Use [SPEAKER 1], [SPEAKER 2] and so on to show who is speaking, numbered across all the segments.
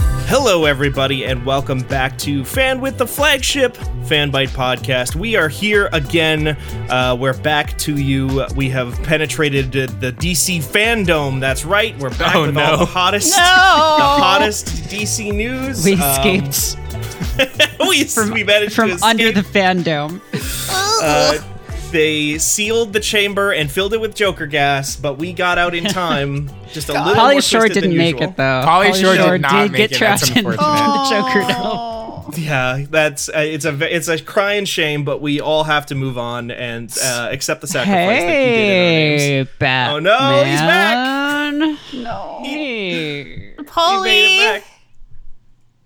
[SPEAKER 1] Hello, everybody, and welcome back to Fan with the Flagship Fanbite Podcast. We are here again. Uh, we're back to you. We have penetrated uh, the DC fandom. That's right. We're back
[SPEAKER 2] Oh,
[SPEAKER 1] with
[SPEAKER 2] no.
[SPEAKER 1] all the hottest,
[SPEAKER 3] No.
[SPEAKER 1] the hottest DC news.
[SPEAKER 3] We
[SPEAKER 1] Um,
[SPEAKER 3] escaped
[SPEAKER 1] we, we managed
[SPEAKER 3] from
[SPEAKER 1] to escape.
[SPEAKER 3] under the fandom.
[SPEAKER 1] Uh, they sealed the chamber and filled it with Joker gas, but we got out in time. Just a little.
[SPEAKER 3] Polly
[SPEAKER 1] more
[SPEAKER 3] Shore
[SPEAKER 1] twisted than
[SPEAKER 3] didn't make
[SPEAKER 1] usual.
[SPEAKER 3] it though.
[SPEAKER 2] Pauly Shore did not make
[SPEAKER 3] get
[SPEAKER 2] it, that's
[SPEAKER 3] trapped in the
[SPEAKER 2] unfortunate.
[SPEAKER 3] Joker Dome.
[SPEAKER 1] Yeah, that's uh, it's a ve- it's a cry and shame, but we all have to move on and uh, accept the sacrifice that he did in our names.
[SPEAKER 3] Hey, Batman.
[SPEAKER 1] Oh, no, he's back.
[SPEAKER 3] No. Hey.
[SPEAKER 1] He made
[SPEAKER 4] Polly.
[SPEAKER 1] it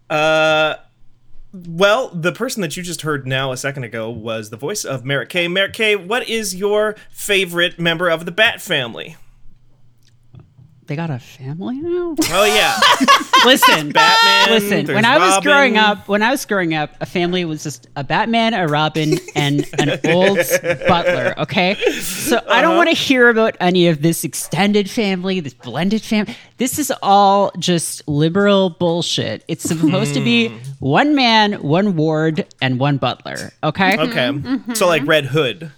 [SPEAKER 1] back. Uh, well, the person that you just heard now a second ago was the voice of Merrick K. Merrick K. What is your favorite member of the Bat family?
[SPEAKER 3] They got a family now?
[SPEAKER 1] Oh yeah,
[SPEAKER 3] Listen,
[SPEAKER 1] Batman.
[SPEAKER 3] listen.
[SPEAKER 1] there's
[SPEAKER 3] When I was
[SPEAKER 1] Robin.
[SPEAKER 3] growing up, when I was growing up, a family was just a Batman, a Robin, and an old butler. Okay, so I
[SPEAKER 1] Uh-huh.
[SPEAKER 3] don't want to hear about any of this extended family, this blended family. This is all just liberal bullshit. It's supposed to
[SPEAKER 1] Hmm.
[SPEAKER 3] be one man, one ward, and one butler. Okay,
[SPEAKER 1] okay, so like Red Hood.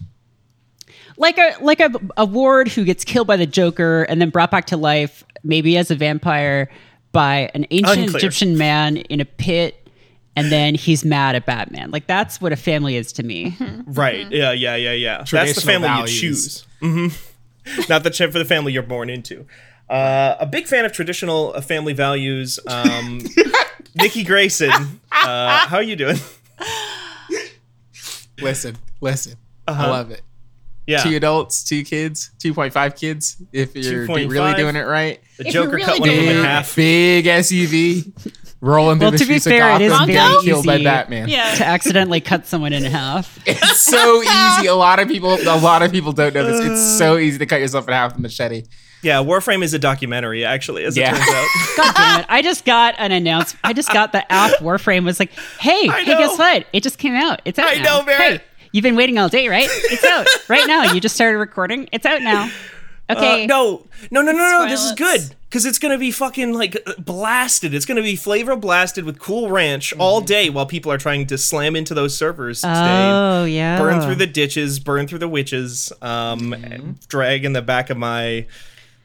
[SPEAKER 3] like a like a, a ward who gets killed by the Joker and then brought back to life, maybe as a vampire, by an ancient
[SPEAKER 1] Unclear.
[SPEAKER 3] Egyptian man in a pit, and then he's mad at Batman. Like that's what a family is to me.
[SPEAKER 1] Right. Yeah, yeah, yeah, yeah. That's the
[SPEAKER 2] Traditional
[SPEAKER 1] family
[SPEAKER 2] values.
[SPEAKER 1] you choose. hmm Not the ch- for the family you're born into. Uh, a big fan of traditional uh, family values. Um, Nikki Grayson, uh, how are you doing?
[SPEAKER 2] Listen, listen. I love it.
[SPEAKER 1] Uh-huh. Yeah,
[SPEAKER 2] Two adults, two kids, 2.5 kids, if you're do- really
[SPEAKER 1] 2.5.
[SPEAKER 2] doing it right.
[SPEAKER 1] the
[SPEAKER 4] If
[SPEAKER 1] Joker
[SPEAKER 4] you
[SPEAKER 1] cut
[SPEAKER 4] really
[SPEAKER 1] one of them in
[SPEAKER 4] do-
[SPEAKER 1] half.
[SPEAKER 2] big SUV rolling through
[SPEAKER 3] Well,
[SPEAKER 2] the
[SPEAKER 3] to be
[SPEAKER 2] streets
[SPEAKER 3] fair,
[SPEAKER 2] of
[SPEAKER 3] it is
[SPEAKER 2] Gotham,
[SPEAKER 3] very
[SPEAKER 2] getting killed by
[SPEAKER 3] easy.
[SPEAKER 2] Batman.
[SPEAKER 3] To
[SPEAKER 4] Yeah.
[SPEAKER 3] accidentally cut someone in half.
[SPEAKER 2] It's so easy. A lot of people, a lot of people don't know this.
[SPEAKER 1] Uh.
[SPEAKER 2] It's so easy to cut yourself in half with a machete.
[SPEAKER 1] Yeah, Warframe is a documentary, actually, as
[SPEAKER 2] Yeah.
[SPEAKER 1] it turns out.
[SPEAKER 3] God damn it! I just got an announcement. I just got the app Warframe was like, "Hey, hey,
[SPEAKER 1] know.
[SPEAKER 3] guess what? It just came out. It's out
[SPEAKER 1] I
[SPEAKER 3] now.
[SPEAKER 1] know, Barrett.
[SPEAKER 3] Hey, you've been waiting all day, right? It's out right now. You just started recording. It's out now. Okay.
[SPEAKER 1] Uh, no, no, no, no, no. This is
[SPEAKER 4] Spoilers.
[SPEAKER 1] good because it's gonna be fucking like uh, blasted. It's gonna be flavor blasted with Cool Ranch all day while people are trying to slam into those servers. today.
[SPEAKER 3] Oh yeah.
[SPEAKER 1] burn through the ditches, burn through the witches, um, and drag in the back of my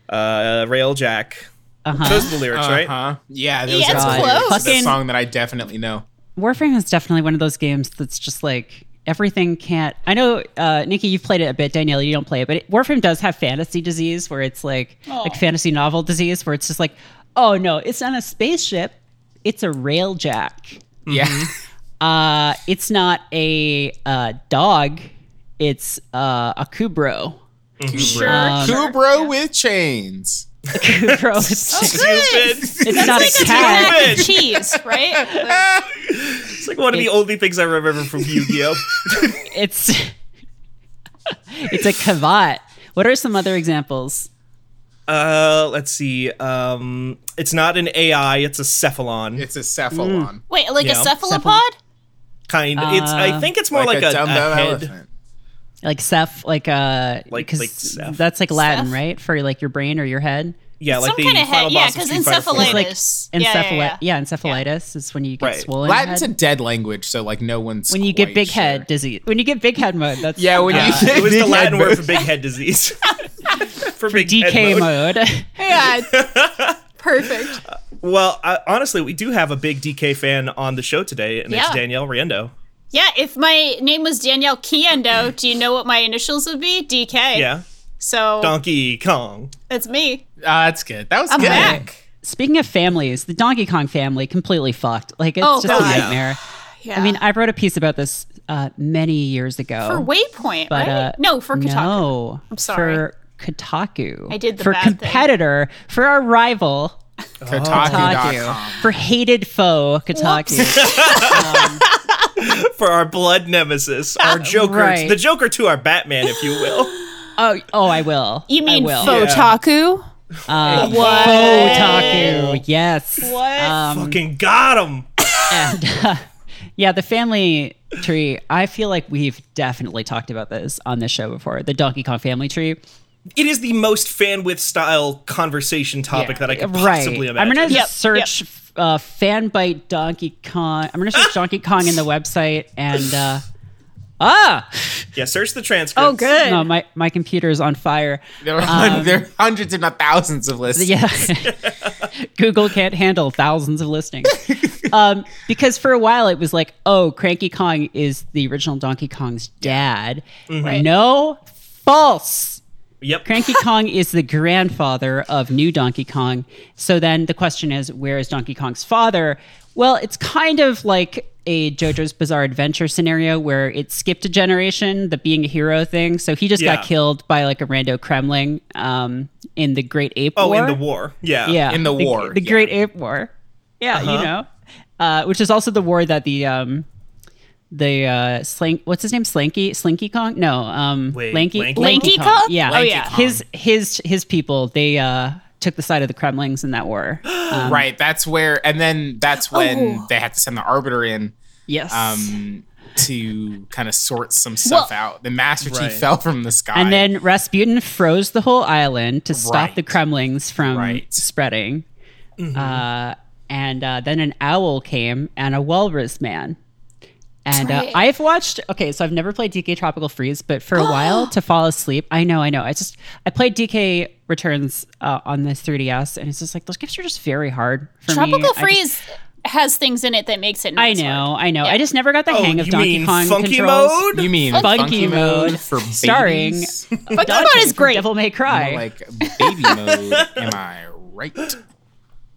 [SPEAKER 1] uh, rail jack.
[SPEAKER 3] Uh-huh.
[SPEAKER 1] Those are the lyrics, right?
[SPEAKER 2] Huh? Uh-huh. Yeah, that
[SPEAKER 4] Yeah, it's
[SPEAKER 2] actually
[SPEAKER 4] close.
[SPEAKER 2] the
[SPEAKER 3] Fucking-
[SPEAKER 2] song that I definitely know.
[SPEAKER 3] Warframe is definitely one of those games that's just like everything can't. I know, uh, Nikki, you've played it a bit. Danielle, you don't play it, but it, Warframe does have fantasy disease where it's like like fantasy novel disease where it's just like, oh no, it's not a spaceship, it's a railjack.
[SPEAKER 1] Mm-hmm.
[SPEAKER 2] Yeah.
[SPEAKER 3] Uh, it's not a uh, dog, it's uh, a kubro.
[SPEAKER 4] Sure.
[SPEAKER 3] Um,
[SPEAKER 4] sure.
[SPEAKER 2] Kubro with chains.
[SPEAKER 3] Kubro
[SPEAKER 1] Oh,
[SPEAKER 3] is,
[SPEAKER 1] Stupid.
[SPEAKER 3] it's not a cat.
[SPEAKER 4] Mac and
[SPEAKER 1] Stupid.
[SPEAKER 4] cheese, right?
[SPEAKER 1] It's like one of the only things I remember from Yu-Gi-Oh.
[SPEAKER 3] It's it's a cavat. What are some other examples?
[SPEAKER 1] Uh, let's see. Um, it's not an AI. It's a cephalon.
[SPEAKER 2] It's a
[SPEAKER 1] Mm.
[SPEAKER 2] cephalon.
[SPEAKER 4] Wait, like
[SPEAKER 1] Yeah.
[SPEAKER 4] a cephalopod?
[SPEAKER 1] kind. it's. I think it's more like, a, a
[SPEAKER 2] dumbbell
[SPEAKER 1] head.
[SPEAKER 3] like Ceph, like uh,
[SPEAKER 1] Like-
[SPEAKER 3] because
[SPEAKER 1] like Ceph.
[SPEAKER 3] that's like Latin,
[SPEAKER 4] Ceph?
[SPEAKER 3] right? For like your brain or your head.
[SPEAKER 1] Yeah, like
[SPEAKER 4] Some
[SPEAKER 1] the
[SPEAKER 4] kind of
[SPEAKER 1] final
[SPEAKER 4] head. Yeah,
[SPEAKER 1] boss of
[SPEAKER 4] because
[SPEAKER 1] Street Fighter 4.
[SPEAKER 4] encephalitis.
[SPEAKER 3] like
[SPEAKER 4] yeah, yeah,
[SPEAKER 3] Encephali-
[SPEAKER 4] yeah.
[SPEAKER 3] encephalitis is when you get
[SPEAKER 1] Right.
[SPEAKER 3] swollen.
[SPEAKER 2] Latin's a
[SPEAKER 3] head.
[SPEAKER 2] dead language, so like no one's
[SPEAKER 3] when you get
[SPEAKER 2] quite
[SPEAKER 3] big
[SPEAKER 2] sure.
[SPEAKER 3] head disease. When you get big head mode, that's
[SPEAKER 2] Yeah, when you
[SPEAKER 3] uh,
[SPEAKER 2] get
[SPEAKER 1] It was the
[SPEAKER 2] big
[SPEAKER 1] Latin
[SPEAKER 2] head
[SPEAKER 1] word for
[SPEAKER 2] mode.
[SPEAKER 1] big head disease. for, big head
[SPEAKER 3] DK
[SPEAKER 1] mode.
[SPEAKER 3] mode.
[SPEAKER 4] Yeah. Perfect.
[SPEAKER 1] Well, I, honestly, we do have a big DK fan on the show today, and it's
[SPEAKER 4] Yeah.
[SPEAKER 1] Danielle Riendo.
[SPEAKER 4] Yeah, if my name was Danielle Kiendo, do you know what my initials would be? DK.
[SPEAKER 1] Yeah.
[SPEAKER 4] So
[SPEAKER 1] Donkey Kong.
[SPEAKER 4] it's me.
[SPEAKER 2] Ah, that's good. That was
[SPEAKER 4] I'm
[SPEAKER 2] good.
[SPEAKER 4] back.
[SPEAKER 3] Speaking of families, the Donkey Kong family completely fucked. Like it's
[SPEAKER 4] Oh,
[SPEAKER 3] just a
[SPEAKER 4] God. Yeah.
[SPEAKER 3] nightmare.
[SPEAKER 4] Yeah.
[SPEAKER 3] I mean, I wrote a piece about this uh, many years ago.
[SPEAKER 4] for Waypoint,
[SPEAKER 3] but
[SPEAKER 4] right?
[SPEAKER 3] uh,
[SPEAKER 4] no, for Kotaku.
[SPEAKER 3] No, I'm
[SPEAKER 4] sorry.
[SPEAKER 3] For Kotaku,
[SPEAKER 4] I did the
[SPEAKER 3] for
[SPEAKER 4] bad thing.
[SPEAKER 3] competitor for our rival
[SPEAKER 2] Kotaku.com.
[SPEAKER 3] Kotaku for hated foe Kotaku.
[SPEAKER 1] For our blood nemesis, our Joker,
[SPEAKER 3] right.
[SPEAKER 1] the Joker to our Batman, if you will.
[SPEAKER 3] oh, oh, I will.
[SPEAKER 4] You mean
[SPEAKER 3] I will.
[SPEAKER 4] Fotaku?
[SPEAKER 3] Um,
[SPEAKER 4] What?
[SPEAKER 3] Kotaku? Yes.
[SPEAKER 4] What?
[SPEAKER 3] Um,
[SPEAKER 1] Fucking got him.
[SPEAKER 3] And, uh, yeah, the family tree. I feel like we've definitely talked about this on this show before. The Donkey Kong family tree.
[SPEAKER 1] It is the most fan with style conversation topic that I could
[SPEAKER 3] Right.
[SPEAKER 1] possibly
[SPEAKER 3] I'm
[SPEAKER 1] imagine.
[SPEAKER 3] gonna
[SPEAKER 4] Yep,
[SPEAKER 3] search. uh, fanbite Donkey Kong. I'm gonna search Donkey Kong in the website and uh, ah,
[SPEAKER 1] Yeah, search the transcripts.
[SPEAKER 4] Oh, good.
[SPEAKER 3] no, my my computer is on fire.
[SPEAKER 2] There are, hun- there are hundreds, if not thousands, of lists.
[SPEAKER 3] Um, Yeah, Google can't handle thousands of listings. Um, because for a while it was like, oh, Cranky Kong is the original Donkey Kong's dad.
[SPEAKER 1] Mm-hmm.
[SPEAKER 3] No, false.
[SPEAKER 1] Yep.
[SPEAKER 3] Cranky Kong is the grandfather of new Donkey Kong. So then the question is, where is Donkey Kong's father? Well, it's kind of like a JoJo's Bizarre Adventure scenario where it skipped a generation, the being a hero thing. So he just
[SPEAKER 1] Yeah.
[SPEAKER 3] got killed by like a rando Kremlin um, in the Great Ape
[SPEAKER 1] oh,
[SPEAKER 3] War.
[SPEAKER 1] in the war. Yeah.
[SPEAKER 3] Yeah,
[SPEAKER 2] In the war,
[SPEAKER 3] the
[SPEAKER 2] yeah.
[SPEAKER 3] Great Ape War. Yeah, you know, uh, which is also the war that the um, the uh, slank. What's his name? Slanky Slinky Kong? No, um,
[SPEAKER 1] Wait,
[SPEAKER 3] Lanky
[SPEAKER 1] Lanky
[SPEAKER 4] Lanky Kong?
[SPEAKER 3] Yeah,
[SPEAKER 4] Oh, yeah.
[SPEAKER 3] His his his people. They uh, took the side of the Kremlings in that war.
[SPEAKER 2] Right. That's where, and then that's when
[SPEAKER 4] Oh.
[SPEAKER 2] they have to send the arbiter in
[SPEAKER 3] yes.
[SPEAKER 2] um, to kind of sort some stuff
[SPEAKER 4] Well-
[SPEAKER 2] out. The Master Chief
[SPEAKER 1] Right.
[SPEAKER 2] fell from the sky.
[SPEAKER 3] and then Rasputin froze the whole island to stop
[SPEAKER 2] Right.
[SPEAKER 3] the Kremlings from
[SPEAKER 2] Right.
[SPEAKER 3] spreading. Uh, and uh, then an owl came and a walrus man. And uh,
[SPEAKER 4] Right.
[SPEAKER 3] I've watched, okay, so I've never played DK Tropical Freeze, but for a while to fall asleep, I know, I know. I just, I played DK Returns uh, on the 3DS, and it's just like, those games are just very hard for me.
[SPEAKER 4] Tropical
[SPEAKER 3] I just-
[SPEAKER 4] Freeze has things in it that makes it. Not
[SPEAKER 3] I
[SPEAKER 4] as
[SPEAKER 3] know,
[SPEAKER 4] hard.
[SPEAKER 3] I know. I just never got the
[SPEAKER 1] Oh,
[SPEAKER 3] hang of
[SPEAKER 1] you
[SPEAKER 3] Donkey
[SPEAKER 1] mean
[SPEAKER 3] Kong
[SPEAKER 1] funky
[SPEAKER 3] controls.
[SPEAKER 1] mode?
[SPEAKER 2] you mean
[SPEAKER 3] Funky
[SPEAKER 2] funky,
[SPEAKER 3] Mode,
[SPEAKER 2] mode, for
[SPEAKER 3] starring-
[SPEAKER 2] babies?
[SPEAKER 4] Funky Mode
[SPEAKER 3] Dante
[SPEAKER 4] is
[SPEAKER 3] from
[SPEAKER 4] great.
[SPEAKER 3] Devil May Cry.
[SPEAKER 2] More like baby mode. Am I right?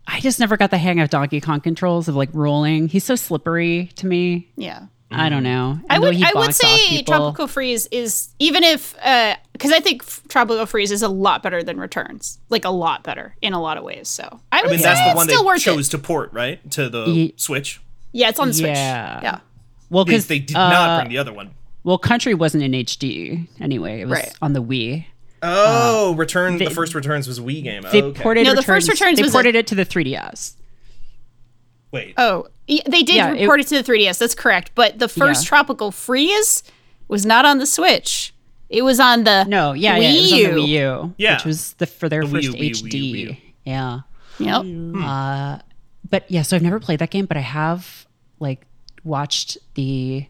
[SPEAKER 3] I just never got the hang of Donkey Kong controls of like rolling. He's so slippery to me.
[SPEAKER 4] Yeah.
[SPEAKER 3] I don't know.
[SPEAKER 4] Mm. I
[SPEAKER 3] know
[SPEAKER 4] would
[SPEAKER 3] he
[SPEAKER 4] I would
[SPEAKER 3] bonks off
[SPEAKER 4] say
[SPEAKER 3] people.
[SPEAKER 4] Tropical Freeze is even if because I think f- Tropical Freeze is a lot better than Returns, like a lot better in a lot of ways. So I would
[SPEAKER 1] I mean,
[SPEAKER 4] say
[SPEAKER 1] that's the
[SPEAKER 4] it's
[SPEAKER 1] one
[SPEAKER 4] still
[SPEAKER 1] they
[SPEAKER 4] worth
[SPEAKER 1] chose
[SPEAKER 4] it.
[SPEAKER 1] to port, right? To the
[SPEAKER 3] Ye-
[SPEAKER 1] Switch.
[SPEAKER 4] Yeah, it's on the Switch.
[SPEAKER 3] Yeah.
[SPEAKER 4] Yeah,
[SPEAKER 3] Well,
[SPEAKER 1] Because
[SPEAKER 3] because
[SPEAKER 1] they did
[SPEAKER 3] uh,
[SPEAKER 1] not bring the other one.
[SPEAKER 3] well, Country wasn't in HD anyway. It was
[SPEAKER 4] Right.
[SPEAKER 3] on the Wii.
[SPEAKER 1] Oh, return. the first returns was a Wii game.
[SPEAKER 3] uh, They
[SPEAKER 1] okay.
[SPEAKER 3] ported
[SPEAKER 4] No, the first Returns
[SPEAKER 3] They
[SPEAKER 4] was a-
[SPEAKER 3] ported it to the 3DS.
[SPEAKER 1] Wait.
[SPEAKER 4] Oh, y- they did
[SPEAKER 3] Yeah, it-
[SPEAKER 4] report it, to the 3DS. That's correct. But the first
[SPEAKER 3] Yeah.
[SPEAKER 4] Tropical Freeze was not on the Switch. It was on the
[SPEAKER 3] No, yeah,
[SPEAKER 4] Wii
[SPEAKER 3] yeah, it was
[SPEAKER 4] U.
[SPEAKER 3] on the Wii U,
[SPEAKER 1] Yeah.
[SPEAKER 3] which was the for their
[SPEAKER 1] Wii
[SPEAKER 3] first
[SPEAKER 1] U, Wii U,
[SPEAKER 3] HD.
[SPEAKER 1] Wii U.
[SPEAKER 3] Yeah,
[SPEAKER 4] Yep.
[SPEAKER 3] but yeah, so I've never played that game, but I have like watched the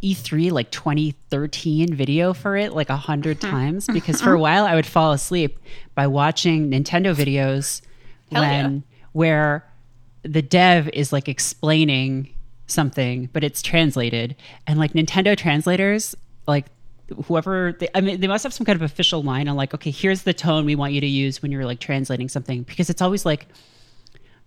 [SPEAKER 3] E3 like 2013 video for it like a hundred
[SPEAKER 4] Hmm.
[SPEAKER 3] times because for a while I would fall asleep by watching Nintendo videos
[SPEAKER 4] Hell yeah.
[SPEAKER 3] when where the dev is like explaining something, but it's translated, and like Nintendo translators like whoever they, i mean they must have some kind of official line on like okay here's the tone we want you to use when you're like translating something because it's always like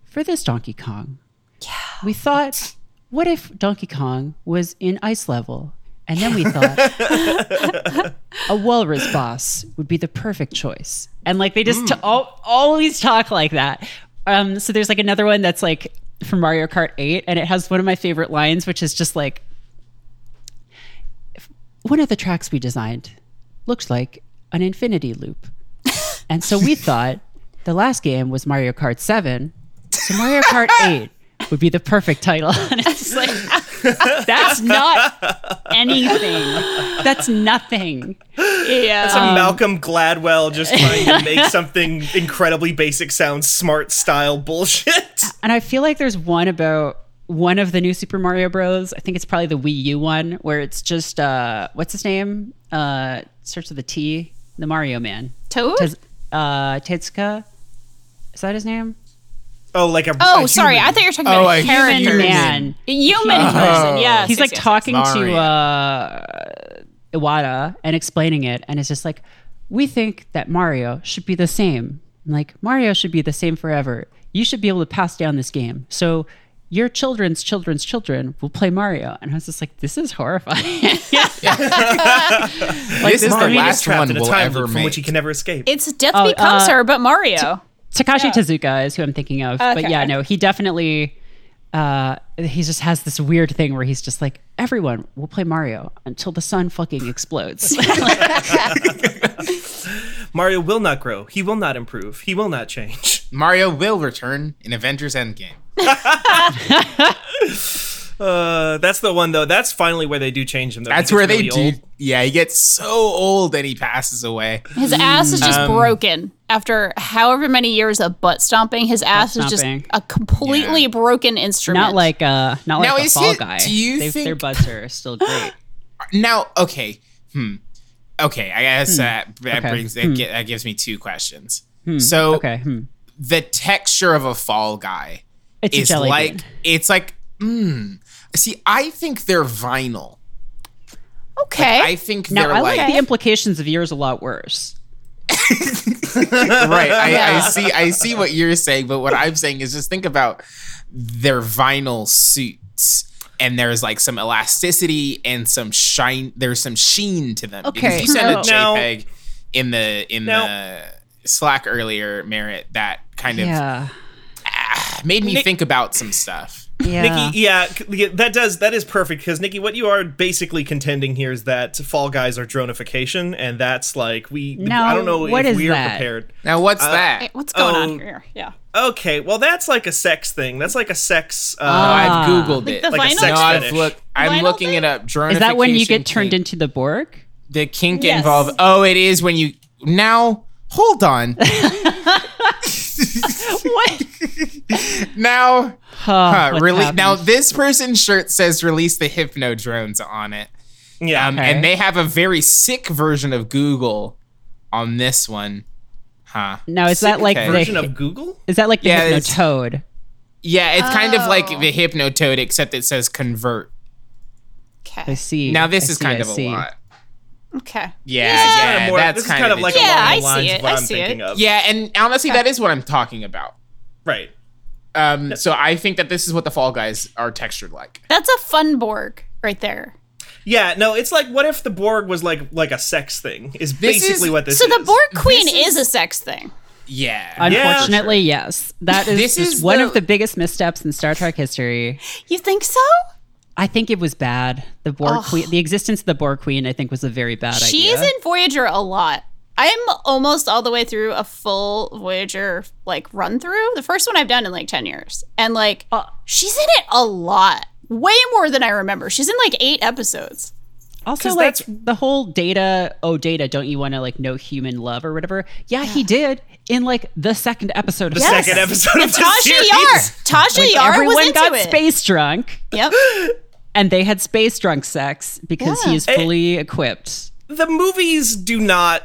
[SPEAKER 3] for this Donkey Kong. Yeah. We thought, what if Donkey Kong was in ice level? And then we thought a walrus boss would be the perfect choice. And like they just t- all, always talk like that. Um, so there's like another one that's like from Mario Kart 8, and it has one of my favorite lines, which is just like one of the tracks we designed looked like an infinity loop. And so we thought the last game was Mario Kart 7. So Mario Kart 8 would be the perfect title. And it's just like, that's not anything. That's nothing.
[SPEAKER 4] Yeah.
[SPEAKER 1] Some
[SPEAKER 3] Um,
[SPEAKER 1] Malcolm Gladwell just trying to make something incredibly basic sound smart style bullshit.
[SPEAKER 3] And I feel like there's one about one of the new Super Mario Bros. I think it's probably the Wii U one where it's just, uh, what's his name? Uh, starts with a T, the Mario Man.
[SPEAKER 4] Toad?
[SPEAKER 3] Tez- uh, Tetsuka? Is that his name?
[SPEAKER 1] Oh, like a.
[SPEAKER 4] oh,
[SPEAKER 1] a
[SPEAKER 4] sorry.
[SPEAKER 1] human. Oh.
[SPEAKER 4] I thought you were talking
[SPEAKER 2] Oh,
[SPEAKER 4] about
[SPEAKER 2] a
[SPEAKER 4] a character.
[SPEAKER 3] Human
[SPEAKER 2] human.
[SPEAKER 3] Man.
[SPEAKER 4] A Human person. Yes.
[SPEAKER 3] he's
[SPEAKER 4] yes,
[SPEAKER 3] like
[SPEAKER 4] yes,
[SPEAKER 3] talking to
[SPEAKER 2] Mario.
[SPEAKER 3] uh, Iwata and explaining it, and it's just like, we think that Mario should be the same. I'm like Mario should be the same forever. You should be able to pass down this game. So your children's children's children will play Mario. And I was just like, this is horrifying.
[SPEAKER 2] this is the
[SPEAKER 1] Mario is
[SPEAKER 2] last
[SPEAKER 1] trapped
[SPEAKER 2] one
[SPEAKER 1] in a
[SPEAKER 2] we'll
[SPEAKER 1] time
[SPEAKER 2] ever
[SPEAKER 1] loop from which he
[SPEAKER 2] make.
[SPEAKER 1] can never escape.
[SPEAKER 4] It's Death
[SPEAKER 3] Oh,
[SPEAKER 4] Becomes
[SPEAKER 3] uh,
[SPEAKER 4] Her, but Mario.
[SPEAKER 3] Takashi Tezuka is who I'm thinking of. But
[SPEAKER 4] Okay.
[SPEAKER 3] yeah, no, he definitely uh he just has this weird thing where he's just like everyone will play Mario until the sun fucking explodes.
[SPEAKER 1] Mario will not grow. He will not improve. He will not change.
[SPEAKER 2] Mario will return in Avengers Endgame.
[SPEAKER 1] Uh, that's the one though. That's finally where they do change him. Though. He
[SPEAKER 2] That's
[SPEAKER 1] gets
[SPEAKER 2] where they
[SPEAKER 1] really
[SPEAKER 2] do.
[SPEAKER 1] old.
[SPEAKER 2] Yeah, he gets so old and he passes away.
[SPEAKER 4] His ass is just broken after however many years of butt stomping, his ass is just
[SPEAKER 3] stomping.
[SPEAKER 4] a completely broken instrument.
[SPEAKER 3] Not like uh, not
[SPEAKER 2] Now,
[SPEAKER 3] like the
[SPEAKER 2] is
[SPEAKER 3] Fall
[SPEAKER 2] it-
[SPEAKER 3] Guy.
[SPEAKER 2] do you
[SPEAKER 3] They- Their
[SPEAKER 2] think-
[SPEAKER 3] butts are still great.
[SPEAKER 2] Now, okay, hmm, okay. I guess that, that
[SPEAKER 3] Hmm. Okay.
[SPEAKER 2] brings that, gi- that gives me two questions.
[SPEAKER 3] Hmm,
[SPEAKER 2] So
[SPEAKER 3] okay, hmm.
[SPEAKER 2] the texture of a fall guy
[SPEAKER 3] it's a
[SPEAKER 2] is
[SPEAKER 3] jelly
[SPEAKER 2] like
[SPEAKER 3] bean.
[SPEAKER 2] it's like mm. See, I think they're vinyl.
[SPEAKER 4] okay,
[SPEAKER 2] I think
[SPEAKER 3] Eh? Now
[SPEAKER 2] they're
[SPEAKER 3] I like
[SPEAKER 2] like
[SPEAKER 3] the implications of yours a lot worse.
[SPEAKER 2] right. I,
[SPEAKER 4] Yeah.
[SPEAKER 2] I see. I see what you're saying, but what I'm saying is just think about their vinyl suits. And there's like some elasticity and some shine. There's some sheen to them.
[SPEAKER 4] Okay,
[SPEAKER 2] Because you sent a
[SPEAKER 1] now-
[SPEAKER 2] JPEG in the in
[SPEAKER 1] Now-
[SPEAKER 2] the Slack earlier, Merritt. That kind of
[SPEAKER 3] Yeah,
[SPEAKER 2] made me
[SPEAKER 1] Nick-
[SPEAKER 2] think about some stuff.
[SPEAKER 3] yeah.
[SPEAKER 1] Nikki, yeah, c- yeah, that does that is perfect because Nikki, what you are basically contending here is that Fall Guys are dronification, and that's like we.
[SPEAKER 3] No,
[SPEAKER 1] I don't know
[SPEAKER 3] what
[SPEAKER 1] if
[SPEAKER 3] is
[SPEAKER 1] we're
[SPEAKER 3] that?
[SPEAKER 1] prepared.
[SPEAKER 2] Now, what's
[SPEAKER 4] Uh,
[SPEAKER 2] that?
[SPEAKER 4] Hey, what's going
[SPEAKER 1] oh.
[SPEAKER 4] on here? Yeah,
[SPEAKER 1] Okay, well that's like a sex thing. That's like a sex. Uh,
[SPEAKER 2] Oh,
[SPEAKER 3] Ah.
[SPEAKER 2] I've googled it.
[SPEAKER 4] the
[SPEAKER 1] like a
[SPEAKER 4] vinyl?
[SPEAKER 1] sex
[SPEAKER 2] no, I've
[SPEAKER 1] fetish.
[SPEAKER 2] looked. I'm
[SPEAKER 4] Vinyl
[SPEAKER 2] looking
[SPEAKER 4] thing?
[SPEAKER 2] it up.
[SPEAKER 3] Is that when you
[SPEAKER 2] Dronification
[SPEAKER 3] get turned
[SPEAKER 2] kink.
[SPEAKER 3] into the Borg?
[SPEAKER 2] the kink
[SPEAKER 4] Yes.
[SPEAKER 2] involved? Oh, it is when you now. Hold on.
[SPEAKER 3] what?
[SPEAKER 2] Now,
[SPEAKER 3] Huh,
[SPEAKER 2] huh,
[SPEAKER 3] Oh, what
[SPEAKER 2] really?
[SPEAKER 3] happened?
[SPEAKER 2] Now, this person's shirt says "Release the Hypno Drones" on it,
[SPEAKER 1] yeah,
[SPEAKER 2] um,
[SPEAKER 3] Okay.
[SPEAKER 2] and they have a very sick version of Google on this one, huh?
[SPEAKER 3] now is that like
[SPEAKER 2] Okay.
[SPEAKER 1] version
[SPEAKER 3] the,
[SPEAKER 1] of Google.
[SPEAKER 3] is that like the
[SPEAKER 2] Yeah,
[SPEAKER 3] yeah,
[SPEAKER 2] it's-
[SPEAKER 3] Toad?
[SPEAKER 2] Yeah, it's kind of like
[SPEAKER 4] Oh.
[SPEAKER 2] the Hypnotoad, except it says "Convert."
[SPEAKER 3] I
[SPEAKER 4] okay,
[SPEAKER 3] see.
[SPEAKER 2] Now, this
[SPEAKER 3] I
[SPEAKER 2] is
[SPEAKER 3] see,
[SPEAKER 2] kind
[SPEAKER 3] I
[SPEAKER 2] of a
[SPEAKER 3] see.
[SPEAKER 2] lot.
[SPEAKER 4] okay.
[SPEAKER 2] Yeah,
[SPEAKER 4] This is
[SPEAKER 2] yeah,
[SPEAKER 1] Kinda more-
[SPEAKER 2] that's
[SPEAKER 1] this is
[SPEAKER 2] kind,
[SPEAKER 1] kind of,
[SPEAKER 2] of
[SPEAKER 1] like
[SPEAKER 2] it.
[SPEAKER 4] Yeah,
[SPEAKER 1] along
[SPEAKER 4] I
[SPEAKER 1] the
[SPEAKER 4] see
[SPEAKER 1] lines
[SPEAKER 4] it,
[SPEAKER 1] of what
[SPEAKER 4] I
[SPEAKER 1] I'm
[SPEAKER 4] see
[SPEAKER 1] thinking
[SPEAKER 4] it.
[SPEAKER 1] of.
[SPEAKER 2] yeah, and honestly, that is what I'm talking about.
[SPEAKER 1] right.
[SPEAKER 2] Um, so I think that this is what the Fall Guys are textured like.
[SPEAKER 4] That's a fun Borg right there.
[SPEAKER 1] Yeah, no, it's like what if the Borg was like like a sex thing? Is
[SPEAKER 2] This is-
[SPEAKER 1] basically what this
[SPEAKER 4] So
[SPEAKER 1] is.
[SPEAKER 4] the Borg Queen
[SPEAKER 2] this
[SPEAKER 4] is, a sex thing.
[SPEAKER 2] Yeah,
[SPEAKER 3] Unfortunately, yes. That is
[SPEAKER 2] This
[SPEAKER 3] just
[SPEAKER 2] is
[SPEAKER 3] one
[SPEAKER 2] the-
[SPEAKER 3] of the biggest missteps in Star Trek history.
[SPEAKER 4] You think so?
[SPEAKER 3] I think it was bad. The Borg
[SPEAKER 4] Ugh.
[SPEAKER 3] Queen, the existence of the Borg Queen, I think was a very bad idea.
[SPEAKER 4] She's in Voyager a lot. I'm almost all the way through a full Voyager like run through. The first one I've done in like 10 years. And like
[SPEAKER 3] Uh,
[SPEAKER 4] she's in it a lot. Way more than I remember. She's in like 8 episodes.
[SPEAKER 3] also
[SPEAKER 1] 'Cause
[SPEAKER 3] like
[SPEAKER 1] that's-
[SPEAKER 3] the whole data. Oh, data! Don't you want to like know human love or whatever? Yeah, he did in like the second episode.
[SPEAKER 1] the
[SPEAKER 3] of
[SPEAKER 1] second episode of this
[SPEAKER 4] Tasha
[SPEAKER 1] series.
[SPEAKER 4] Yar. Tasha Yar was
[SPEAKER 3] Everyone
[SPEAKER 4] into
[SPEAKER 3] got
[SPEAKER 4] it.
[SPEAKER 3] space drunk,
[SPEAKER 4] Yep.
[SPEAKER 3] and they had space drunk sex because
[SPEAKER 4] Yeah.
[SPEAKER 3] he is fully equipped.
[SPEAKER 1] the movies do not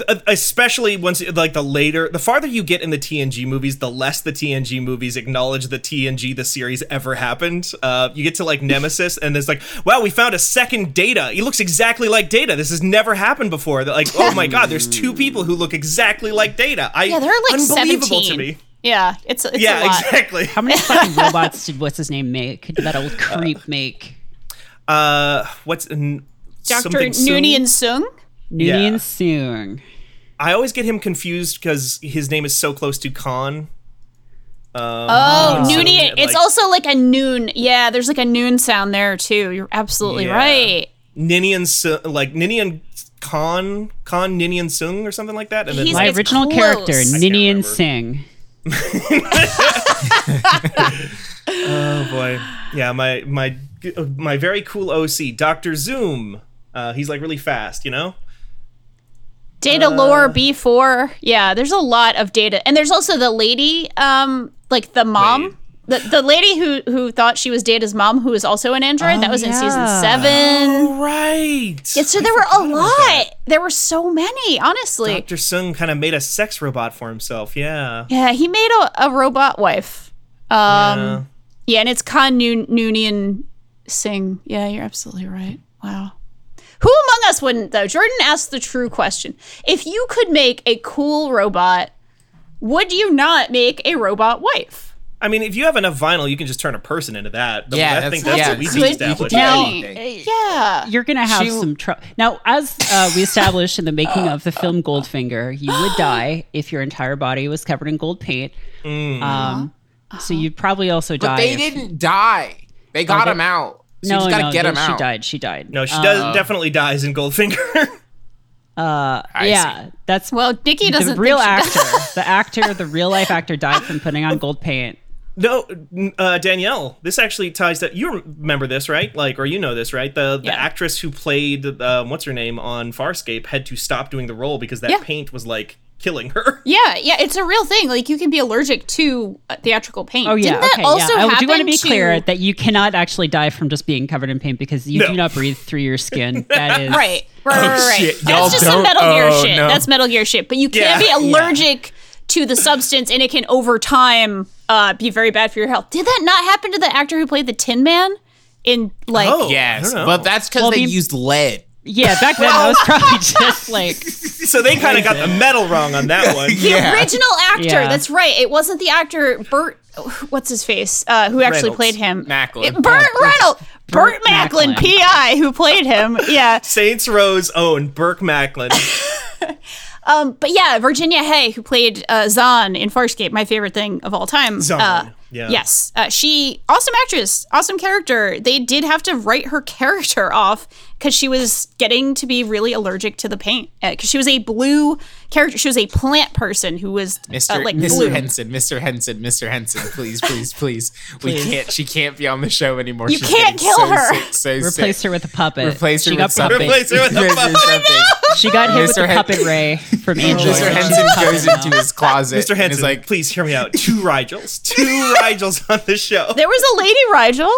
[SPEAKER 1] uh, especially once like the later the farther you get in the TNG movies the less the TNG movies acknowledge the TNG the series ever happened uh you get to like Nemesis and it's like wow we found a second data he looks exactly like data this has never happened before They're like oh my god there's two people who look exactly like data I
[SPEAKER 4] Yeah, they're like
[SPEAKER 1] unbelievable
[SPEAKER 4] 17.
[SPEAKER 1] to me
[SPEAKER 4] Yeah, it's it's a
[SPEAKER 1] yeah
[SPEAKER 4] lot.
[SPEAKER 1] exactly
[SPEAKER 3] How many fucking robots did what's his name make? Did that old creep make?
[SPEAKER 1] uh what's n-
[SPEAKER 4] Dr.
[SPEAKER 1] something soon?
[SPEAKER 4] Noonien Sung.
[SPEAKER 3] Noonien Soong.
[SPEAKER 1] I always get him confused because his name is so close to Khan
[SPEAKER 4] Oh,
[SPEAKER 1] so
[SPEAKER 4] noonie.
[SPEAKER 1] that,
[SPEAKER 4] It's
[SPEAKER 1] Uh, like-
[SPEAKER 4] also like a noon. Yeah, there's like a noon sound there too. You're absolutely
[SPEAKER 1] Yeah.
[SPEAKER 4] right.
[SPEAKER 1] Ninian Su- like Ninian Khan Khan Ninian Sung or something like that. And then
[SPEAKER 4] He's
[SPEAKER 1] like,
[SPEAKER 3] My
[SPEAKER 4] It's
[SPEAKER 3] original
[SPEAKER 4] close.
[SPEAKER 3] character,
[SPEAKER 4] I
[SPEAKER 1] can't
[SPEAKER 3] Ninian
[SPEAKER 1] remember.
[SPEAKER 3] Singh.
[SPEAKER 1] oh boy, yeah, my my my very cool OC Doctor Zoom. Uh, he's like really fast, you know.
[SPEAKER 4] Data lore B4. Yeah, there's a lot of data. And there's also the lady um like the mom the, the lady who who thought she was Data's mom who is also an android. that was in season
[SPEAKER 3] yeah.
[SPEAKER 1] Oh,
[SPEAKER 4] 7.
[SPEAKER 1] Right.
[SPEAKER 4] Yeah, so there were a lot. There were so many, honestly.
[SPEAKER 1] Doctor Sung kind of made a sex robot for himself. Yeah.
[SPEAKER 4] Yeah, he made a, a robot wife. Um yeah. and it's Khan Noon- Noonian Singh. Yeah, you're absolutely right. Wow. Who among us wouldn't though? Jordan asked the true question. If you could make a cool robot, would you not make a robot wife?
[SPEAKER 1] I mean, if you have enough vinyl, you can just turn a person into that. The-
[SPEAKER 2] Yeah,
[SPEAKER 1] I think
[SPEAKER 2] that's-
[SPEAKER 1] that's
[SPEAKER 2] yeah,
[SPEAKER 1] what we
[SPEAKER 4] that's
[SPEAKER 1] need to
[SPEAKER 4] good. You could
[SPEAKER 1] establish.
[SPEAKER 4] do that.
[SPEAKER 3] Now,
[SPEAKER 2] Anything.
[SPEAKER 4] Yeah.
[SPEAKER 3] you're gonna have
[SPEAKER 2] She-
[SPEAKER 3] some trouble. Now, as uh, we established in the making of the film Goldfinger, you would die if your entire body was covered in gold paint.
[SPEAKER 1] Mm.
[SPEAKER 3] Um, so you'd probably also
[SPEAKER 2] But
[SPEAKER 3] die.
[SPEAKER 2] they
[SPEAKER 3] if-
[SPEAKER 2] didn't die. They got him out. So
[SPEAKER 3] no,
[SPEAKER 2] you just gotta
[SPEAKER 3] no,
[SPEAKER 2] get
[SPEAKER 3] no,
[SPEAKER 2] him out.
[SPEAKER 3] she died. She died.
[SPEAKER 1] No, she
[SPEAKER 3] Uh,
[SPEAKER 1] does definitely dies in Goldfinger.
[SPEAKER 2] I
[SPEAKER 3] yeah, that's
[SPEAKER 4] Well, Nikki doesn't
[SPEAKER 3] the real
[SPEAKER 4] think she
[SPEAKER 3] actor. the actor, the real life actor, died from putting on gold paint.
[SPEAKER 1] No, n- uh, Danielle, this actually ties that. You remember this, right? Like, or you know this, right? The the
[SPEAKER 4] Yeah.
[SPEAKER 1] uh, actress who played um, what's her name on Farscape had to stop doing the role because that
[SPEAKER 4] Yeah.
[SPEAKER 1] paint was like killing her.
[SPEAKER 4] Yeah, yeah, it's a real thing. Like you can be allergic to uh, theatrical paint.
[SPEAKER 3] Oh yeah.
[SPEAKER 4] Didn't that
[SPEAKER 3] okay.
[SPEAKER 4] also
[SPEAKER 3] yeah. I do want to
[SPEAKER 4] happen
[SPEAKER 3] be clear
[SPEAKER 4] to-
[SPEAKER 3] that you cannot actually die from just being covered in paint because you
[SPEAKER 1] No.
[SPEAKER 3] do not breathe through your skin. That is
[SPEAKER 4] Right. Right, right, right.
[SPEAKER 2] shit. Y'all
[SPEAKER 4] That's just
[SPEAKER 2] don't-
[SPEAKER 4] some Metal Gear
[SPEAKER 2] oh,
[SPEAKER 4] shit.
[SPEAKER 2] no.
[SPEAKER 4] That's Metal Gear shit. But you
[SPEAKER 1] Yeah.
[SPEAKER 4] can be allergic to the substance and it can over time uh, be very bad for your health. Did that not happen to the actor who played the Tin Man in like
[SPEAKER 1] Oh.
[SPEAKER 2] Yes,
[SPEAKER 1] I don't know.
[SPEAKER 2] but that's because
[SPEAKER 3] Well, I
[SPEAKER 2] they
[SPEAKER 3] mean-
[SPEAKER 2] used lead.
[SPEAKER 3] Yeah. Back then, I was probably just like
[SPEAKER 1] So they kind of got the metal wrong on that one.
[SPEAKER 4] the
[SPEAKER 2] Yeah.
[SPEAKER 4] original actor?
[SPEAKER 3] Yeah.
[SPEAKER 4] That's right. It wasn't the actor Burt what's his face? Uh, who actually
[SPEAKER 1] Reynolds.
[SPEAKER 4] played him?
[SPEAKER 2] Macklin.
[SPEAKER 4] It, Burt Reynolds. Burt
[SPEAKER 3] Burt
[SPEAKER 4] Macklin,
[SPEAKER 3] Macklin.
[SPEAKER 4] PI, who played him. Yeah.
[SPEAKER 1] Saints Row's own Burke Macklin.
[SPEAKER 4] Um, but yeah, Virginia Hay, who played uh, Zahn in Farscape, my favorite thing of all time.
[SPEAKER 1] Zahn,
[SPEAKER 4] Uh,
[SPEAKER 1] yeah.
[SPEAKER 4] Yes. Uh, she, awesome actress, awesome character. They did have to write her character off because she was getting to be really allergic to the paint. Because she was a blue character. She was a plant person who was
[SPEAKER 2] Mr.
[SPEAKER 4] Uh, like
[SPEAKER 2] Mr.
[SPEAKER 4] blue.
[SPEAKER 2] Henson, Mr. Henson, Mr. Henson, please, please, please. We can't. She can't be on the show anymore.
[SPEAKER 4] You
[SPEAKER 2] She's
[SPEAKER 4] can't
[SPEAKER 2] getting
[SPEAKER 4] kill
[SPEAKER 2] so
[SPEAKER 4] her.
[SPEAKER 2] sick, so
[SPEAKER 3] replace
[SPEAKER 2] sick.
[SPEAKER 3] her with a puppet.
[SPEAKER 2] Replace her
[SPEAKER 3] she
[SPEAKER 2] with
[SPEAKER 3] got
[SPEAKER 2] something.
[SPEAKER 3] puppet-
[SPEAKER 1] Replace her with a
[SPEAKER 2] Replace her with something.
[SPEAKER 3] She got hit with
[SPEAKER 2] Mr.
[SPEAKER 3] the
[SPEAKER 2] Hen-
[SPEAKER 3] puppet ray from Angel.
[SPEAKER 2] Mr. Henson goes into his closet.
[SPEAKER 1] Mr.
[SPEAKER 2] and
[SPEAKER 1] Henson,
[SPEAKER 2] is like,
[SPEAKER 1] please hear me out. Two Rigels. Two Rigels on the show.
[SPEAKER 4] There was a lady, Rigel.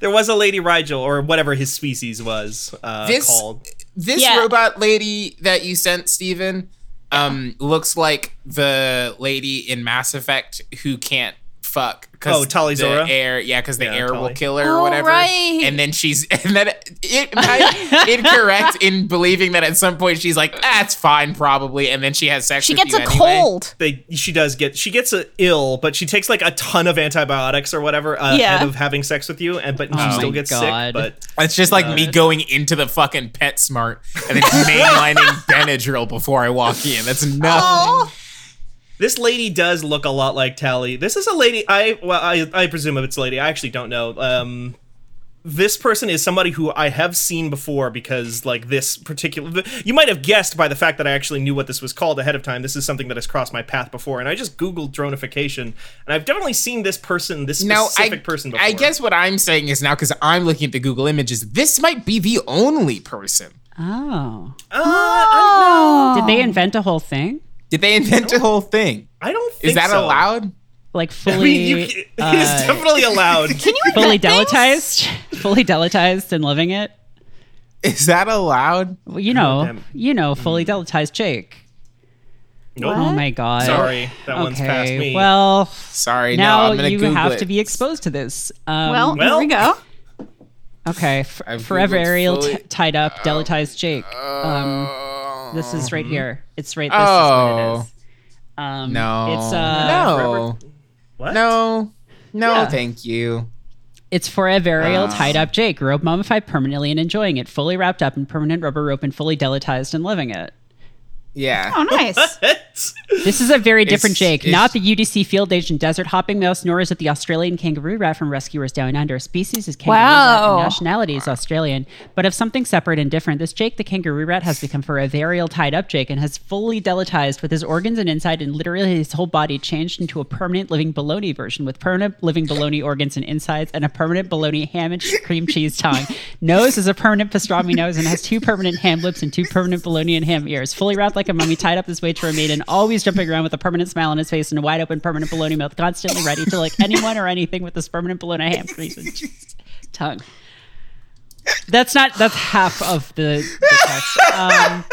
[SPEAKER 1] There was a Lady Rigel, or whatever his species was uh,
[SPEAKER 2] This-
[SPEAKER 1] called.
[SPEAKER 2] this
[SPEAKER 4] Yeah.
[SPEAKER 2] robot lady that you sent, Steven, um, looks like the lady in Mass Effect who can't fuck. 'cause
[SPEAKER 1] Oh, Tali
[SPEAKER 2] the
[SPEAKER 1] Zora?
[SPEAKER 2] Air, yeah, because the
[SPEAKER 1] Yeah,
[SPEAKER 2] air will
[SPEAKER 1] Tali.
[SPEAKER 2] kill her or
[SPEAKER 4] Oh,
[SPEAKER 2] whatever.
[SPEAKER 4] right.
[SPEAKER 2] And then she's and then it, I'm incorrect in believing that at some point she's like, that's fine, probably, and then she has sex.
[SPEAKER 4] She
[SPEAKER 2] with
[SPEAKER 4] gets
[SPEAKER 2] you
[SPEAKER 4] a
[SPEAKER 2] anyway.
[SPEAKER 4] cold.
[SPEAKER 1] They, she does get she gets a ill, but she takes like a ton of antibiotics or whatever uh,
[SPEAKER 4] Yeah.
[SPEAKER 1] ahead of having sex with you, and but she
[SPEAKER 3] Oh
[SPEAKER 1] still
[SPEAKER 3] my
[SPEAKER 1] gets sick.
[SPEAKER 3] God.
[SPEAKER 1] But
[SPEAKER 2] It's just like me going into the fucking PetSmart and then mainlining Benadryl before I walk in. That's nothing.
[SPEAKER 4] Oh,
[SPEAKER 1] This lady does look a lot like Tally. This is a lady. I well, I, I presume if it's a lady. I actually don't know. Um, this person is somebody who I have seen before because like this particular. You might have guessed by the fact that I actually knew what this was called ahead of time. This is something that has crossed my path before, and I just googled dronification, and I've definitely seen this person, this
[SPEAKER 2] No, I,
[SPEAKER 1] specific person before.
[SPEAKER 2] I guess what I'm saying is now because I'm looking at the Google images, this might be the only person.
[SPEAKER 3] Oh.
[SPEAKER 1] Uh,
[SPEAKER 4] oh.
[SPEAKER 3] Did they invent a whole thing?
[SPEAKER 2] Did they invent the whole thing?
[SPEAKER 1] I don't. Think
[SPEAKER 2] Is that
[SPEAKER 1] so.
[SPEAKER 2] allowed?
[SPEAKER 3] Like
[SPEAKER 1] I mean, you,
[SPEAKER 3] fully,
[SPEAKER 1] it is definitely allowed.
[SPEAKER 4] uh, Can you
[SPEAKER 3] fully
[SPEAKER 4] invent things?
[SPEAKER 3] deletized, fully deletized and living it.
[SPEAKER 2] Is that allowed?
[SPEAKER 3] Well, you know,
[SPEAKER 1] damn.
[SPEAKER 3] you know, fully deletized Jake.
[SPEAKER 1] Nope.
[SPEAKER 3] Oh my god.
[SPEAKER 1] Sorry, that
[SPEAKER 3] okay.
[SPEAKER 1] one's past me.
[SPEAKER 3] Well,
[SPEAKER 2] Sorry,
[SPEAKER 3] now
[SPEAKER 2] no, I'm gonna
[SPEAKER 3] you
[SPEAKER 2] Google
[SPEAKER 3] have
[SPEAKER 2] it.
[SPEAKER 3] to be exposed to this. Um,
[SPEAKER 4] Well,
[SPEAKER 1] Well.
[SPEAKER 4] here we go.
[SPEAKER 3] okay. f-
[SPEAKER 2] I've
[SPEAKER 3] forever
[SPEAKER 2] Googled
[SPEAKER 3] Ariel
[SPEAKER 2] fully-
[SPEAKER 3] t- tied up, deletized Jake. Um,
[SPEAKER 2] Oh.
[SPEAKER 3] this is right here. It's right. This is what it
[SPEAKER 2] Oh
[SPEAKER 3] is. Um,
[SPEAKER 2] no!
[SPEAKER 3] It's uh,
[SPEAKER 2] no,
[SPEAKER 1] What?
[SPEAKER 2] no, no!
[SPEAKER 3] Yeah.
[SPEAKER 2] Thank you.
[SPEAKER 3] It's for a varial
[SPEAKER 2] Wow.
[SPEAKER 3] tied up Jake, rope mummified permanently and enjoying it, fully wrapped up in permanent rubber rope and fully deletized and living it.
[SPEAKER 2] Yeah.
[SPEAKER 4] Oh, nice.
[SPEAKER 3] This is a very different
[SPEAKER 2] It's-
[SPEAKER 3] Jake,
[SPEAKER 2] it's-
[SPEAKER 3] not the UDC field agent desert hopping mouse, nor is it the Australian kangaroo rat from Rescuers Down Under. Species is kangaroo rat
[SPEAKER 4] Wow.
[SPEAKER 3] and nationality is Australian, but of something separate and different. This Jake, the kangaroo rat, has become for a varial tied up Jake and has fully deletized with his organs and inside and literally his whole body changed into a permanent living bologna version with permanent living bologna organs and insides and a permanent bologna ham and cream cheese tongue. Nose is a permanent pastrami nose and has two permanent ham lips and two permanent bologna and ham ears. Fully wrapped like a mummy, tied up this way to remain and always jumping around with a permanent smile on his face and a wide open permanent bologna mouth, constantly ready to lick anyone or anything with this permanent bologna ham cream cheese tongue. That's not. That's half of the, the text. Um,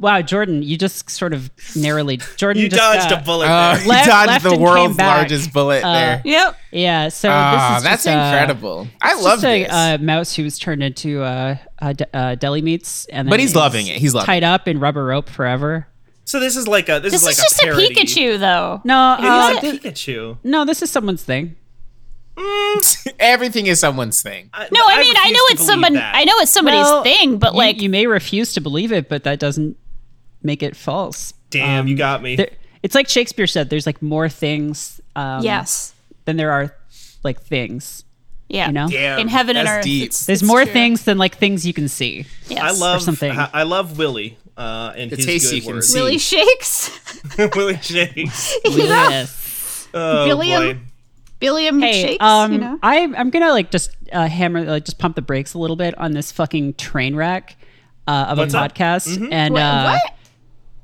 [SPEAKER 3] wow, Jordan, you just sort of narrowly. Jordan,
[SPEAKER 1] You
[SPEAKER 3] just,
[SPEAKER 1] dodged
[SPEAKER 3] uh,
[SPEAKER 1] a bullet.
[SPEAKER 2] Uh,
[SPEAKER 1] there.
[SPEAKER 2] he
[SPEAKER 3] Left-
[SPEAKER 2] dodged
[SPEAKER 3] left
[SPEAKER 2] the
[SPEAKER 3] and came
[SPEAKER 2] world's
[SPEAKER 3] back. Uh,
[SPEAKER 2] largest bullet there.
[SPEAKER 4] yep.
[SPEAKER 3] Yeah, so
[SPEAKER 2] Ah,
[SPEAKER 3] this is
[SPEAKER 2] that's
[SPEAKER 3] just, uh,
[SPEAKER 2] incredible. I
[SPEAKER 3] it's
[SPEAKER 2] love
[SPEAKER 3] just a
[SPEAKER 2] this.
[SPEAKER 3] uh, mouse who was turned into uh, uh, d- uh, deli meats, and then
[SPEAKER 2] But he's
[SPEAKER 3] is
[SPEAKER 2] loving it. He's loving
[SPEAKER 3] tied up in rubber rope forever.
[SPEAKER 1] so this is like a this,
[SPEAKER 4] This
[SPEAKER 1] is like
[SPEAKER 4] is just a,
[SPEAKER 1] parody.
[SPEAKER 4] Pikachu, though.
[SPEAKER 3] No, uh,
[SPEAKER 1] It's a
[SPEAKER 3] th-
[SPEAKER 1] Pikachu.
[SPEAKER 3] no, this is someone's thing.
[SPEAKER 2] Everything is someone's thing.
[SPEAKER 4] No, I, mean I
[SPEAKER 1] refuse to
[SPEAKER 4] know it's
[SPEAKER 1] believe
[SPEAKER 4] somebody.
[SPEAKER 1] that.
[SPEAKER 4] I know it's somebody's
[SPEAKER 3] Well,
[SPEAKER 4] thing, but
[SPEAKER 3] You-
[SPEAKER 4] like
[SPEAKER 3] you may refuse to believe it, but that doesn't make it false.
[SPEAKER 1] Damn,
[SPEAKER 3] Um,
[SPEAKER 1] you got me.
[SPEAKER 3] there- it's like Shakespeare said. There's like more things. Um,
[SPEAKER 4] yes,
[SPEAKER 3] Than there are like things.
[SPEAKER 4] yeah,
[SPEAKER 3] You know.
[SPEAKER 1] Damn,
[SPEAKER 4] in heaven and
[SPEAKER 2] that's
[SPEAKER 4] earth,
[SPEAKER 2] deep.
[SPEAKER 4] it's-
[SPEAKER 3] There's
[SPEAKER 4] it's
[SPEAKER 3] more
[SPEAKER 4] true.
[SPEAKER 3] things than like things you can see.
[SPEAKER 4] Yes.
[SPEAKER 1] I love
[SPEAKER 3] something.
[SPEAKER 1] I, I love Willie uh, and
[SPEAKER 2] The
[SPEAKER 1] his
[SPEAKER 2] taste
[SPEAKER 1] good
[SPEAKER 2] you can
[SPEAKER 1] words.
[SPEAKER 2] see.
[SPEAKER 4] Willie shakes.
[SPEAKER 1] Willie Shakes.
[SPEAKER 3] Yes.
[SPEAKER 1] Oh boy.
[SPEAKER 4] William. Billiam
[SPEAKER 3] Hey,
[SPEAKER 4] shakes.
[SPEAKER 3] um,
[SPEAKER 4] you know?
[SPEAKER 3] I, I'm gonna like just uh, hammer, like just pump the brakes a little bit on this fucking train wreck uh, of
[SPEAKER 1] What's
[SPEAKER 3] a
[SPEAKER 1] up? Mm-hmm.
[SPEAKER 3] podcast, and uh,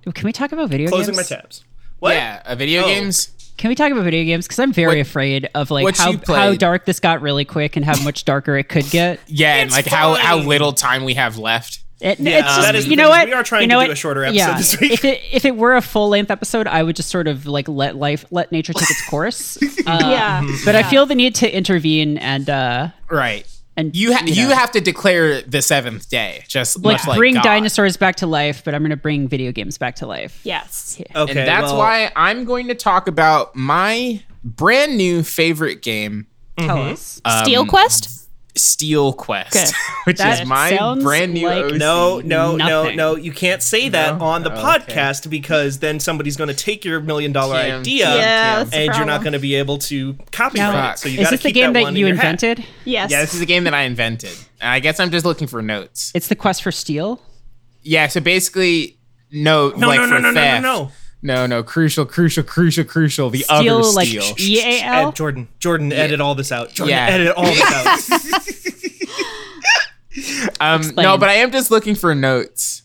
[SPEAKER 4] what?
[SPEAKER 3] Can we talk about video
[SPEAKER 1] Closing
[SPEAKER 3] games?
[SPEAKER 1] my tabs. What?
[SPEAKER 2] Yeah, uh, video
[SPEAKER 1] Oh.
[SPEAKER 2] games.
[SPEAKER 3] Can we talk about video games? Because I'm very afraid of like
[SPEAKER 2] what
[SPEAKER 3] how
[SPEAKER 2] you
[SPEAKER 3] how
[SPEAKER 2] played.
[SPEAKER 3] dark this got really quick and how much darker it could get.
[SPEAKER 2] Yeah, and
[SPEAKER 1] It's
[SPEAKER 2] like how how
[SPEAKER 1] fine.
[SPEAKER 2] little time we have left.
[SPEAKER 3] It,
[SPEAKER 1] Yeah,
[SPEAKER 3] it's just,
[SPEAKER 1] that is the
[SPEAKER 3] you
[SPEAKER 1] thing
[SPEAKER 3] know
[SPEAKER 1] is
[SPEAKER 3] what?
[SPEAKER 1] we are trying
[SPEAKER 3] you know
[SPEAKER 1] to do
[SPEAKER 3] what?
[SPEAKER 1] a shorter episode
[SPEAKER 3] yeah.
[SPEAKER 1] this week.
[SPEAKER 3] If it if it were a full length episode, I would just sort of like let life let nature take its course. Uh,
[SPEAKER 4] Yeah.
[SPEAKER 3] But I feel the need to intervene and uh
[SPEAKER 2] Right.
[SPEAKER 3] and
[SPEAKER 2] You ha- you,
[SPEAKER 3] know,
[SPEAKER 2] have to declare the seventh day, just
[SPEAKER 3] like
[SPEAKER 2] much like
[SPEAKER 3] bring
[SPEAKER 2] God.
[SPEAKER 3] dinosaurs back to life, but I'm gonna bring video games back to life.
[SPEAKER 4] Yes.
[SPEAKER 1] Okay,
[SPEAKER 2] And that's
[SPEAKER 1] well,
[SPEAKER 2] why I'm going to talk about my brand new favorite game,
[SPEAKER 3] Tell us.
[SPEAKER 2] Um,
[SPEAKER 4] Steel Quest?
[SPEAKER 2] Steel Quest,
[SPEAKER 4] Okay.
[SPEAKER 2] which is
[SPEAKER 3] That
[SPEAKER 2] my
[SPEAKER 3] sounds
[SPEAKER 2] brand new
[SPEAKER 3] like
[SPEAKER 2] OC.
[SPEAKER 1] No, no, no,
[SPEAKER 3] Nothing.
[SPEAKER 1] no. You can't say that
[SPEAKER 2] No?
[SPEAKER 1] on the
[SPEAKER 2] Oh, okay.
[SPEAKER 1] podcast because then somebody's going to take your million dollar
[SPEAKER 2] Damn.
[SPEAKER 1] idea
[SPEAKER 4] Yeah,
[SPEAKER 1] and
[SPEAKER 4] that's the
[SPEAKER 1] you're not
[SPEAKER 4] problem.
[SPEAKER 1] going to be able to copyright
[SPEAKER 3] Now,
[SPEAKER 1] it. So you
[SPEAKER 3] is
[SPEAKER 1] gotta
[SPEAKER 3] this the
[SPEAKER 1] keep
[SPEAKER 3] game that,
[SPEAKER 1] one in
[SPEAKER 3] you
[SPEAKER 1] your head.
[SPEAKER 3] invented?
[SPEAKER 4] Yes.
[SPEAKER 2] Yeah, this is a game that I invented. And I guess I'm just looking for notes.
[SPEAKER 3] It's the quest for steel.
[SPEAKER 2] Yeah, so basically, no,
[SPEAKER 1] No,
[SPEAKER 2] like
[SPEAKER 1] no, no,
[SPEAKER 2] for
[SPEAKER 1] no, no, no,
[SPEAKER 2] theft.
[SPEAKER 1] no.
[SPEAKER 2] no, no, crucial, crucial, crucial, crucial. The
[SPEAKER 3] Steel
[SPEAKER 2] other
[SPEAKER 3] like
[SPEAKER 2] steel.
[SPEAKER 3] E A L.
[SPEAKER 1] Ed, Jordan, Jordan, edit all this out. Jordan,
[SPEAKER 2] Yeah.
[SPEAKER 1] edit all this out.
[SPEAKER 2] um, no,
[SPEAKER 3] Explain.
[SPEAKER 2] but I am just looking for notes.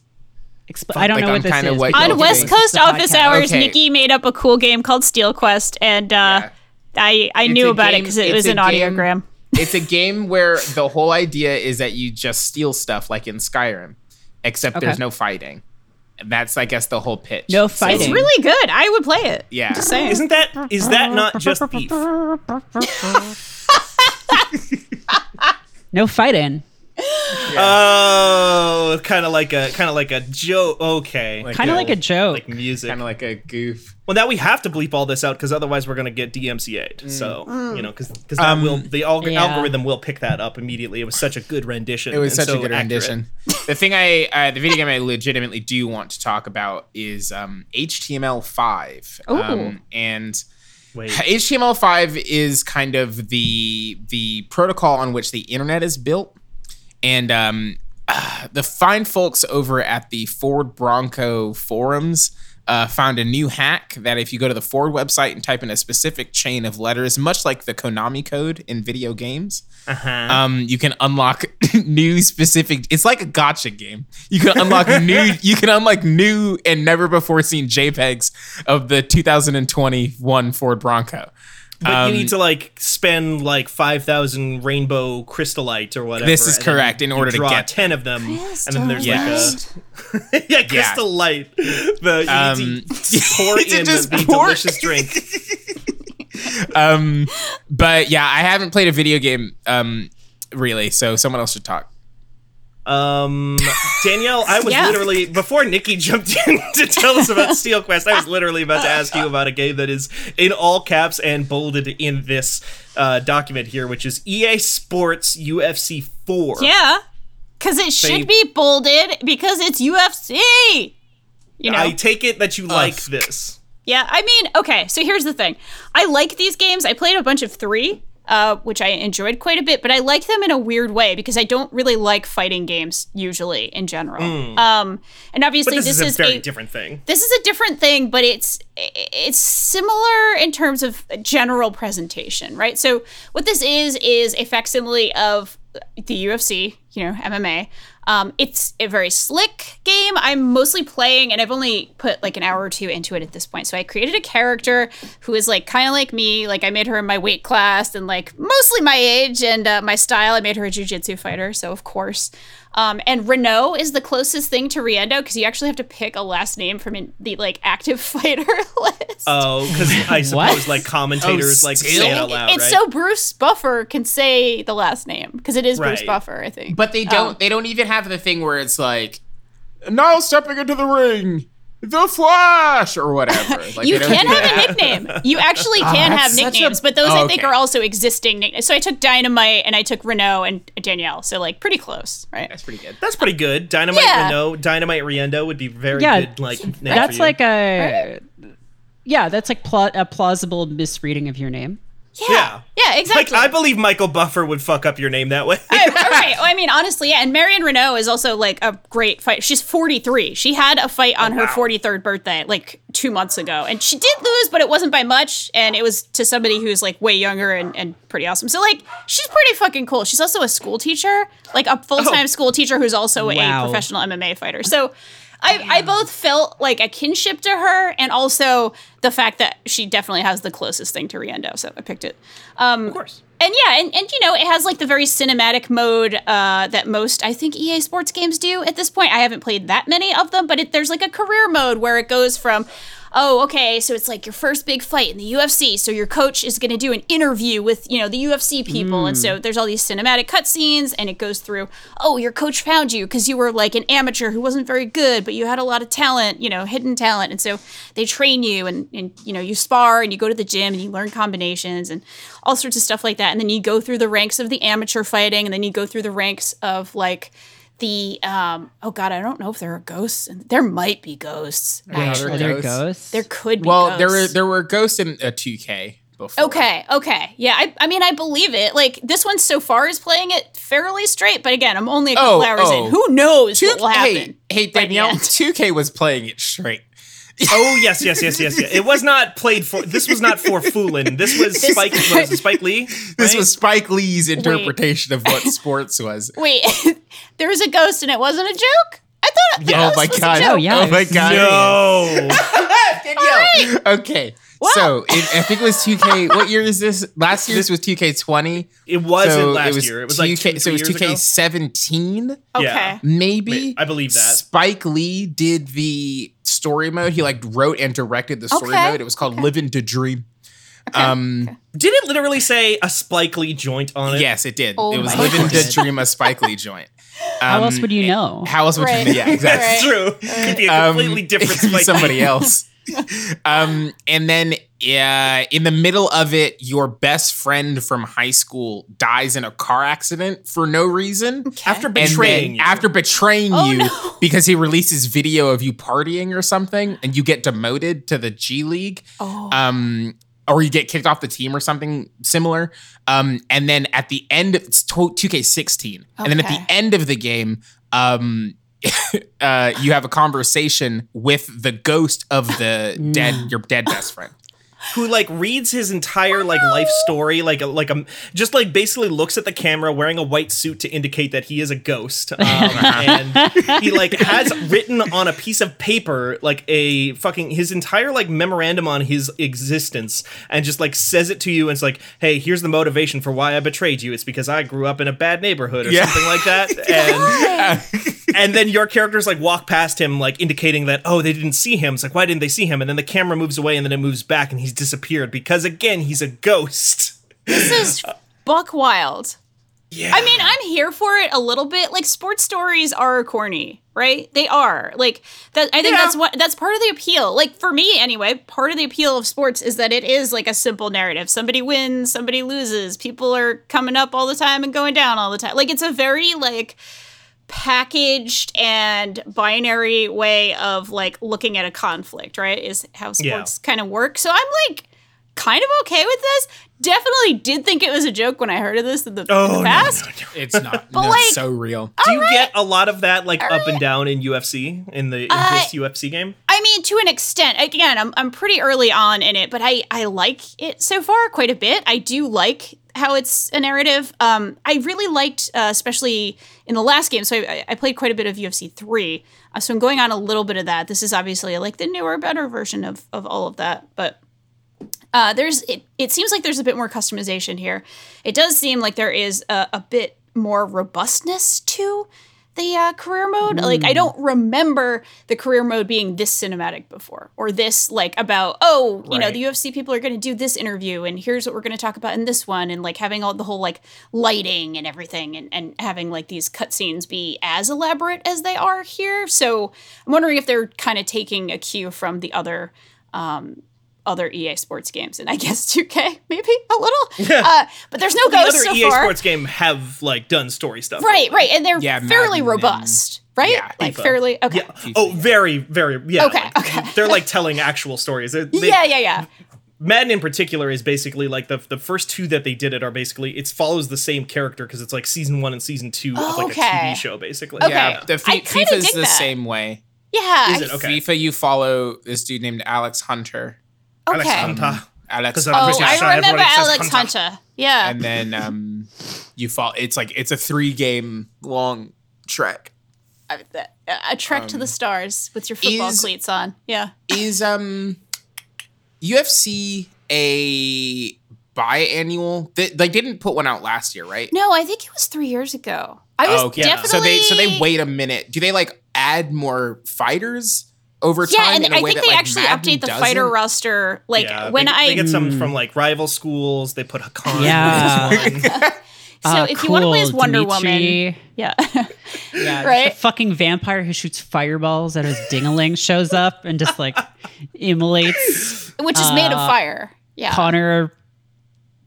[SPEAKER 3] Expl- I don't
[SPEAKER 2] Like,
[SPEAKER 3] know
[SPEAKER 2] I'm
[SPEAKER 3] what this
[SPEAKER 2] kinda
[SPEAKER 3] is.
[SPEAKER 2] what
[SPEAKER 3] but
[SPEAKER 2] you're
[SPEAKER 4] On
[SPEAKER 3] it's
[SPEAKER 4] West
[SPEAKER 2] Okay.
[SPEAKER 4] Coast
[SPEAKER 3] the
[SPEAKER 4] office
[SPEAKER 3] podcast.
[SPEAKER 4] hours,
[SPEAKER 2] Okay.
[SPEAKER 4] Nikki made up a cool game called Steel Quest, and uh,
[SPEAKER 2] Yeah.
[SPEAKER 4] I I
[SPEAKER 2] It's
[SPEAKER 4] knew
[SPEAKER 2] a
[SPEAKER 4] about it
[SPEAKER 2] game-
[SPEAKER 4] because it
[SPEAKER 2] it's
[SPEAKER 4] was
[SPEAKER 2] a
[SPEAKER 4] an
[SPEAKER 2] game-
[SPEAKER 4] audiogram.
[SPEAKER 2] It's a game where the whole idea is that you just steal stuff, like in Skyrim, except
[SPEAKER 3] Okay.
[SPEAKER 2] there's no fighting. And that's, I guess, the whole pitch.
[SPEAKER 3] No
[SPEAKER 2] So-
[SPEAKER 3] fighting.
[SPEAKER 4] It's really good. I would play it.
[SPEAKER 2] Yeah.
[SPEAKER 4] Just saying.
[SPEAKER 1] Isn't that is that not just thief?
[SPEAKER 3] No fight in.
[SPEAKER 1] Oh, kind of like a kind of like a joke. Okay,
[SPEAKER 2] Like
[SPEAKER 3] Kind of like a joke.
[SPEAKER 1] like music.
[SPEAKER 2] Kind of like a goof.
[SPEAKER 1] Well, now we have to bleep all this out because otherwise we're going to get DMCA'd. So you know, because because
[SPEAKER 2] Um,
[SPEAKER 1] will the alg-
[SPEAKER 3] Mm. Yeah.
[SPEAKER 1] algorithm will pick that up immediately. It was such a good rendition.
[SPEAKER 2] It was
[SPEAKER 1] and
[SPEAKER 2] such
[SPEAKER 1] so
[SPEAKER 2] a good
[SPEAKER 1] accurate.
[SPEAKER 2] rendition. the thing I, uh, the video game I legitimately do want to talk about is um, HTML5.
[SPEAKER 4] Ooh.
[SPEAKER 2] Um, and
[SPEAKER 1] Wait,
[SPEAKER 2] HTML5 is kind of the the protocol on which the internet is built, and um, ah, the fine folks over at the Ford Bronco forums. Uh, found a new hack that if you go to the Ford website and type in a specific chain of letters, much like the Konami code in video games, um, you can unlock new specific. It's like a gotcha game. You can unlock new. You can unlock new and never before seen JPEGs of the 2021 Ford Bronco.
[SPEAKER 1] but
[SPEAKER 2] Um,
[SPEAKER 1] you need to like spend like five thousand rainbow crystallite or whatever.
[SPEAKER 2] This is
[SPEAKER 1] and then
[SPEAKER 2] correct in
[SPEAKER 1] you
[SPEAKER 2] order to
[SPEAKER 1] draw
[SPEAKER 2] get-
[SPEAKER 1] ten of them, and then there's
[SPEAKER 2] Crystallite.
[SPEAKER 1] like a yeah crystallite. The you
[SPEAKER 2] Um,
[SPEAKER 1] need to pour
[SPEAKER 2] to
[SPEAKER 1] in
[SPEAKER 2] just
[SPEAKER 1] the, the
[SPEAKER 2] pour-
[SPEAKER 1] delicious drink.
[SPEAKER 2] Um, but yeah, I haven't played a video game. Um, really, so someone else should talk.
[SPEAKER 1] Um, Danielle, I was
[SPEAKER 4] Yeah.
[SPEAKER 1] literally before Nikki jumped in to tell us about Steel Quest. I was literally about to ask you about a game that is in all caps and bolded in this uh, document here, which is EA Sports UFC Four.
[SPEAKER 4] Yeah. Because it should be bolded because it's UFC. You know?
[SPEAKER 1] I take it that you like this.
[SPEAKER 4] yeah. I mean, okay. So here's the thing I like these games. I played a bunch of three, uh, which I enjoyed quite a bit, but I like them in a weird way because I don't really like fighting games usually in general. Um, and obviously,
[SPEAKER 1] Hmm. This,
[SPEAKER 4] this,
[SPEAKER 1] is a very
[SPEAKER 4] a
[SPEAKER 1] different thing.
[SPEAKER 4] this is a different thing but it's it's similar in terms of general presentation right so what this is is a facsimile of the ufc you know mma um, it's a very slick game i'm mostly playing and i've only put like an hour or two into it at this point so i created a character who is like kind of like me like i made her in my weight class and like mostly my age and uh, my style i made her a jiu-jitsu fighter so of course um, and Renault is the closest thing to Riendo because you actually have to pick a last name from an, the like active fighter list.
[SPEAKER 1] Oh, because I
[SPEAKER 3] What?
[SPEAKER 1] suppose like commentators
[SPEAKER 2] Oh,
[SPEAKER 1] like
[SPEAKER 2] still?
[SPEAKER 1] say it out loud,
[SPEAKER 4] it's
[SPEAKER 1] right?
[SPEAKER 4] so Bruce Buffer can say the last name because it is Bruce
[SPEAKER 1] Right.
[SPEAKER 4] Buffer, I think.
[SPEAKER 2] But they
[SPEAKER 4] Oh.
[SPEAKER 2] don't. they don't even have the thing where it's like now stepping into the ring, the Flash or whatever. Like,
[SPEAKER 4] you
[SPEAKER 2] they don't
[SPEAKER 4] can
[SPEAKER 2] do that.
[SPEAKER 4] have a nickname. You actually can have
[SPEAKER 2] Oh, that's such a-
[SPEAKER 4] nicknames, but those
[SPEAKER 2] Oh,
[SPEAKER 4] I think
[SPEAKER 2] okay.
[SPEAKER 4] are also existing nicknames. So I took Dynamite and I took Renault and Danielle. So like pretty close, right?
[SPEAKER 2] That's pretty good.
[SPEAKER 1] That's pretty good. Dynamite
[SPEAKER 4] Yeah.
[SPEAKER 1] Reno, Dynamite Riendo would be very
[SPEAKER 3] Yeah,
[SPEAKER 1] good. Like name for
[SPEAKER 3] That's
[SPEAKER 1] you.
[SPEAKER 3] like a yeah. That's like pla- a plausible misreading of your name.
[SPEAKER 1] yeah.
[SPEAKER 4] Yeah,
[SPEAKER 1] Like
[SPEAKER 4] exactly.
[SPEAKER 1] I believe Michael Buffer would fuck up your name that way.
[SPEAKER 4] I- all right. Oh, Well, I mean, honestly, yeah. And Marion Renault is also like a great fight. She's 43. She had a fight on her 43rd birthday, like two months ago, and she did lose, but it wasn't by much, and it was to somebody who's like way younger and, and pretty awesome. So like, she's pretty fucking cool. She's also a school teacher, like a full time school teacher who's also
[SPEAKER 3] Wow.
[SPEAKER 4] a professional MMA fighter. So. I, I both felt like a kinship to her and also the fact that she definitely has the closest thing to Riendo, so I picked it. Um,
[SPEAKER 1] Of course.
[SPEAKER 4] and yeah, and, and you know, it has like the very cinematic mode uh, that most I think EA Sports games do at this point. I haven't played that many of them, but it, there's like a career mode where it goes from, oh, okay, so it's like your first big fight in the UFC, so your coach is going to do an interview with you know the UFC people, and so there's all these cinematic cutscenes, and it goes through, oh, your coach found you because you were like an amateur who wasn't very good, but you had a lot of talent, you know, hidden talent, and so they train you, and and you know you spar and you go to the gym and you learn combinations and all sorts of stuff like that. And then you go through the ranks of the amateur fighting, and then you go through the ranks of like the um oh god, I don't know if there are ghosts. and There might be ghosts.
[SPEAKER 2] there
[SPEAKER 4] Actually,
[SPEAKER 3] Are
[SPEAKER 2] They're
[SPEAKER 3] there
[SPEAKER 4] there,
[SPEAKER 2] ghosts.
[SPEAKER 3] ghosts?
[SPEAKER 4] could be.
[SPEAKER 2] Well,
[SPEAKER 4] ghosts.
[SPEAKER 2] there were there were ghosts in a 2K before.
[SPEAKER 4] Okay, okay. Yeah, I, I mean, I believe it. Like, this one so far is playing it fairly straight, but again, I'm only a couple
[SPEAKER 2] Oh,
[SPEAKER 4] hours
[SPEAKER 2] oh.
[SPEAKER 4] in. Who knows
[SPEAKER 2] Two
[SPEAKER 4] what will
[SPEAKER 2] hey,
[SPEAKER 4] happen?
[SPEAKER 2] hey
[SPEAKER 4] the
[SPEAKER 2] Danielle,
[SPEAKER 4] end.
[SPEAKER 2] 2K was playing it straight.
[SPEAKER 1] Oh yes, yes, yes, yes, yes. It was not played for. This was not for fooling. This was Spike. Was it Spike Lee.
[SPEAKER 2] This
[SPEAKER 1] right?
[SPEAKER 2] was Spike Lee's interpretation of what sports was.
[SPEAKER 4] Wait, there was a ghost and it wasn't a joke? I thought the
[SPEAKER 2] Oh
[SPEAKER 4] ghost
[SPEAKER 2] my
[SPEAKER 4] was a
[SPEAKER 2] god!
[SPEAKER 4] joke.
[SPEAKER 3] Oh, yeah.
[SPEAKER 2] Oh my god!
[SPEAKER 1] no.
[SPEAKER 2] Danielle. Okay. So it, I think it was 2K. what year is this? Last year's was 2K20.
[SPEAKER 1] It wasn't
[SPEAKER 2] so
[SPEAKER 1] last
[SPEAKER 2] it was
[SPEAKER 1] year. It was like
[SPEAKER 2] 2K.
[SPEAKER 1] two,
[SPEAKER 2] so it was
[SPEAKER 1] three years ago.
[SPEAKER 2] 2K17.
[SPEAKER 4] Okay.
[SPEAKER 1] Yeah.
[SPEAKER 2] maybe
[SPEAKER 1] Wait, I believe that.
[SPEAKER 2] Spike Lee did the story mode. He like wrote and directed the story
[SPEAKER 4] Okay,
[SPEAKER 2] mode. It was called Living to Dream. Um,
[SPEAKER 1] Did it literally say a Spike Lee joint on it?
[SPEAKER 2] yes, it did.
[SPEAKER 4] Oh
[SPEAKER 2] it was
[SPEAKER 4] my
[SPEAKER 2] Living to
[SPEAKER 3] goodness.
[SPEAKER 2] Dream a Spike Lee joint.
[SPEAKER 3] How
[SPEAKER 2] Um,
[SPEAKER 3] else would you know?
[SPEAKER 2] How else would
[SPEAKER 4] Right.
[SPEAKER 2] you? Yeah, exactly.
[SPEAKER 1] That's
[SPEAKER 4] Right.
[SPEAKER 1] true. Could be a
[SPEAKER 2] Um,
[SPEAKER 1] completely different
[SPEAKER 2] it could be
[SPEAKER 1] Spike.
[SPEAKER 2] somebody else. um, and then uh, in the middle of it, your best friend from high school dies in a car accident for no reason.
[SPEAKER 1] After
[SPEAKER 2] And
[SPEAKER 1] betraying
[SPEAKER 2] then
[SPEAKER 1] you.
[SPEAKER 2] after betraying
[SPEAKER 4] Oh,
[SPEAKER 2] you
[SPEAKER 4] no.
[SPEAKER 2] because he releases video of you partying or something, and you get demoted to the G League,
[SPEAKER 4] Oh.
[SPEAKER 2] um, or you get kicked off the team or something similar. Um, and then at the end, it's two K sixteen, and then at
[SPEAKER 4] Okay.
[SPEAKER 2] the end of the game, um, uh, you have a conversation with the ghost of the dead, your dead best friend.
[SPEAKER 1] who like reads his entire like life story like a, like a just like basically looks at the camera wearing a white suit to indicate that he is a ghost um, and he like has written on a piece of paper like a fucking his entire like memorandum on his existence and just like says it to you and it's like hey here's the motivation for why i betrayed you it's because i grew up in a bad neighborhood or
[SPEAKER 2] Yeah.
[SPEAKER 1] something like that and and then your characters like walk past him, like indicating that oh they didn't see him. It's like why didn't they see him? And then the camera moves away, and then it moves back, and he's disappeared because again he's a ghost.
[SPEAKER 4] this is buck wild.
[SPEAKER 1] Yeah,
[SPEAKER 4] I mean, I'm here for it a little bit. Like sports stories are corny, right? They are. Like that I think
[SPEAKER 2] Yeah.
[SPEAKER 4] that's what that's part of the appeal. Like for me anyway, part of the appeal of sports is that it is like a simple narrative. Somebody wins, somebody loses. People are coming up all the time and going down all the time. Like it's a very like packaged and binary way of like looking at a conflict, right? Is how
[SPEAKER 1] Yeah.
[SPEAKER 4] sports kind of work. So I'm like kind of okay with this. Definitely did think it was a joke when I heard of this in the, in the
[SPEAKER 1] Oh, no,
[SPEAKER 4] past.
[SPEAKER 2] It's not.
[SPEAKER 4] But
[SPEAKER 2] no,
[SPEAKER 4] like-
[SPEAKER 2] it's so real.
[SPEAKER 1] do you get a lot of that like up and
[SPEAKER 4] right.
[SPEAKER 1] down in UFC in the in
[SPEAKER 4] Uh,
[SPEAKER 1] this UFC game?
[SPEAKER 4] I mean, to an extent. Again, I'm, I'm pretty early on in it, but I, I like it so far quite a bit. I do like how it's a narrative. Um, I really liked, uh, especially in the last game. So I, I played quite a bit of UFC 3. Uh, so I'm going on a little bit of that. This is obviously like the newer, better version of, of all of that. But uh, there's it, it seems like there's a bit more customization here. It does seem like there is a, a bit more robustness to the uh, career mode. Like I don't remember the career mode being this cinematic before, or this like about oh you know
[SPEAKER 2] Right.
[SPEAKER 4] the UFC people are going to do this interview, and here's what we're going to talk about in this one, and like having all the whole like lighting and everything, and and having like these cutscenes be as elaborate as they are here. So I'm wondering if they're kind of taking a cue from the other other EA Sports games, and I guess 2K maybe a little. Uh, but there's no
[SPEAKER 1] The other
[SPEAKER 4] ghosts
[SPEAKER 2] E
[SPEAKER 4] so
[SPEAKER 1] EA
[SPEAKER 4] far.
[SPEAKER 1] Sports game have like done story stuff,
[SPEAKER 4] right, right, and they're
[SPEAKER 2] Yeah, Madden
[SPEAKER 4] fairly
[SPEAKER 2] and-
[SPEAKER 4] robust, right?
[SPEAKER 2] yeah,
[SPEAKER 4] like
[SPEAKER 1] FIFA.
[SPEAKER 4] fairly okay.
[SPEAKER 1] Yeah. Oh, very, very. Yeah.
[SPEAKER 4] Okay,
[SPEAKER 1] like,
[SPEAKER 4] okay.
[SPEAKER 1] They're like telling actual stories. They're- they-
[SPEAKER 4] yeah, yeah, yeah.
[SPEAKER 1] Madden in particular is basically like the the first two that they did it are basically it follows the same character because it's like season one and season two of like
[SPEAKER 4] Okay.
[SPEAKER 1] a TV show basically.
[SPEAKER 4] Okay.
[SPEAKER 2] Yeah, the
[SPEAKER 4] I
[SPEAKER 2] fi-
[SPEAKER 4] kinda
[SPEAKER 2] FIFA's
[SPEAKER 4] dig
[SPEAKER 2] the
[SPEAKER 4] that.
[SPEAKER 2] same way.
[SPEAKER 4] Yeah.
[SPEAKER 1] Is it okay?
[SPEAKER 2] FIFA, you follow this dude named Alex Hunter. Um,
[SPEAKER 4] I-
[SPEAKER 1] Alex
[SPEAKER 4] okay.
[SPEAKER 1] Hunter.
[SPEAKER 2] Alex
[SPEAKER 1] 'Cause I'm
[SPEAKER 4] Oh,
[SPEAKER 1] pretty sure
[SPEAKER 4] I
[SPEAKER 1] everybody
[SPEAKER 4] remember
[SPEAKER 1] says
[SPEAKER 4] Alex
[SPEAKER 1] Hunter.
[SPEAKER 4] Hunter. Yeah.
[SPEAKER 2] and then um, you fall. It's like it's a three game long track.
[SPEAKER 4] a, Uh, a trek to the stars with your football
[SPEAKER 2] um, is-
[SPEAKER 4] cleats on. Yeah.
[SPEAKER 2] is um UFC a biannual? They, they didn't put one out last year, right?
[SPEAKER 4] No, I think it was three years ago. I was
[SPEAKER 2] Oh, okay.
[SPEAKER 4] definitely
[SPEAKER 2] So they so they wait a minute. Do they like add more fighters over
[SPEAKER 4] Yeah,
[SPEAKER 2] time?
[SPEAKER 4] and
[SPEAKER 2] in a
[SPEAKER 4] I
[SPEAKER 2] way
[SPEAKER 4] think
[SPEAKER 2] that,
[SPEAKER 4] they
[SPEAKER 2] like,
[SPEAKER 4] actually
[SPEAKER 2] Madden
[SPEAKER 4] update the
[SPEAKER 2] doesn't?
[SPEAKER 4] fighter roster. Like
[SPEAKER 1] Yeah,
[SPEAKER 4] when
[SPEAKER 1] they,
[SPEAKER 4] I
[SPEAKER 1] they get some from like rival schools, they put Hakan.
[SPEAKER 3] Yeah.
[SPEAKER 1] in this one.
[SPEAKER 4] so
[SPEAKER 3] Ah,
[SPEAKER 4] if you want to play
[SPEAKER 3] cool,
[SPEAKER 4] as Wonder Woman,
[SPEAKER 3] Dimitri.
[SPEAKER 4] yeah,
[SPEAKER 3] Yeah, just
[SPEAKER 4] Right?
[SPEAKER 3] a fucking vampire who shoots fireballs at his dingaling shows up and just like immolates
[SPEAKER 4] which is made of
[SPEAKER 3] Uh,
[SPEAKER 4] fire. Yeah,
[SPEAKER 3] Connor.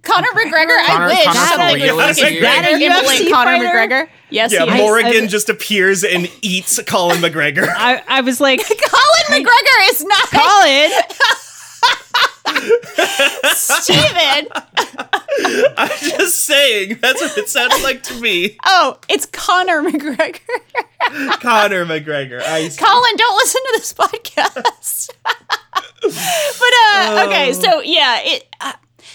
[SPEAKER 4] Conor McGregor. I
[SPEAKER 2] Connor-
[SPEAKER 4] wish
[SPEAKER 2] Conor
[SPEAKER 4] that I could
[SPEAKER 1] Coriolis
[SPEAKER 4] look at
[SPEAKER 1] is that
[SPEAKER 3] a
[SPEAKER 4] McGregor, emulate
[SPEAKER 3] UFC
[SPEAKER 4] Conor
[SPEAKER 3] fighter?
[SPEAKER 4] McGregor. Yes,
[SPEAKER 1] yeah,
[SPEAKER 4] he is.
[SPEAKER 1] Morrigan
[SPEAKER 3] I-
[SPEAKER 1] just appears and eats Colin McGregor.
[SPEAKER 3] I, I was like,
[SPEAKER 4] Colin McGregor is not
[SPEAKER 3] Colin,
[SPEAKER 4] Steven.
[SPEAKER 1] I'm just saying, that's what it sounds like to me.
[SPEAKER 4] Oh, it's Conor McGregor.
[SPEAKER 1] Connor McGregor. I
[SPEAKER 4] Colin, don't listen to this podcast. but uh, okay, so yeah, it. Uh,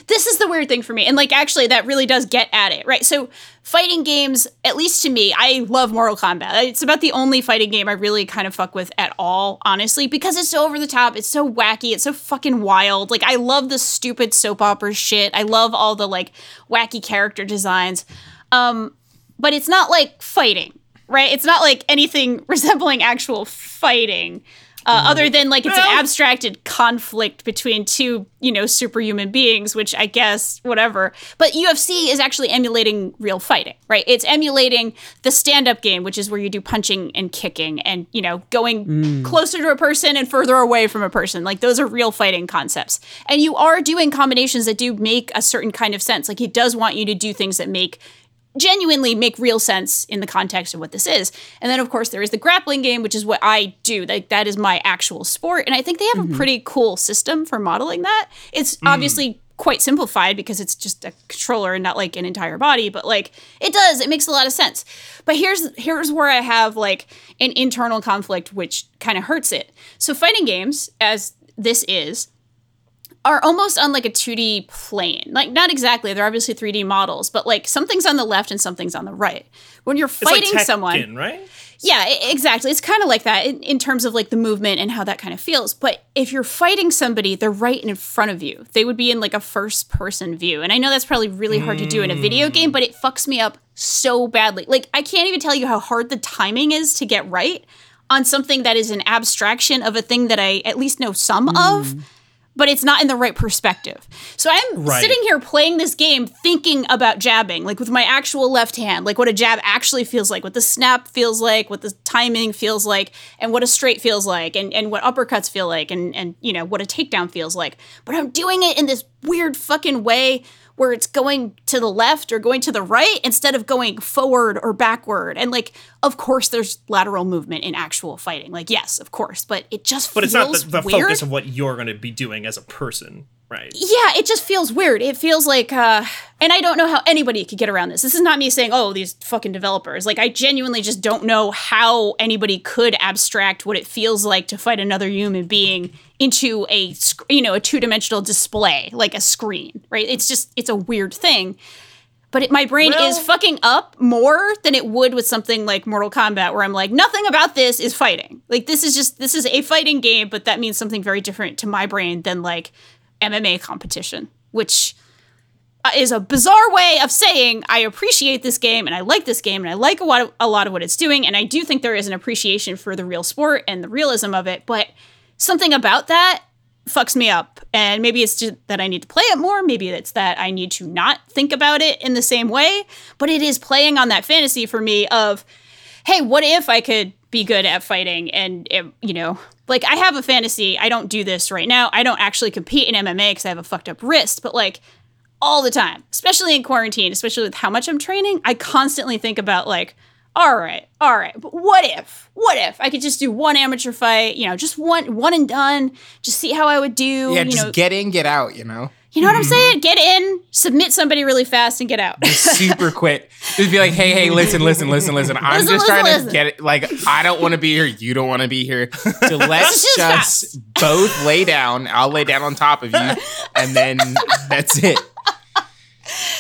[SPEAKER 4] this is the weird thing for me, and like actually, that really does get at it, right? So, fighting games, at least to me, I love Mortal Kombat. It's about the only fighting game I really kind of fuck with at all, honestly, because it's so over the top, it's so wacky, it's so fucking wild. Like, I love the stupid soap opera shit. I love all the like wacky character designs. Um, but it's not like fighting, right? It's not like anything resembling actual fighting, uh, other than like it's an abstracted conflict between two, you know, superhuman beings, which I guess, whatever. But UFC is actually emulating real fighting, right? It's emulating the stand up game, which is where you do punching and kicking and, you know, going closer to a person and further away from a person. Like those are real fighting concepts. And you are doing combinations that do make a certain kind of sense. Like he does want you to do things that make genuinely make real sense in the context of what this is. And then of course there is the grappling game, which is what I do. Like that is my actual sport. And I think they have a pretty cool system for modeling that. It's obviously quite simplified because it's just a controller and not like an entire body, but like it does, it makes a lot of sense. But here's here's where I have like an internal conflict which kind of hurts it. So fighting games as this is are almost on like a 2D plane. Like not exactly, they're obviously 3D models, but like something's on the left and something's on the right. When you're
[SPEAKER 1] it's like
[SPEAKER 4] fighting
[SPEAKER 1] Tekken,
[SPEAKER 4] someone,
[SPEAKER 1] right?
[SPEAKER 4] yeah, e- exactly. It's kind of like that in, in terms of like the movement and how that kind of feels. But if you're fighting somebody, they're right in front of you. They would be in like a first person view. And I know that's probably really hard to do in a video game, but it fucks me up so badly. Like, I can't even tell you how hard the timing is to get right on something that is an abstraction of a thing that I at least know some of but it's not in the right perspective. So I'm
[SPEAKER 1] Right.
[SPEAKER 4] sitting here playing this game thinking about jabbing, like with my actual left hand, like what a jab actually feels like, what the snap feels like, what the timing feels like, and what a straight feels like, and, and what uppercuts feel like, and, and you know, what a takedown feels like. But I'm doing it in this weird fucking way where it's going to the left or going to the right instead of going forward or backward. And like, of course there's lateral movement in actual fighting. Like, yes, of course, but it just
[SPEAKER 1] But it's
[SPEAKER 4] feels
[SPEAKER 1] not the, the
[SPEAKER 4] weird.
[SPEAKER 1] focus of what you're going to be doing as a person, right?
[SPEAKER 4] yeah, it just feels weird. It feels like, uh, and I don't know how anybody could get around this. This is not me saying, oh, these fucking developers. Like, I genuinely just don't know how anybody could abstract what it feels like to fight another human being into a, sc- you know, a two dimensional display, like a screen, right? It's just, it's a weird thing. But it, my brain
[SPEAKER 1] Well-
[SPEAKER 4] is fucking up more than it would with something like Mortal Kombat, where I'm like, nothing about this is fighting. Like, this is just, this is a fighting game, but that means something very different to my brain than like MMA competition, which uh, is a bizarre way of saying I appreciate this game and I like this game and I like a lot of, a lot of what it's doing. And I do think there is an appreciation for the real sport and the realism of it, but something about that fucks me up. And maybe it's just that I need to play it more. Maybe it's that I need to not think about it in the same way. But it is playing on that fantasy for me of, hey, what if I could be good at fighting? And, it, you know, like I have a fantasy. I don't do this right now. I don't actually compete in MMA because I have a fucked up wrist. But like, all the time, especially in quarantine, especially with how much I'm training, I constantly think about like, all right, all right, but what if? What if I could just do one amateur fight, you know, just one one and done, just see how I would do,
[SPEAKER 2] Yeah,
[SPEAKER 4] you
[SPEAKER 2] just
[SPEAKER 4] know.
[SPEAKER 2] get in, get out. You know,
[SPEAKER 4] you know what I'm saying? Get in, submit somebody really fast and get out.
[SPEAKER 2] super quick. Just be like, hey, hey, listen, listen, listen, listen. I'm
[SPEAKER 4] Listen,
[SPEAKER 2] just
[SPEAKER 4] listen,
[SPEAKER 2] trying
[SPEAKER 4] listen.
[SPEAKER 2] to get it. Like, I don't want to be here. You don't want to be here. So let's
[SPEAKER 4] Just
[SPEAKER 2] just both lay down. I'll lay down on top of you, and then that's it.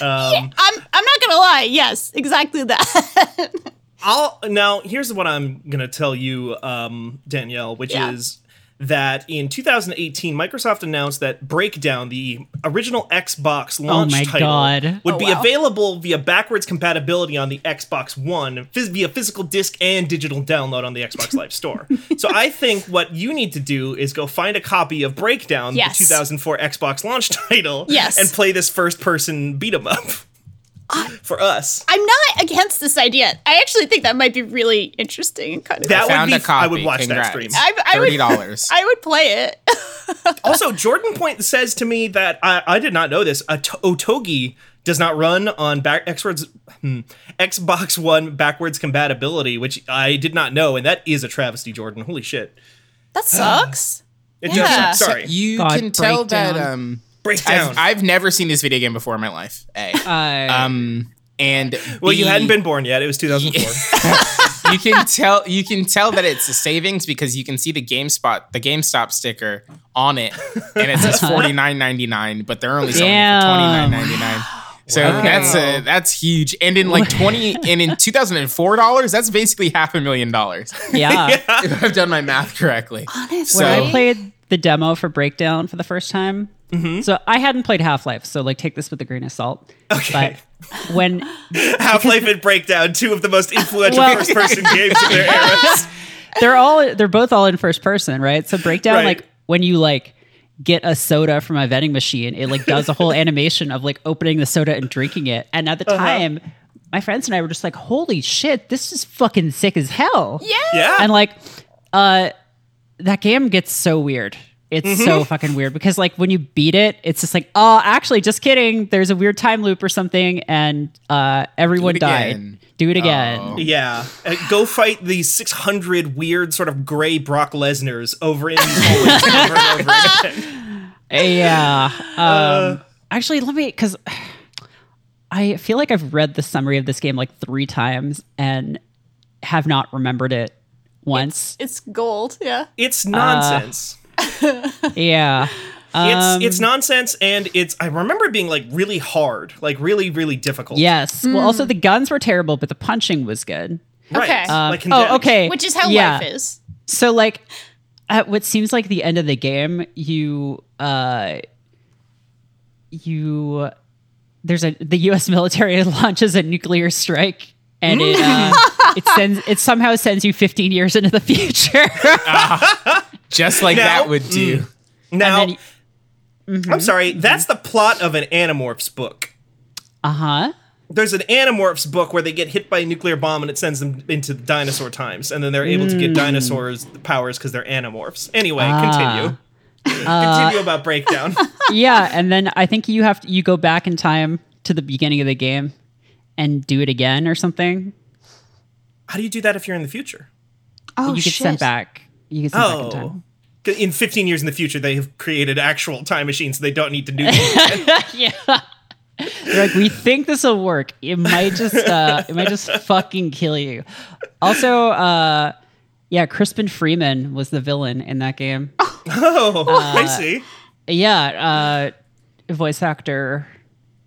[SPEAKER 1] Um,
[SPEAKER 4] I'm I'm not going to lie. Yes, exactly that.
[SPEAKER 1] I'll now here's what I'm gonna tell you, um, Danielle, which
[SPEAKER 4] Yeah.
[SPEAKER 1] is that in 2018, Microsoft announced that Breakdown, the original Xbox launch
[SPEAKER 3] Oh my
[SPEAKER 1] title,
[SPEAKER 3] God.
[SPEAKER 1] would
[SPEAKER 4] Oh,
[SPEAKER 1] be
[SPEAKER 4] wow.
[SPEAKER 1] available via backwards compatibility on the Xbox One, phys- via physical disc and digital download on the Xbox Live Store. so I think what you need to do is go find a copy of Breakdown,
[SPEAKER 4] Yes.
[SPEAKER 1] the 2004 Xbox launch title,
[SPEAKER 4] Yes.
[SPEAKER 1] and play this first-person beat 'em up for us.
[SPEAKER 4] I'm not against this idea. I actually think that might be really interesting and kind of.
[SPEAKER 1] That would
[SPEAKER 2] Found
[SPEAKER 1] be-
[SPEAKER 2] a copy.
[SPEAKER 1] I would watch that
[SPEAKER 2] Congrats.
[SPEAKER 1] stream.
[SPEAKER 4] I, I would-
[SPEAKER 2] Thirty dollars.
[SPEAKER 4] I would play it.
[SPEAKER 1] Also, Jordan Point says to me that I, I did not know this. A t- Otogi does not run on back Xbox, hmm, Xbox One backwards compatibility, which I did not know, and that is a travesty, Jordan. Holy shit!
[SPEAKER 4] That sucks.
[SPEAKER 1] It
[SPEAKER 4] Yeah.
[SPEAKER 1] does. Sorry,
[SPEAKER 2] You
[SPEAKER 3] God,
[SPEAKER 2] can tell
[SPEAKER 3] breakdown.
[SPEAKER 2] that um
[SPEAKER 1] breakdown.
[SPEAKER 2] I've, I've never seen this video game before in my life. A.
[SPEAKER 3] Uh,
[SPEAKER 2] um and
[SPEAKER 1] well, you
[SPEAKER 2] B,
[SPEAKER 1] hadn't been born yet. It was 2004.
[SPEAKER 2] you can tell you can tell that it's a savings because you can see the GameSpot the GameStop sticker on it, and it says forty nine ninety nine, but they're only selling it for twenty nine
[SPEAKER 3] Uh-huh. Damn.
[SPEAKER 2] ninety nine. So
[SPEAKER 1] Wow.
[SPEAKER 2] that's a, that's huge, and in like twenty and in two thousand and four dollars, that's basically half a million dollars.
[SPEAKER 3] yeah.
[SPEAKER 2] If I've done my math correctly,
[SPEAKER 4] Honestly.
[SPEAKER 2] So-
[SPEAKER 3] When I played the demo for Breakdown for the first time, so I hadn't played Half Life, so like take this with a grain of salt.
[SPEAKER 1] Okay.
[SPEAKER 3] But when
[SPEAKER 1] Half Life and Breakdown, two of the most influential
[SPEAKER 3] Well-
[SPEAKER 1] first person games of their era.
[SPEAKER 3] they're all they're both all in first person, right? So Breakdown,
[SPEAKER 1] Right.
[SPEAKER 3] like when you like get a soda from a vending machine, it like does a whole animation of like opening the soda and drinking it. And at the time, my friends and I were just like, "Holy shit, this is fucking sick as hell!"
[SPEAKER 4] Yeah.
[SPEAKER 1] Yeah.
[SPEAKER 3] and like uh that game gets so weird it's
[SPEAKER 2] Mm-hmm.
[SPEAKER 3] so fucking weird because like when you beat it it's just like oh actually just kidding there's a weird time loop or something and uh everyone
[SPEAKER 2] Do it
[SPEAKER 3] died
[SPEAKER 2] again.
[SPEAKER 3] do it again
[SPEAKER 2] Oh.
[SPEAKER 1] Yeah, Uh, go fight the 600 weird sort of gray Brock Lesnar's over in these hallways over and over again.
[SPEAKER 3] Uh, yeah um
[SPEAKER 2] Uh.
[SPEAKER 3] actually let me because i feel like i've read the summary of this game like three times and have not remembered it once
[SPEAKER 4] It's gold. Yeah.
[SPEAKER 1] It's
[SPEAKER 3] Uh,
[SPEAKER 1] nonsense.
[SPEAKER 3] yeah Um,
[SPEAKER 1] it's it's nonsense, and it's I remember it being like really hard, like really really difficult.
[SPEAKER 3] yes well
[SPEAKER 2] Hmm.
[SPEAKER 3] also the guns were terrible but the punching was good
[SPEAKER 1] right.
[SPEAKER 4] Okay. Um,
[SPEAKER 1] like
[SPEAKER 3] oh
[SPEAKER 1] condemned.
[SPEAKER 3] okay
[SPEAKER 4] Which is how
[SPEAKER 3] Yeah.
[SPEAKER 4] life is.
[SPEAKER 3] So like at what seems like the end of the game, you uh you there's a the US military launches a nuclear strike and it uh, it sends it somehow sends you 15 years into the future.
[SPEAKER 2] just like
[SPEAKER 1] Now-
[SPEAKER 2] that would do.
[SPEAKER 1] Now
[SPEAKER 3] and then- mm-hmm.
[SPEAKER 1] I'm sorry. That's the plot of an Animorphs book.
[SPEAKER 3] uh-huh.
[SPEAKER 1] There's an Animorphs book where they get hit by a nuclear bomb and it sends them into dinosaur times, and then they're able to
[SPEAKER 3] Mm.
[SPEAKER 1] get dinosaurs powers because they're Animorphs. Anyway,
[SPEAKER 3] Ah.
[SPEAKER 1] continue.
[SPEAKER 3] Uh,
[SPEAKER 1] continue about breakdown.
[SPEAKER 3] Yeah, and then I think you have to, you go back in time to the beginning of the game and do it again or something.
[SPEAKER 1] How do you do that if you're in the future?
[SPEAKER 4] Oh,
[SPEAKER 3] you get sent back. You get sent back in time.
[SPEAKER 1] Oh. In 15 years in the future, they have created actual time machines, so they don't need to do that.
[SPEAKER 3] They're like, we think this will work. It might just, uh, it might just fucking kill you. Also, uh, yeah, Crispin Freeman was the villain in that game.
[SPEAKER 1] oh,
[SPEAKER 3] Uh,
[SPEAKER 1] I see.
[SPEAKER 3] Yeah, uh, voice actor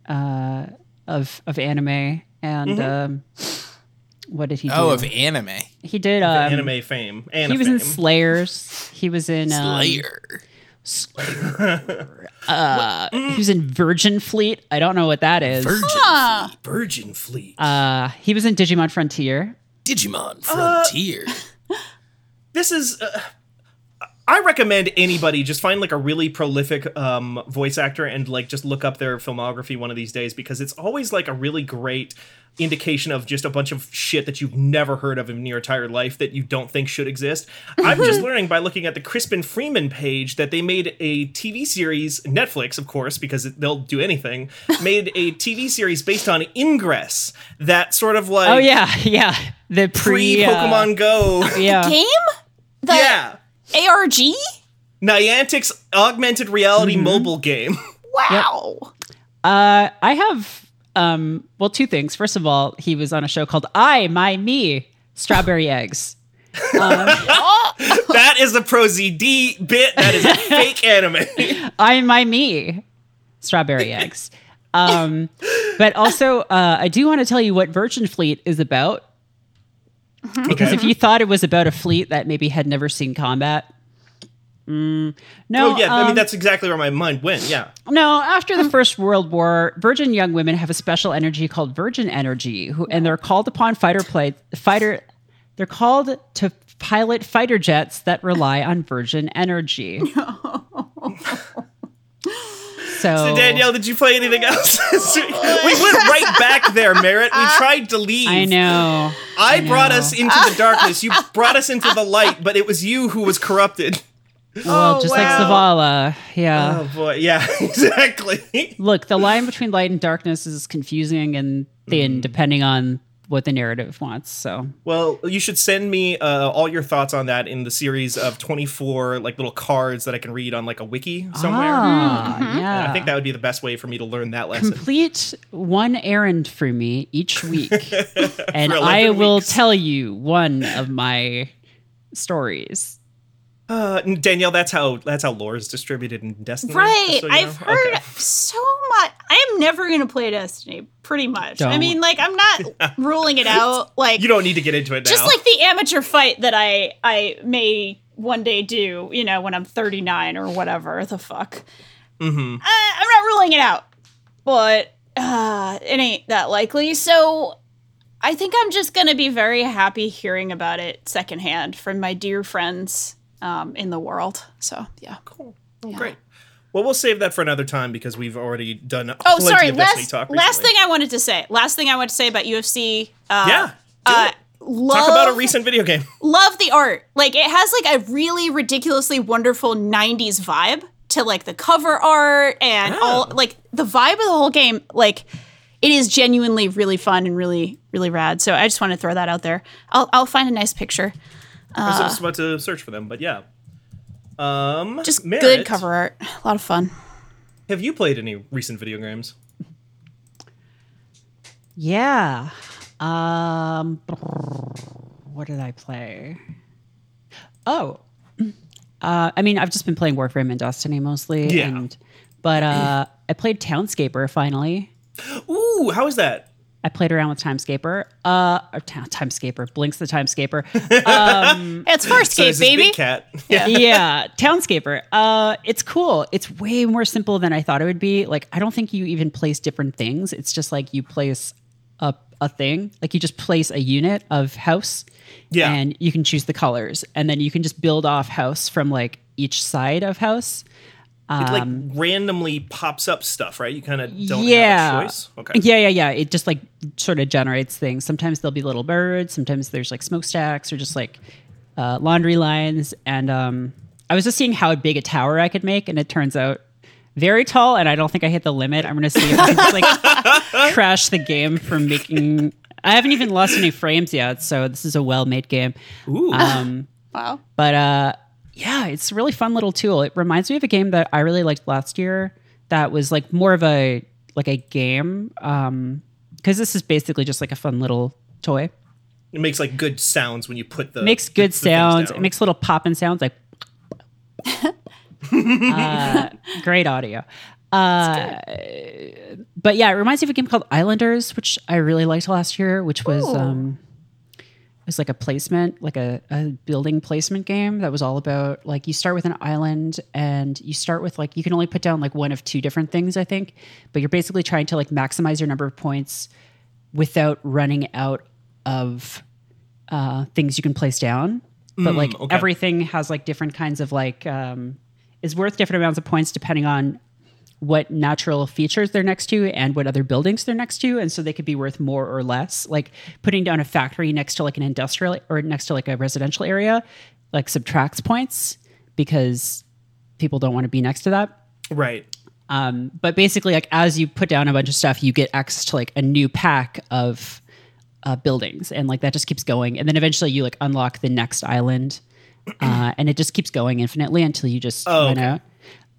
[SPEAKER 3] uh, of of anime and
[SPEAKER 1] Mm-hmm.
[SPEAKER 3] um, what did he do?
[SPEAKER 2] Oh, of anime
[SPEAKER 3] he did. Um,
[SPEAKER 1] Anime fame. Anime
[SPEAKER 3] He was in
[SPEAKER 1] fame.
[SPEAKER 3] Slayers. He was in um,
[SPEAKER 2] Slayer.
[SPEAKER 3] uh, he was in Virgin Fleet. I don't know what that is.
[SPEAKER 2] Virgin
[SPEAKER 4] Huh.
[SPEAKER 1] Virgin Fleet.
[SPEAKER 3] uh, he was in Digimon Frontier.
[SPEAKER 2] Digimon
[SPEAKER 3] Uh,
[SPEAKER 2] Frontier.
[SPEAKER 1] this is. Uh, I recommend anybody just find like a really prolific um, voice actor and like just look up their filmography one of these days because it's always like a really great indication of just a bunch of shit that you've never heard of in your entire life that you don't think should exist. I'm
[SPEAKER 3] Mm-hmm.
[SPEAKER 1] just learning by looking at the Crispin Freeman page that they made a TV series, Netflix, of course, because it- they'll do anything, made a TV series based on Ingress that sort of like
[SPEAKER 3] Oh yeah, yeah. The pre
[SPEAKER 1] pre Pokemon Go.
[SPEAKER 3] Uh, yeah.
[SPEAKER 4] Game? The
[SPEAKER 1] yeah.
[SPEAKER 4] ARG?
[SPEAKER 1] Niantic's augmented reality mobile game.
[SPEAKER 4] Wow.
[SPEAKER 3] Uh, I have um, well, two things. First of all, he was on a show called I My Me Strawberry Eggs.
[SPEAKER 1] Mm, that is a Pro ZD bit. That is a fake anime.
[SPEAKER 3] I My Me Strawberry Eggs. Um, but also, uh, I do want to tell you what Virgin Fleet is about. Because if you thought it was about a fleet that maybe had never seen combat, mm, no,
[SPEAKER 1] Oh yeah, I
[SPEAKER 3] um,
[SPEAKER 1] mean that's exactly where my mind went. Yeah.
[SPEAKER 3] no. After the First World War, virgin young women have a special energy called virgin energy, who and they're called upon fighter play fighter. They're called to pilot fighter jets that rely on virgin energy. So,
[SPEAKER 1] So Danielle, did you play anything else?
[SPEAKER 3] Oh,
[SPEAKER 1] this week? we went right back there, Merritt. We tried to leave.
[SPEAKER 3] I know.
[SPEAKER 1] I,
[SPEAKER 3] know.
[SPEAKER 1] brought us into the darkness. You brought us into the light, but it was you who was corrupted.
[SPEAKER 3] Well, just like Zavala. Yeah.
[SPEAKER 1] Oh boy, yeah, exactly.
[SPEAKER 3] Look, the line between light and darkness is confusing and
[SPEAKER 1] Mm.
[SPEAKER 3] thin, depending on what the narrative wants. So,
[SPEAKER 1] Well, you should send me uh, all your thoughts on that in the series of twenty-four like little cards that I can read on like a wiki somewhere. Hmm.
[SPEAKER 3] Ah, yeah.
[SPEAKER 1] I think that would be the best way for me to learn that lesson.
[SPEAKER 3] Complete one errand for me each week, and
[SPEAKER 1] For
[SPEAKER 3] I
[SPEAKER 1] 11
[SPEAKER 3] will
[SPEAKER 1] weeks.
[SPEAKER 3] tell you one of my stories.
[SPEAKER 1] Uh, Danielle, that's how that's how lore is distributed in Destiny.
[SPEAKER 4] Right.
[SPEAKER 1] just so you
[SPEAKER 4] I've
[SPEAKER 1] know.
[SPEAKER 4] heard
[SPEAKER 1] Okay.
[SPEAKER 4] so much. I am never going to play Destiny, pretty much. I
[SPEAKER 3] Don't.
[SPEAKER 4] mean, like, I'm not ruling it out. Like,
[SPEAKER 1] You don't need to get into it now.
[SPEAKER 4] just like the amateur fight that I I may one day do, you know, when I'm 39 or whatever the fuck. Mm-hmm. I'm not ruling it out, but uh, it ain't that likely. So I think I'm just gonna be very happy hearing about it secondhand from my dear friends um, in the world. So yeah.
[SPEAKER 1] Cool. Well, Great. Well, we'll save that for another time because we've already done.
[SPEAKER 4] Oh,
[SPEAKER 1] plenty
[SPEAKER 4] sorry.
[SPEAKER 1] Of Destiny
[SPEAKER 4] Last,
[SPEAKER 1] talk
[SPEAKER 4] last
[SPEAKER 1] recently.
[SPEAKER 4] thing I wanted to say. Last thing I want to say about UFC. Uh,
[SPEAKER 1] Yeah. do
[SPEAKER 4] Uh, oh.
[SPEAKER 1] it.
[SPEAKER 4] love,
[SPEAKER 1] Talk about a recent video game.
[SPEAKER 4] love the art. Like it has like a really ridiculously wonderful 90s vibe to like the cover art and all like the vibe of the whole game like it is genuinely really fun and really really rad. So I just want to throw that out there. I'll I'll find a nice picture.
[SPEAKER 1] I
[SPEAKER 4] Uh.
[SPEAKER 1] was just about to search for them, but yeah. Um,
[SPEAKER 4] Just
[SPEAKER 1] Merritt,
[SPEAKER 4] good cover art. A lot of fun.
[SPEAKER 1] Have you played any recent video games?
[SPEAKER 3] Yeah. Um, what did I play? Oh, uh, I mean, I've just been playing Warframe and Destiny mostly.
[SPEAKER 1] Yeah.
[SPEAKER 3] And, but uh, I played Townscaper finally.
[SPEAKER 1] Ooh, how is that?
[SPEAKER 3] I played around with Timescaper. Uh, or Ta- Timescaper, Blinks the Timescaper.
[SPEAKER 4] It's first
[SPEAKER 1] So
[SPEAKER 4] game,
[SPEAKER 1] is this
[SPEAKER 4] baby.
[SPEAKER 1] big cat.
[SPEAKER 3] yeah, Townscaper. Uh, it's cool. It's way more simple than I thought it would be. Like, I don't think you even place different things. It's just like you place a, a thing, like you just place a unit of house.
[SPEAKER 1] Yeah.
[SPEAKER 3] And you can choose the colors. And then you can just build off house from like each side of house.
[SPEAKER 1] it like
[SPEAKER 3] Um,
[SPEAKER 1] randomly pops up stuff, right? You kind of don't have
[SPEAKER 3] yeah.
[SPEAKER 1] a choice. Okay.
[SPEAKER 3] Yeah, yeah, yeah. It just like sort of generates things. Sometimes there'll be little birds. Sometimes there's like smokestacks or just like uh, laundry lines. And um, I was just seeing how big a tower I could make, and it turns out very tall. And I don't think I hit the limit. I'm gonna see if I can just like crash the game from making. I haven't even lost any frames yet, so this is a well-made game. Um,
[SPEAKER 1] Ooh.
[SPEAKER 4] Wow.
[SPEAKER 3] But uh, yeah, it's a really fun little tool. It reminds me of a game that I really liked last year that was like more of a like a game um because this is basically just like a fun little toy.
[SPEAKER 1] it makes like good sounds when you put the
[SPEAKER 3] It makes good
[SPEAKER 1] the things
[SPEAKER 3] sounds. It
[SPEAKER 1] down.
[SPEAKER 3] makes little popping sounds like Uh, great audio. Uh, but yeah, it reminds me of a game called Islanders, which I really liked last year, which was um, it was like a placement, like a, a building placement game that was all about like you start with an island and you start with like you can only put down like one of two different things, I think, but you're basically trying to like maximize your number of points without running out of uh, things you can place down. But like
[SPEAKER 1] okay.
[SPEAKER 3] everything has like different kinds of like um, is worth different amounts of points depending on what natural features they're next to and what other buildings they're next to and so they could be worth more or less like putting down a factory next to like an industrial or next to like a residential area like subtracts points because people don't want to be next to that
[SPEAKER 1] right.
[SPEAKER 3] um, but basically, like as you put down a bunch of stuff, you get access to like a new pack of uh, buildings, and like that just keeps going. And then eventually, you like unlock the next island, uh, and it just keeps going infinitely until you just
[SPEAKER 1] Oh,
[SPEAKER 3] run
[SPEAKER 1] okay.
[SPEAKER 3] out.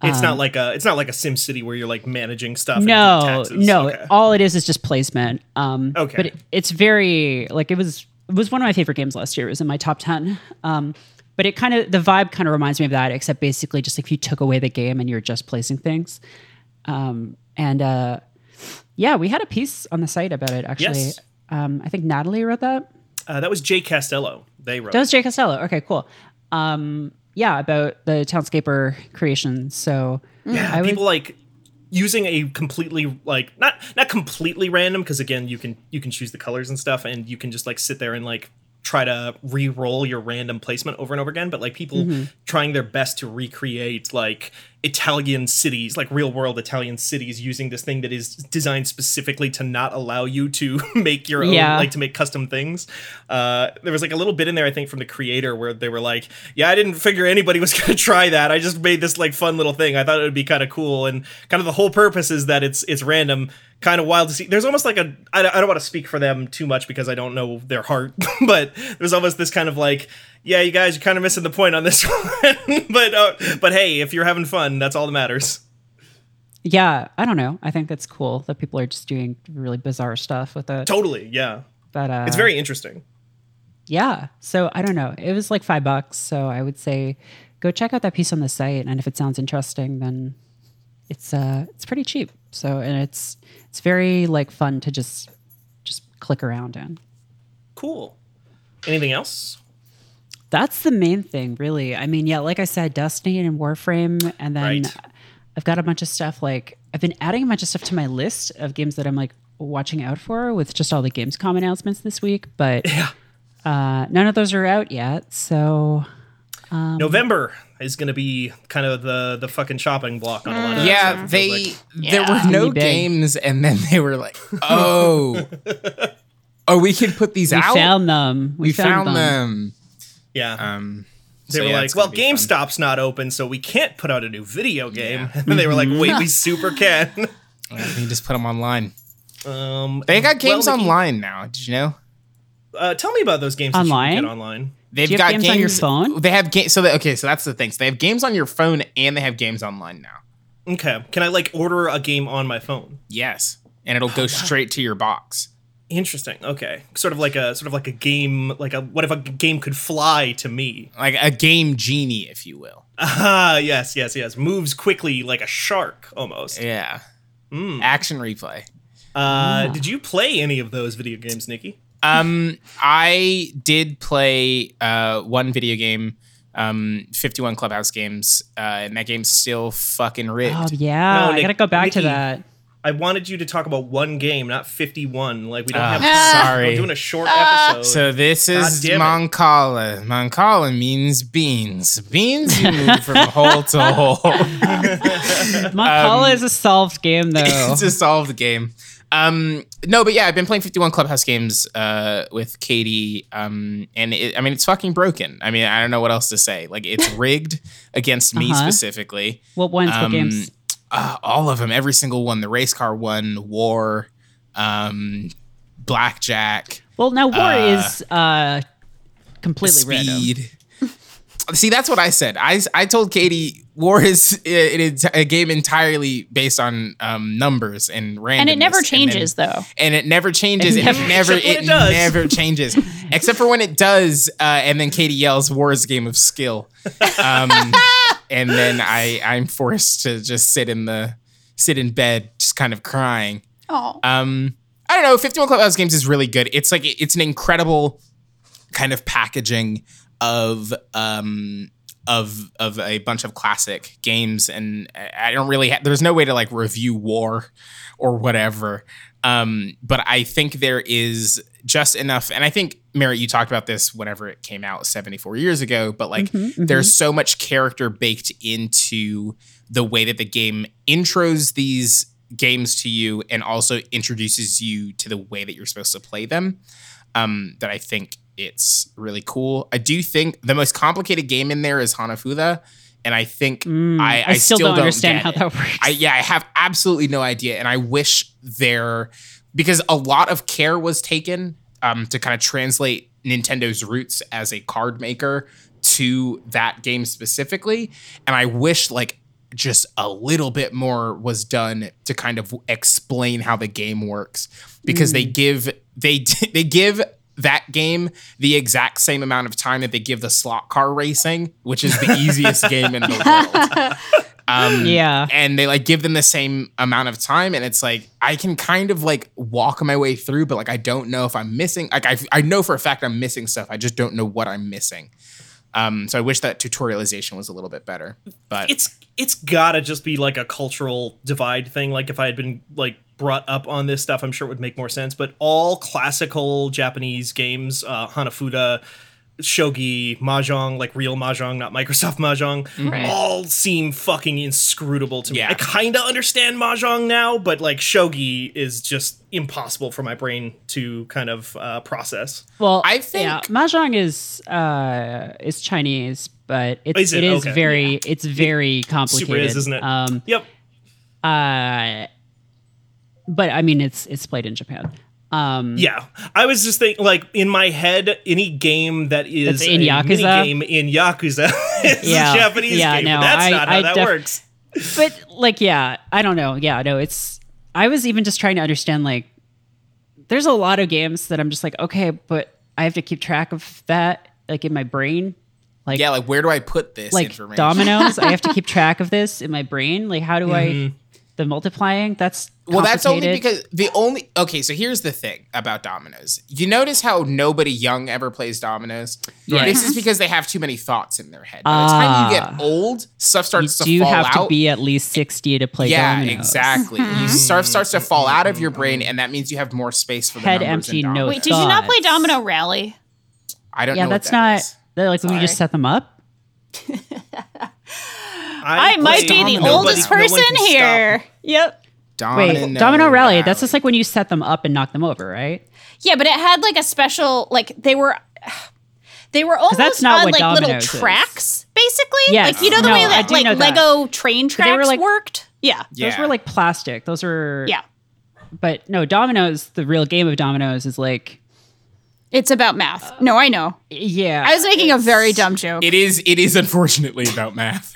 [SPEAKER 1] It's
[SPEAKER 3] um,
[SPEAKER 1] not like a it's not like a Sim City where you're like managing stuff.
[SPEAKER 3] No,
[SPEAKER 1] and doing taxes.
[SPEAKER 3] no.
[SPEAKER 1] Okay.
[SPEAKER 3] All it is is just placement. Um,
[SPEAKER 1] Okay.
[SPEAKER 3] But it, it's very like it was it was one of my favorite games last year. It was in my top ten. Um, but it kind of the vibe kind of reminds me of that, except basically just if you took away the game and you're just placing things. Um, and uh, yeah, we had a piece on the site about it actually.
[SPEAKER 1] Yes.
[SPEAKER 3] Um, I think Natalie wrote that.
[SPEAKER 1] Uh, that was Jay Castello. They wrote.
[SPEAKER 3] That was Jay Costello. Okay, cool. Um, yeah, about the Townscaper creation. So
[SPEAKER 1] yeah,
[SPEAKER 3] I would-
[SPEAKER 1] people like using a completely like not not completely random because again you can you can choose the colors and stuff and you can just like sit there and like try to re-roll your random placement over and over again but like people
[SPEAKER 3] Mm-hmm.
[SPEAKER 1] trying their best to recreate like italian cities like real world italian cities using this thing that is designed specifically to not allow you to make your own
[SPEAKER 3] Yeah.
[SPEAKER 1] like to make custom things uh there was like a little bit in there i think from the creator where they were like yeah i didn't figure anybody was gonna try that i just made this like fun little thing i thought it would be kind of cool and kind of the whole purpose is that it's it's random kind of wild to see there's almost like a i, I don't want to speak for them too much because i don't know their heart but there's almost this kind of like yeah you guys are kind of missing the point on this one but uh, but hey if you're having fun that's all that matters
[SPEAKER 3] yeah, I don't know. I think that's cool that people are just doing really bizarre stuff with it.
[SPEAKER 1] totally yeah
[SPEAKER 3] But uh,
[SPEAKER 1] it's very interesting
[SPEAKER 3] yeah. So I don't know. It was like five bucks. So I would say go check out that piece on the site, and if it sounds interesting, then it's uh it's pretty cheap. So and it's it's very like fun to just just click around in.
[SPEAKER 1] cool anything else
[SPEAKER 3] That's the main thing, really. I mean, yeah, like I said, Destiny and Warframe, and then
[SPEAKER 1] Right.
[SPEAKER 3] I've got a bunch of stuff. Like I've been adding a bunch of stuff to my list of games that I'm like watching out for with just all the Gamescom announcements this week. But uh, none of those are out yet, so
[SPEAKER 1] November is going to be kind of the the fucking chopping block on a lot of that
[SPEAKER 2] Yeah,
[SPEAKER 1] stuff, it
[SPEAKER 2] they
[SPEAKER 1] feels like.
[SPEAKER 2] there were no
[SPEAKER 3] Pretty big.
[SPEAKER 2] games, and then they were like, "Oh, oh, we can put these
[SPEAKER 3] we
[SPEAKER 2] out.
[SPEAKER 3] found them. We,
[SPEAKER 2] we found them."
[SPEAKER 1] yeah.
[SPEAKER 2] Um,
[SPEAKER 1] They
[SPEAKER 2] so
[SPEAKER 1] were
[SPEAKER 2] yeah,
[SPEAKER 1] like,
[SPEAKER 2] it's gonna
[SPEAKER 1] "Well,
[SPEAKER 2] be fun.
[SPEAKER 1] GameStop's not open, so we can't put out a new video game." And then they were like, "Wait, we super can."
[SPEAKER 2] Yeah, you just put them online.
[SPEAKER 1] Um,
[SPEAKER 2] They got games
[SPEAKER 1] Nikki,
[SPEAKER 2] online now. Did you know?
[SPEAKER 1] Uh, tell me about those games that you can
[SPEAKER 3] Online?
[SPEAKER 1] get online.
[SPEAKER 2] They've
[SPEAKER 3] Do you have
[SPEAKER 2] got
[SPEAKER 3] games on your phone?
[SPEAKER 2] They have games. So they, okay, so that's the thing. So they have games on your phone, and they have games online now.
[SPEAKER 1] Okay, can I like order a game on my phone?
[SPEAKER 2] Yes, and it'll go straight to your box.
[SPEAKER 1] Interesting. Okay, sort of like a sort of like a game. Like a what if a game could fly to me?
[SPEAKER 2] like a game genie, if you will.
[SPEAKER 1] Ah, yes, yes, yes. Moves quickly like a shark almost.
[SPEAKER 2] Yeah. Action replay.
[SPEAKER 1] Uh, did you play any of those video games, Nikki?
[SPEAKER 2] Um, I did play uh, one video game, um, 51 Clubhouse games, uh, and that game's still fucking rigged.
[SPEAKER 3] Oh yeah,
[SPEAKER 1] No,
[SPEAKER 3] I
[SPEAKER 1] Nick-
[SPEAKER 3] gotta go back to
[SPEAKER 1] Nikki.
[SPEAKER 3] that.
[SPEAKER 1] I wanted you to talk about one game, not 51. Like we don't
[SPEAKER 2] Ah,
[SPEAKER 1] have
[SPEAKER 2] Ah.
[SPEAKER 1] time.
[SPEAKER 2] sorry.
[SPEAKER 1] We're doing a short episode.
[SPEAKER 2] So this is
[SPEAKER 1] God damn it.
[SPEAKER 2] Moncala. Moncala means beans. Beans you move from hole to hole.
[SPEAKER 3] Moncala is a solved game
[SPEAKER 1] Oh.
[SPEAKER 3] though.
[SPEAKER 2] um, it's a solved game. Um, no, but yeah, I've been playing 51 Clubhouse games uh, with Katie, um, and it, I mean, it's fucking broken. I mean, I don't know what else to say. Like, it's rigged against me
[SPEAKER 3] Uh-huh.
[SPEAKER 2] specifically.
[SPEAKER 3] what ones?
[SPEAKER 2] Um,
[SPEAKER 3] what games?
[SPEAKER 2] Uh, all of them, every single one. The race car one, War, um, Blackjack,
[SPEAKER 3] Well, now War is uh, completely random.
[SPEAKER 2] Speed. See, that's what I said. I, I told Katie War is it, it's a game entirely based on um, numbers and randomness.
[SPEAKER 4] and it never
[SPEAKER 2] then-
[SPEAKER 4] changes though.
[SPEAKER 2] and it never changes.
[SPEAKER 3] It
[SPEAKER 2] It
[SPEAKER 3] never-
[SPEAKER 2] never,
[SPEAKER 1] Except when
[SPEAKER 2] it,
[SPEAKER 1] it does.
[SPEAKER 2] never changes, except for when it does. Uh, and then Katie yells, "War is a game of skill," um, and then I I'm forced to just sit in the sit in bed, just kind of crying.
[SPEAKER 4] Oh,
[SPEAKER 2] Um, I don't know. 51 Clubhouse Games is really good. It's like it's an incredible kind of packaging of um of of a bunch of classic games, and I I don't really ha- there's no way to like review War or whatever. Um, but I think there is just enough, and I think Merritt, you talked about this whenever it came out 74 years ago, but like
[SPEAKER 3] Mm-hmm,
[SPEAKER 2] there's so much character baked into the way that the game intros these games to you and also introduces you to the way that you're supposed to play them um, that I think it's really cool. I do think the most complicated game in there is Hanafuda, and I think I, I,
[SPEAKER 3] Mm, still, don't,
[SPEAKER 2] get
[SPEAKER 3] understand how
[SPEAKER 2] it.
[SPEAKER 3] that works.
[SPEAKER 2] I, yeah, I have absolutely no idea, and I wish there because a lot of care was taken um, to kind of translate Nintendo's roots as a card maker to that game specifically, and I wish like just a little bit more was done to kind of explain how the game works because they give they they give that game the exact same amount of time that they give the slot car racing which is the easiest game in the world Um,
[SPEAKER 3] Yeah.
[SPEAKER 2] and they like give them the same amount of time and it's like i can kind of like walk my way through but like i don't know if i'm missing like i, I know for a fact i'm missing stuff i just don't know what i'm missing um, so i wish that tutorialization was a little bit better but
[SPEAKER 1] it's it's gotta just be like a cultural divide thing. Like if I had been like brought up on this stuff, I'm sure it would make more sense. But all classical Japanese games, uh, Hanafuda, Shogi, Mahjong, like real Mahjong, not Microsoft Mahjong, all seem fucking inscrutable to me.
[SPEAKER 2] Yeah.
[SPEAKER 1] I kinda understand Mahjong now, but like Shogi is just impossible for my brain to kind of uh, process.
[SPEAKER 3] Well,
[SPEAKER 2] I think-
[SPEAKER 3] yeah, mahjong is uh, is Chinese, but it's
[SPEAKER 1] Is it?
[SPEAKER 3] it is
[SPEAKER 1] Okay.
[SPEAKER 3] very it's very complicated,
[SPEAKER 1] Super is, isn't it?
[SPEAKER 3] Um,
[SPEAKER 1] yep.
[SPEAKER 3] uh, but I mean, it's it's played in Japan. Um,
[SPEAKER 1] Yeah, I was just thinking, like in my head, any game that is
[SPEAKER 3] That's in
[SPEAKER 1] a
[SPEAKER 3] Yakuza?
[SPEAKER 1] game in Yakuza is
[SPEAKER 3] Yeah.
[SPEAKER 1] a Japanese
[SPEAKER 3] Yeah,
[SPEAKER 1] game.
[SPEAKER 3] no,
[SPEAKER 1] That's
[SPEAKER 3] I-
[SPEAKER 1] not how
[SPEAKER 3] I
[SPEAKER 1] that
[SPEAKER 3] def-
[SPEAKER 1] works.
[SPEAKER 3] but like, yeah, I don't know. Yeah, no, it's. I was even just trying to understand. Like, there's a lot of games that I'm just like, okay, but I have to keep track of that, like in my brain. Like,
[SPEAKER 2] yeah like where do i put this
[SPEAKER 3] like
[SPEAKER 2] information
[SPEAKER 3] dominoes. I have to keep track of this in my brain. Like, how do
[SPEAKER 1] Mm-hmm.
[SPEAKER 3] I the multiplying? That's
[SPEAKER 2] well that's only
[SPEAKER 3] complicated.
[SPEAKER 2] because the only okay so here's the thing about dominoes you notice how nobody young ever plays dominoes
[SPEAKER 3] Yes.
[SPEAKER 2] this is because they have too many thoughts in their head by the time you get old stuff starts
[SPEAKER 3] Ah.
[SPEAKER 2] to
[SPEAKER 3] you do
[SPEAKER 2] fall
[SPEAKER 3] have
[SPEAKER 2] out
[SPEAKER 3] to be at least sixty to play.
[SPEAKER 2] yeah,
[SPEAKER 3] dominoes.
[SPEAKER 2] exactly.
[SPEAKER 1] Mm-hmm.
[SPEAKER 2] you start starts to fall out of your brain, and that means you have more space for the
[SPEAKER 3] Mm-hmm. Head
[SPEAKER 2] numbers
[SPEAKER 3] empty,
[SPEAKER 2] and
[SPEAKER 3] no
[SPEAKER 2] dominoes.
[SPEAKER 4] Wait, did you not play
[SPEAKER 3] Thoughts.
[SPEAKER 4] Domino Rally?
[SPEAKER 2] I don't
[SPEAKER 3] Yeah,
[SPEAKER 2] know.
[SPEAKER 3] that's
[SPEAKER 2] what that
[SPEAKER 3] not
[SPEAKER 2] is.
[SPEAKER 3] that, like when we just set them up.
[SPEAKER 1] I,
[SPEAKER 4] I might be
[SPEAKER 1] played
[SPEAKER 4] the
[SPEAKER 1] Domino.
[SPEAKER 4] oldest
[SPEAKER 1] Nobody- no one
[SPEAKER 4] person
[SPEAKER 1] can stop
[SPEAKER 4] here. Yep.
[SPEAKER 3] Wait,
[SPEAKER 2] Domino,
[SPEAKER 3] domino, rally. That's just like when you set them up and knock them over, right?
[SPEAKER 4] Yeah, but it had like a special like they were they were almost
[SPEAKER 3] that's not
[SPEAKER 4] on
[SPEAKER 3] what
[SPEAKER 4] like little
[SPEAKER 3] Domino's is.
[SPEAKER 4] tracks, basically.
[SPEAKER 3] Yes.
[SPEAKER 4] Like you know the
[SPEAKER 3] No,
[SPEAKER 4] way
[SPEAKER 3] I
[SPEAKER 4] that
[SPEAKER 3] do
[SPEAKER 4] like
[SPEAKER 3] know that.
[SPEAKER 4] Lego train
[SPEAKER 3] they
[SPEAKER 4] tracks
[SPEAKER 3] were, like-
[SPEAKER 4] worked? Yeah.
[SPEAKER 2] Yeah.
[SPEAKER 3] Those were like plastic. Those were
[SPEAKER 4] Yeah.
[SPEAKER 3] But no, dominoes. The real game of dominoes is like
[SPEAKER 4] It's about
[SPEAKER 2] Uh,
[SPEAKER 4] math. No, I know.
[SPEAKER 3] yeah.
[SPEAKER 4] I was making a very dumb joke.
[SPEAKER 2] It is. It is unfortunately about math.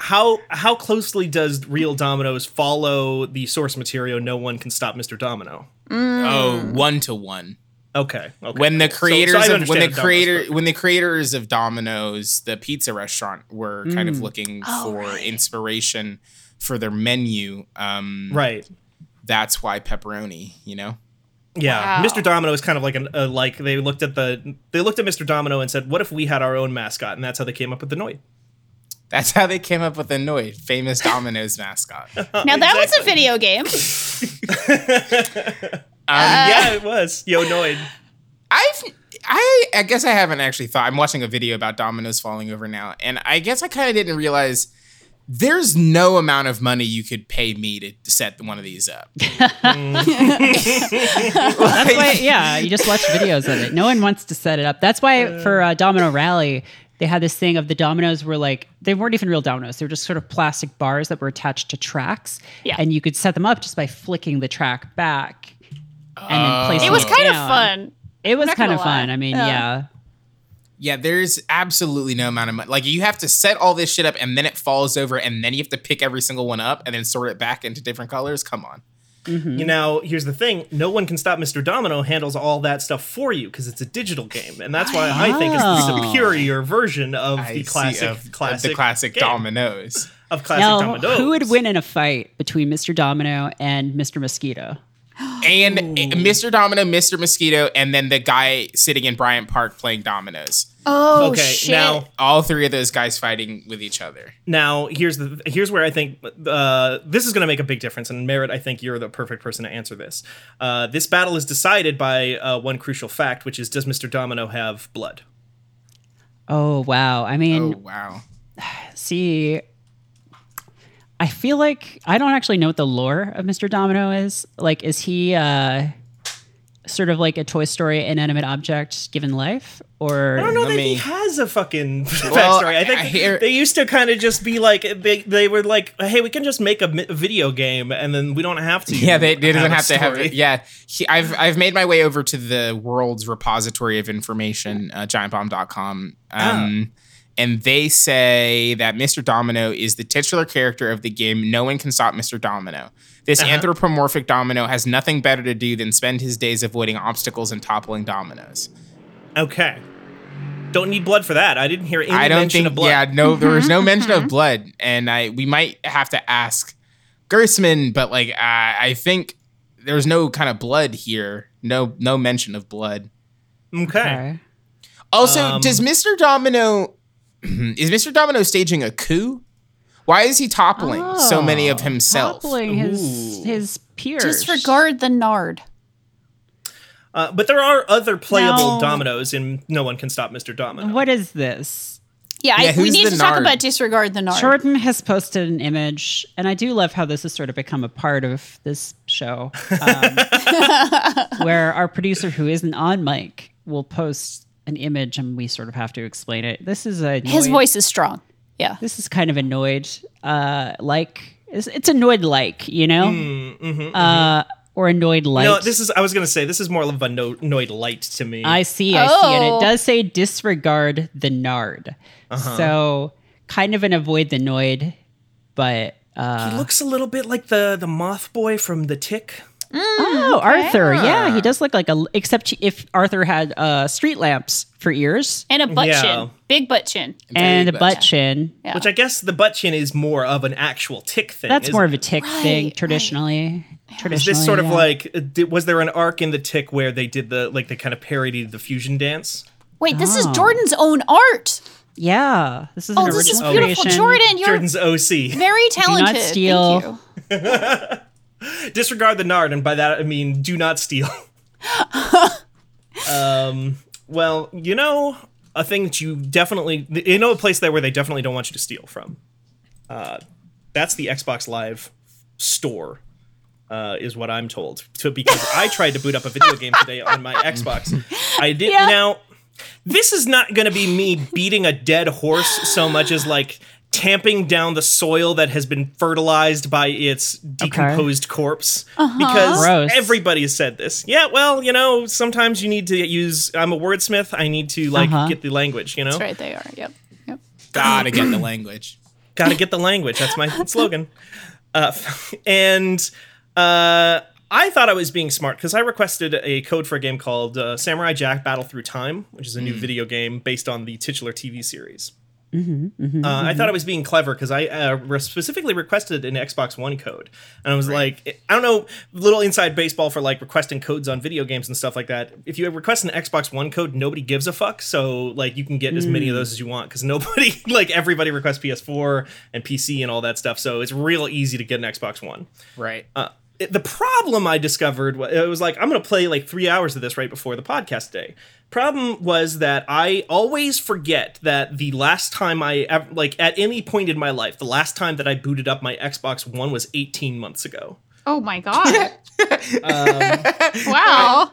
[SPEAKER 1] How how closely does Real Dominoes follow the source material? No one can stop Mr. Domino.
[SPEAKER 2] Oh, one to one.
[SPEAKER 1] Okay. okay.
[SPEAKER 2] When the
[SPEAKER 1] cool. Mm. So- so
[SPEAKER 2] creators
[SPEAKER 1] I
[SPEAKER 2] of when
[SPEAKER 1] understand
[SPEAKER 2] the
[SPEAKER 1] Domino's
[SPEAKER 2] creator
[SPEAKER 1] perfectly.
[SPEAKER 2] when the creators of Domino's, the pizza restaurant, were kind
[SPEAKER 3] Mm.
[SPEAKER 2] of looking
[SPEAKER 1] Oh,
[SPEAKER 2] for inspiration for their menu. Um,
[SPEAKER 1] right.
[SPEAKER 2] That's why pepperoni. You know.
[SPEAKER 1] Yeah,
[SPEAKER 4] Wow.
[SPEAKER 1] Mr. Domino is kind of like an uh, like they looked at the they looked at Mr. Domino and said, "What if we had our own mascot?" And that's how they came up with the Noid.
[SPEAKER 2] That's how they came up with the Noid, famous Domino's mascot. Um,
[SPEAKER 4] now that was a video game.
[SPEAKER 1] yeah, it was Yo Noid.
[SPEAKER 2] I've I I guess I haven't actually thought. I'm watching a video about dominoes falling over now, and I guess I kind of didn't realize there's no amount of money you could pay me to set one of these up.
[SPEAKER 3] That's why, yeah, you just watch videos of it. No one wants to set it up. That's why for uh, Domino Rally, they had this thing of the dominoes were like they weren't even real dominoes. They were just sort of plastic bars that were attached to tracks,
[SPEAKER 4] Yeah.
[SPEAKER 3] and you could set them up just by flicking the track back and then place.
[SPEAKER 4] It was
[SPEAKER 2] Oh,
[SPEAKER 4] kind of
[SPEAKER 3] down.
[SPEAKER 4] fun.
[SPEAKER 3] It was
[SPEAKER 4] not
[SPEAKER 3] kind of
[SPEAKER 4] gonna lie.
[SPEAKER 3] fun. I mean,
[SPEAKER 4] Yeah.
[SPEAKER 3] yeah,
[SPEAKER 2] Yeah, there's absolutely no amount of money. Like you have to set all this shit up, and then it falls over, and then you have to pick every single one up, and then sort it back into different colors. Come on.
[SPEAKER 1] You know, here's the thing: no one can stop Mr. Domino. Handles all that stuff for you because it's a digital game, and that's why I think it's the
[SPEAKER 3] Oh.
[SPEAKER 1] superior version of
[SPEAKER 2] I
[SPEAKER 1] the
[SPEAKER 2] see
[SPEAKER 1] classic,
[SPEAKER 2] of- of
[SPEAKER 1] classic,
[SPEAKER 2] the classic
[SPEAKER 1] game,
[SPEAKER 2] dominoes.
[SPEAKER 1] of classic
[SPEAKER 3] Now,
[SPEAKER 1] Domino.
[SPEAKER 3] who would win in a fight between Mr. Domino and Mr. Mosquito?
[SPEAKER 2] and uh, Mr. Domino, Mr. Mosquito, and then the guy sitting in Bryant Park playing dominoes.
[SPEAKER 4] Oh
[SPEAKER 1] Okay,
[SPEAKER 4] shit.
[SPEAKER 1] now
[SPEAKER 2] All three of those guys fighting with each other.
[SPEAKER 1] Now, here's the here's where I think uh, this is going to make a big difference. And Merritt, I think you're the perfect person to answer this. Uh, this battle is decided by uh, one crucial fact, which is: Does Mr. Domino have blood?
[SPEAKER 3] Oh wow! I mean,
[SPEAKER 2] Oh wow.
[SPEAKER 3] see i feel like i don't actually know what the lore of mr domino is like is he uh sort of like a toy story inanimate object given life or
[SPEAKER 1] I don't know
[SPEAKER 2] Let
[SPEAKER 1] that
[SPEAKER 2] me-
[SPEAKER 1] he has a fucking
[SPEAKER 2] Well,
[SPEAKER 1] backstory. I think
[SPEAKER 2] I hear-
[SPEAKER 1] they used to kind of just be like they they were like, hey, we can just make a mi- video game, and then we don't have to.
[SPEAKER 2] Yeah, they, they doesn't have, to have
[SPEAKER 1] a story.
[SPEAKER 2] it. Yeah, he, I've I've made my way over to the world's repository of information, uh, giantbomb.com. Um, And they say that Mr. Domino is the titular character of the game. No one can stop Mr. Domino. This anthropomorphic domino has nothing better to do than spend his days avoiding obstacles and toppling dominoes.
[SPEAKER 1] Okay. don't need blood for that. I didn't hear any
[SPEAKER 2] I don't
[SPEAKER 1] mention
[SPEAKER 2] think.
[SPEAKER 1] of blood.
[SPEAKER 2] Yeah, no, there was no mention of blood, and I we might have to ask Gersman, but like I, I think there's no kind of blood here. No, no mention of blood.
[SPEAKER 1] Okay.
[SPEAKER 3] Okay.
[SPEAKER 2] Also,
[SPEAKER 1] Um,
[SPEAKER 2] does Mr. Domino is Mr. Domino staging a coup? Why is he toppling so many of himself?
[SPEAKER 3] Toppling his
[SPEAKER 1] Ooh.
[SPEAKER 3] his peers.
[SPEAKER 4] Disregard the nard.
[SPEAKER 1] Uh, but there are other playable
[SPEAKER 4] No.
[SPEAKER 1] dominoes, and no one can stop Mr. Domino.
[SPEAKER 3] What is this?
[SPEAKER 4] Yeah,
[SPEAKER 2] Yeah,
[SPEAKER 4] I, we
[SPEAKER 2] who's
[SPEAKER 4] need
[SPEAKER 2] the
[SPEAKER 4] to talk
[SPEAKER 2] nard?
[SPEAKER 4] about disregard the nard.
[SPEAKER 3] Jordan has posted an image, and I do love how this has sort of become a part of this show, um, where our producer, who isn't on mic, will post an image, and we sort of have to explain it. This is a
[SPEAKER 4] His
[SPEAKER 3] annoyed-
[SPEAKER 4] voice is strong. Yeah.
[SPEAKER 3] This is kind of annoyed, uh, like it's, it's annoyed like you know, uh, or annoyed like.
[SPEAKER 1] Mm, mm-hmm, No, this is. I was gonna say this is more of a no- noid light to me.
[SPEAKER 3] I see, I see, and
[SPEAKER 4] Oh.
[SPEAKER 3] it does say disregard the nard,
[SPEAKER 1] Uh-huh.
[SPEAKER 3] so kind of an avoid the noid, but. Uh,
[SPEAKER 1] he looks a little bit like the the moth boy from The Tick.
[SPEAKER 3] Oh, Arthur. Yeah, he does look like a. Except if Arthur had uh, street lamps for ears
[SPEAKER 4] And a butt
[SPEAKER 1] Yeah.
[SPEAKER 4] chin. Big butt chin.
[SPEAKER 3] and a
[SPEAKER 2] but-
[SPEAKER 3] butt chin.
[SPEAKER 4] Yeah.
[SPEAKER 1] Which I guess the butt chin is more of an actual tick thing.
[SPEAKER 3] That's
[SPEAKER 1] isn't
[SPEAKER 3] more
[SPEAKER 1] it?
[SPEAKER 3] of a tick thing
[SPEAKER 4] right.
[SPEAKER 3] traditionally. Traditionally,
[SPEAKER 1] Is this sort of
[SPEAKER 3] yeah.
[SPEAKER 1] like uh, did, was there an arc in the tick where they did the like they kind of parodied the fusion dance?
[SPEAKER 4] Wait, this
[SPEAKER 3] Oh.
[SPEAKER 4] is Jordan's own art.
[SPEAKER 3] yeah. This is
[SPEAKER 4] Oh,
[SPEAKER 3] an
[SPEAKER 4] this is
[SPEAKER 3] original
[SPEAKER 4] beautiful.
[SPEAKER 3] creation.
[SPEAKER 4] Jordan, you're
[SPEAKER 1] Jordan's OC.
[SPEAKER 4] very talented.
[SPEAKER 3] steal.
[SPEAKER 4] Thank you.
[SPEAKER 1] Disregard the nard, and by that I mean do not steal. um. Well, you know a thing that you definitely you know a place there where they definitely don't want you to steal from. Uh, that's the Xbox Live store. Uh, is what I'm told. So because I tried to boot up a video game today on my Xbox, I didn't.
[SPEAKER 4] Yeah.
[SPEAKER 1] Now, this is not going to be me beating a dead horse so much as like tamping down the soil that has been fertilized by its decomposed corpse because
[SPEAKER 3] Gross.
[SPEAKER 1] everybody has said this yeah well you know sometimes you need to use i'm a wordsmith i need to like
[SPEAKER 3] Uh-huh.
[SPEAKER 1] get the language you know
[SPEAKER 4] That's right, they are. Yep. Yep.
[SPEAKER 2] Gotta get the language.
[SPEAKER 1] gotta get the language that's my slogan uh, and uh, i thought i was being smart because i requested a code for a game called uh, samurai jack battle through time which is a new video game based on the titular tv series uh, I thought I was being clever because I uh, re- specifically requested an Xbox One code, and I was like, I don't know, little inside baseball for like requesting codes on video games and stuff like that. If you request an Xbox One code, nobody gives a fuck, so like you can get as many of those as you want because nobody, like everybody, requests PS4 and PC and all that stuff, so it's real easy to get an Xbox One.
[SPEAKER 2] Right.
[SPEAKER 1] Uh, it- the problem I discovered wa- it was like I'm going to play like 3 hours of this right before the podcast today. Problem was that I always forget that the last time I ev- like at any point in my life, the last time that I booted up my Xbox 1 was 18 months ago.
[SPEAKER 4] Oh my god. wow.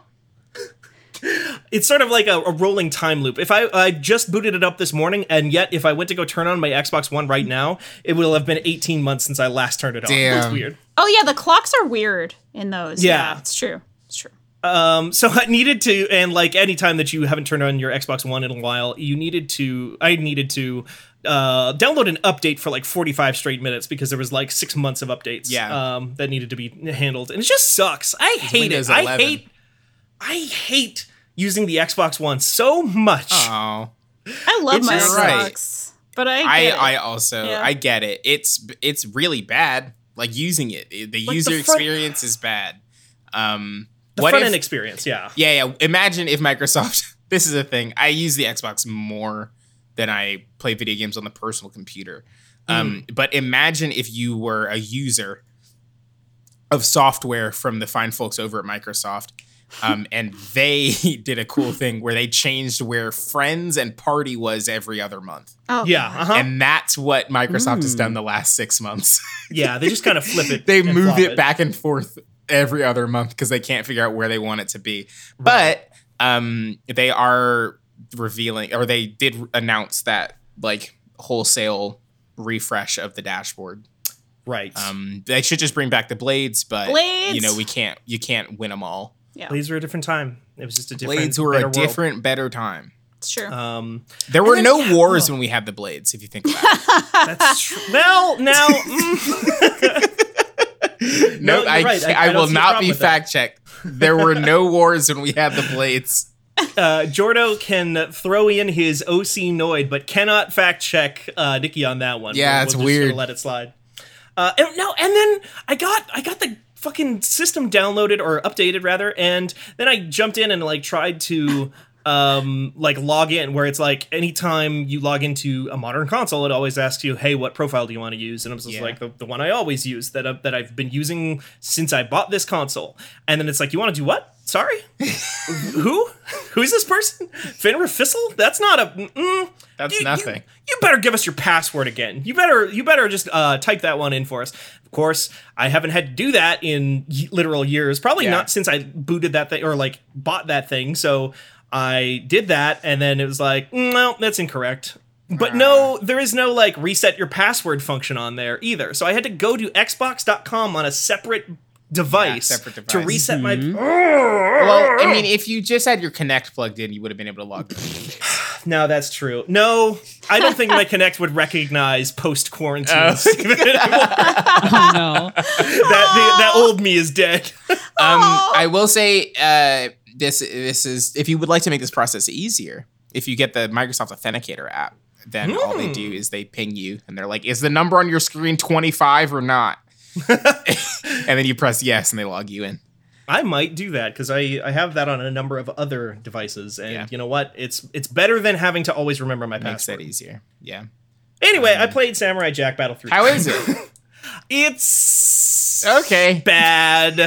[SPEAKER 1] It's sort of like a, a rolling time loop. If I I just booted it up this morning and yet if I went to go turn on my Xbox 1 right now, it will have been 18 months since I last turned it on. It's
[SPEAKER 2] Damn.
[SPEAKER 1] weird.
[SPEAKER 4] Oh yeah, the clocks are weird in those.
[SPEAKER 1] Yeah.
[SPEAKER 4] Yeah, it's true. It's true.
[SPEAKER 1] Um, so I needed to, and like any time that you haven't turned on your Xbox One in a while, you needed to. I needed to uh, download an update for like 45 straight minutes because there was like six months of updates.
[SPEAKER 2] Yeah.
[SPEAKER 1] Um, that needed to be handled, and it just sucks. I hate
[SPEAKER 2] Windows
[SPEAKER 1] it.
[SPEAKER 2] 11.
[SPEAKER 1] I hate. I hate using the Xbox One so much.
[SPEAKER 2] Oh.
[SPEAKER 4] I love
[SPEAKER 1] It's
[SPEAKER 4] my
[SPEAKER 1] just-
[SPEAKER 2] Right.
[SPEAKER 4] Xbox, but I
[SPEAKER 2] I,
[SPEAKER 4] get it.
[SPEAKER 2] I also
[SPEAKER 4] Yeah.
[SPEAKER 2] I get it. It's it's really bad. Like using it, It- the
[SPEAKER 1] Like,
[SPEAKER 2] user
[SPEAKER 1] the front-
[SPEAKER 2] experience is bad. Um,
[SPEAKER 1] the
[SPEAKER 2] what
[SPEAKER 1] front
[SPEAKER 2] if-
[SPEAKER 1] end experience. Yeah.
[SPEAKER 2] yeah, yeah. Imagine if Microsoft. This is a thing. I use the Xbox more than I play video games on the personal computer.
[SPEAKER 1] Hmm.
[SPEAKER 2] Um, But imagine if you were a user of software from the fine folks over at Microsoft, um, and they did a cool thing where they changed where friends and party was every other month,
[SPEAKER 4] oh,
[SPEAKER 1] Yeah.
[SPEAKER 4] God.
[SPEAKER 1] Uh huh. Hmm.
[SPEAKER 2] and that's what Microsoft has done the last six months.
[SPEAKER 1] yeah. They just kind of flip it.
[SPEAKER 2] they
[SPEAKER 1] and
[SPEAKER 2] move
[SPEAKER 1] flop
[SPEAKER 2] it back and forth every other month because they can't figure out where they want it to be. But um, they are revealing, or they did announce that like wholesale refresh of the dashboard.
[SPEAKER 1] Right.
[SPEAKER 2] Um, they should just bring back the blades, but
[SPEAKER 4] Blades?
[SPEAKER 2] you know we can't. You can't win them all.
[SPEAKER 4] Yeah,
[SPEAKER 1] Blades were a different time. It was just a different.
[SPEAKER 2] Blades were
[SPEAKER 1] better
[SPEAKER 2] a
[SPEAKER 1] world.
[SPEAKER 2] different, better time.
[SPEAKER 4] it's true.
[SPEAKER 1] Um,
[SPEAKER 2] There were
[SPEAKER 1] then-
[SPEAKER 2] no wars when we had the blades. If you think about it,
[SPEAKER 1] that's true. well now. mm.
[SPEAKER 2] no,
[SPEAKER 1] you're
[SPEAKER 2] I,
[SPEAKER 1] right.
[SPEAKER 2] I,
[SPEAKER 1] I- I don't
[SPEAKER 2] will
[SPEAKER 1] see a
[SPEAKER 2] not
[SPEAKER 1] problem
[SPEAKER 2] be
[SPEAKER 1] with that.
[SPEAKER 2] fact checked. There were no wars when we had the blades.
[SPEAKER 1] uh, Jordo can throw in his OC Noid, but cannot fact check uh, Nikki on that one.
[SPEAKER 2] Yeah,
[SPEAKER 1] We're-
[SPEAKER 2] it's
[SPEAKER 1] we're just gonna
[SPEAKER 2] weird.
[SPEAKER 1] let it slide. Uh, and, no, and then I got I got the fucking system downloaded or updated rather, and then I jumped in and like tried to um like log in where it's like anytime you log into a modern console it always asks you hey what profile do you want to use and i'm just
[SPEAKER 2] Yeah.
[SPEAKER 1] like the, the one i always use that I, that i've been using since i bought this console and then it's like you want to do what sorry who? Who's this person? Fenrir Fissel? That's not a. Mm,
[SPEAKER 2] That's
[SPEAKER 1] you- you-
[SPEAKER 2] nothing.
[SPEAKER 1] You, better give us your password again. You better. You better just uh, type that one in for us. Of course, I haven't had to do that in y- literal years. Probably
[SPEAKER 2] Yeah.
[SPEAKER 1] not since I booted that thing or like bought that thing. So I did that, and then it was like, mm, no, that's incorrect. But no, there is no like reset your password function on there either. So I had to go to Xbox.com on a separate device,
[SPEAKER 2] separate
[SPEAKER 1] to
[SPEAKER 2] device.
[SPEAKER 1] reset my.
[SPEAKER 2] Well, I mean, if you just had your Connect plugged in, you would have been able to log. in.
[SPEAKER 1] No, that's true. No, I don't think my Connect would recognize post quarantine. that,
[SPEAKER 3] Oh no.
[SPEAKER 1] the- that old me is dead.
[SPEAKER 2] Um, I will say uh, this: this is if you would like to make this process easier, if you get the Microsoft Authenticator app, then all they
[SPEAKER 1] Hmm.
[SPEAKER 2] do is they ping you, and they're like, "Is the number on your screen twenty five or not?" and then you press yes, and they log you in.
[SPEAKER 1] I might do that because I, I have that on a number of other devices, and
[SPEAKER 2] Yeah.
[SPEAKER 1] you know what? It's it's better than having to always remember my
[SPEAKER 2] Makes that
[SPEAKER 1] password.
[SPEAKER 2] easier. Yeah.
[SPEAKER 1] Anyway, I played Samurai Jack Battle Three.
[SPEAKER 2] How is it?
[SPEAKER 1] It's
[SPEAKER 2] Okay.
[SPEAKER 1] bad.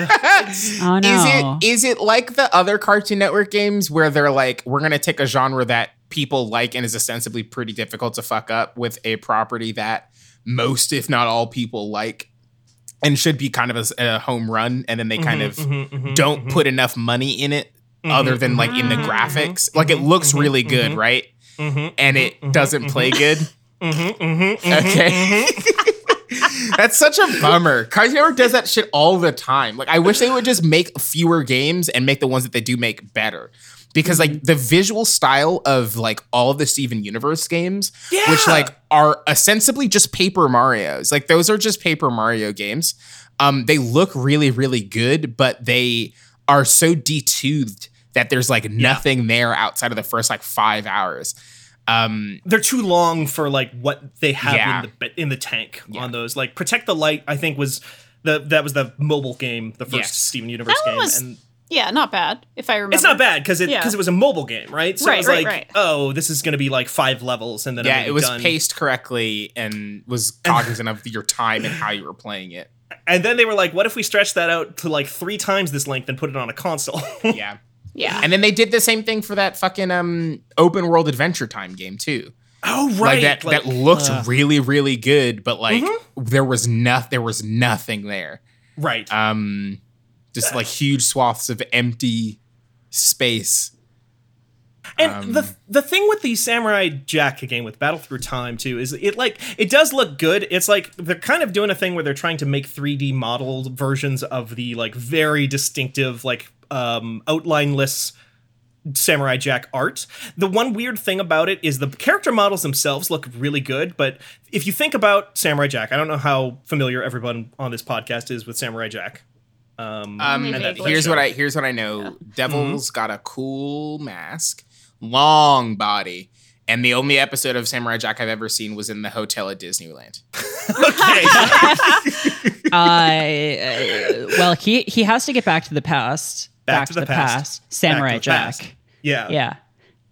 [SPEAKER 3] Oh no.
[SPEAKER 2] Is it is it like the other Cartoon Network games where they're like, we're gonna take a genre that people like and is ostensibly pretty difficult to fuck up with a property that most, if not all, people like, and should be kind of a s- a, home run, and then they kind of
[SPEAKER 1] Mhm, mhm,
[SPEAKER 2] don't
[SPEAKER 1] mhm,
[SPEAKER 2] put enough money in it other than like in the
[SPEAKER 4] mhm,
[SPEAKER 2] graphics. Like it looks
[SPEAKER 1] mhm,
[SPEAKER 2] really good,
[SPEAKER 1] mhm.
[SPEAKER 2] right?
[SPEAKER 1] mhm,
[SPEAKER 2] And it doesn't play good.
[SPEAKER 1] mhm, mhm, mhm.
[SPEAKER 2] Okay. Mm-hmm, That's such a bummer. Cartoon Network does that shit all the time. Like, I wish they would just make fewer games and make the ones that they do make better. Because like the visual style of like all of the Steven Universe games, which
[SPEAKER 1] Yeah.
[SPEAKER 2] like are ostensibly just paper Mario's. Like those are just paper Mario games. Um, they look really, really good, but they are so detoothed that there's like nothing there outside of the first like five hours. Um,
[SPEAKER 1] they're too long for like what they have
[SPEAKER 2] Yeah.
[SPEAKER 1] in the in the tank
[SPEAKER 2] Yeah.
[SPEAKER 1] on those. Like Protect the Light, I think was the that was the mobile game, the first
[SPEAKER 2] Yes.
[SPEAKER 1] Steven Universe
[SPEAKER 4] That one
[SPEAKER 1] game,
[SPEAKER 4] was-
[SPEAKER 1] and
[SPEAKER 4] Yeah, not bad. If I remember,
[SPEAKER 1] it's not bad because it
[SPEAKER 4] Yeah.
[SPEAKER 1] because it was a mobile game, right? So it
[SPEAKER 4] Right,
[SPEAKER 1] was
[SPEAKER 4] right,
[SPEAKER 1] like,
[SPEAKER 4] right.
[SPEAKER 1] oh, this is going to be like five levels, and then I'm
[SPEAKER 2] yeah,
[SPEAKER 1] gonna be
[SPEAKER 2] it was
[SPEAKER 1] done.
[SPEAKER 2] paced correctly and was cognizant of your time and how you were playing it.
[SPEAKER 1] And then they were like, what if we stretch that out to like three times this length and put it on a console?
[SPEAKER 2] Yeah,
[SPEAKER 4] Yeah,
[SPEAKER 2] and then they did the same thing for that fucking um open world adventure time game too.
[SPEAKER 1] oh
[SPEAKER 2] like that
[SPEAKER 1] like-
[SPEAKER 2] that looked
[SPEAKER 1] uh, Mm-hmm.
[SPEAKER 2] really really good, but like there was nothing there was nothing there.
[SPEAKER 1] right.
[SPEAKER 2] Um,
[SPEAKER 1] Uh.
[SPEAKER 2] just like huge swaths of empty space.
[SPEAKER 1] And
[SPEAKER 2] Um,
[SPEAKER 1] the the thing with the Samurai Jack game with Battle Through Time too is it like it does look good. It's like they're kind of doing a thing where they're trying to make 3D modeled versions of the like very distinctive like um outlineless Samurai Jack art. The one weird thing about it is the character models themselves look really good, but if you think about Samurai Jack, I don't know how familiar everyone on this podcast is with Samurai Jack. Um, Mm-hmm.
[SPEAKER 2] Um,
[SPEAKER 4] Only
[SPEAKER 1] that-
[SPEAKER 4] vaguely.
[SPEAKER 2] here's what I here's what I know. Devil's got a cool mask, long body, and the only episode of Samurai Jack I've ever seen was in the hotel at Disneyland.
[SPEAKER 1] okay.
[SPEAKER 3] Uh, uh, well, he he has to get back to the past.
[SPEAKER 1] Back to the past. Back
[SPEAKER 3] Samurai
[SPEAKER 1] to the
[SPEAKER 3] Jack.
[SPEAKER 1] past. yeah.
[SPEAKER 3] Yeah.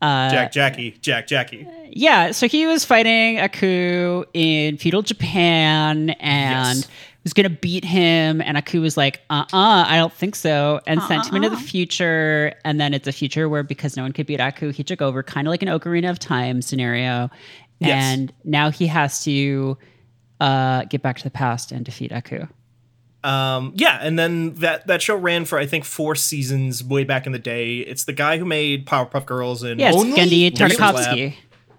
[SPEAKER 3] Uh,
[SPEAKER 1] Jack Jackie, Jack Jackie.
[SPEAKER 3] Yeah, so he was fighting a coup in feudal Japan and
[SPEAKER 1] Yes.
[SPEAKER 3] was going to beat him. And Aku was like, uh uh I don't think so. And sent him into the future. And then it's a future where because no one could beat Aku, he took over, kind of like an Ocarina of Time scenario.
[SPEAKER 1] Yes.
[SPEAKER 3] And now he has to uh, get back to the past and defeat Aku.
[SPEAKER 1] Um, yeah, and then that that show ran for I think four seasons way back in the day. It's the guy who made Powerpuff Girls and
[SPEAKER 3] Yes,
[SPEAKER 2] Only
[SPEAKER 3] Gendy
[SPEAKER 2] Real
[SPEAKER 3] Tartakovsky.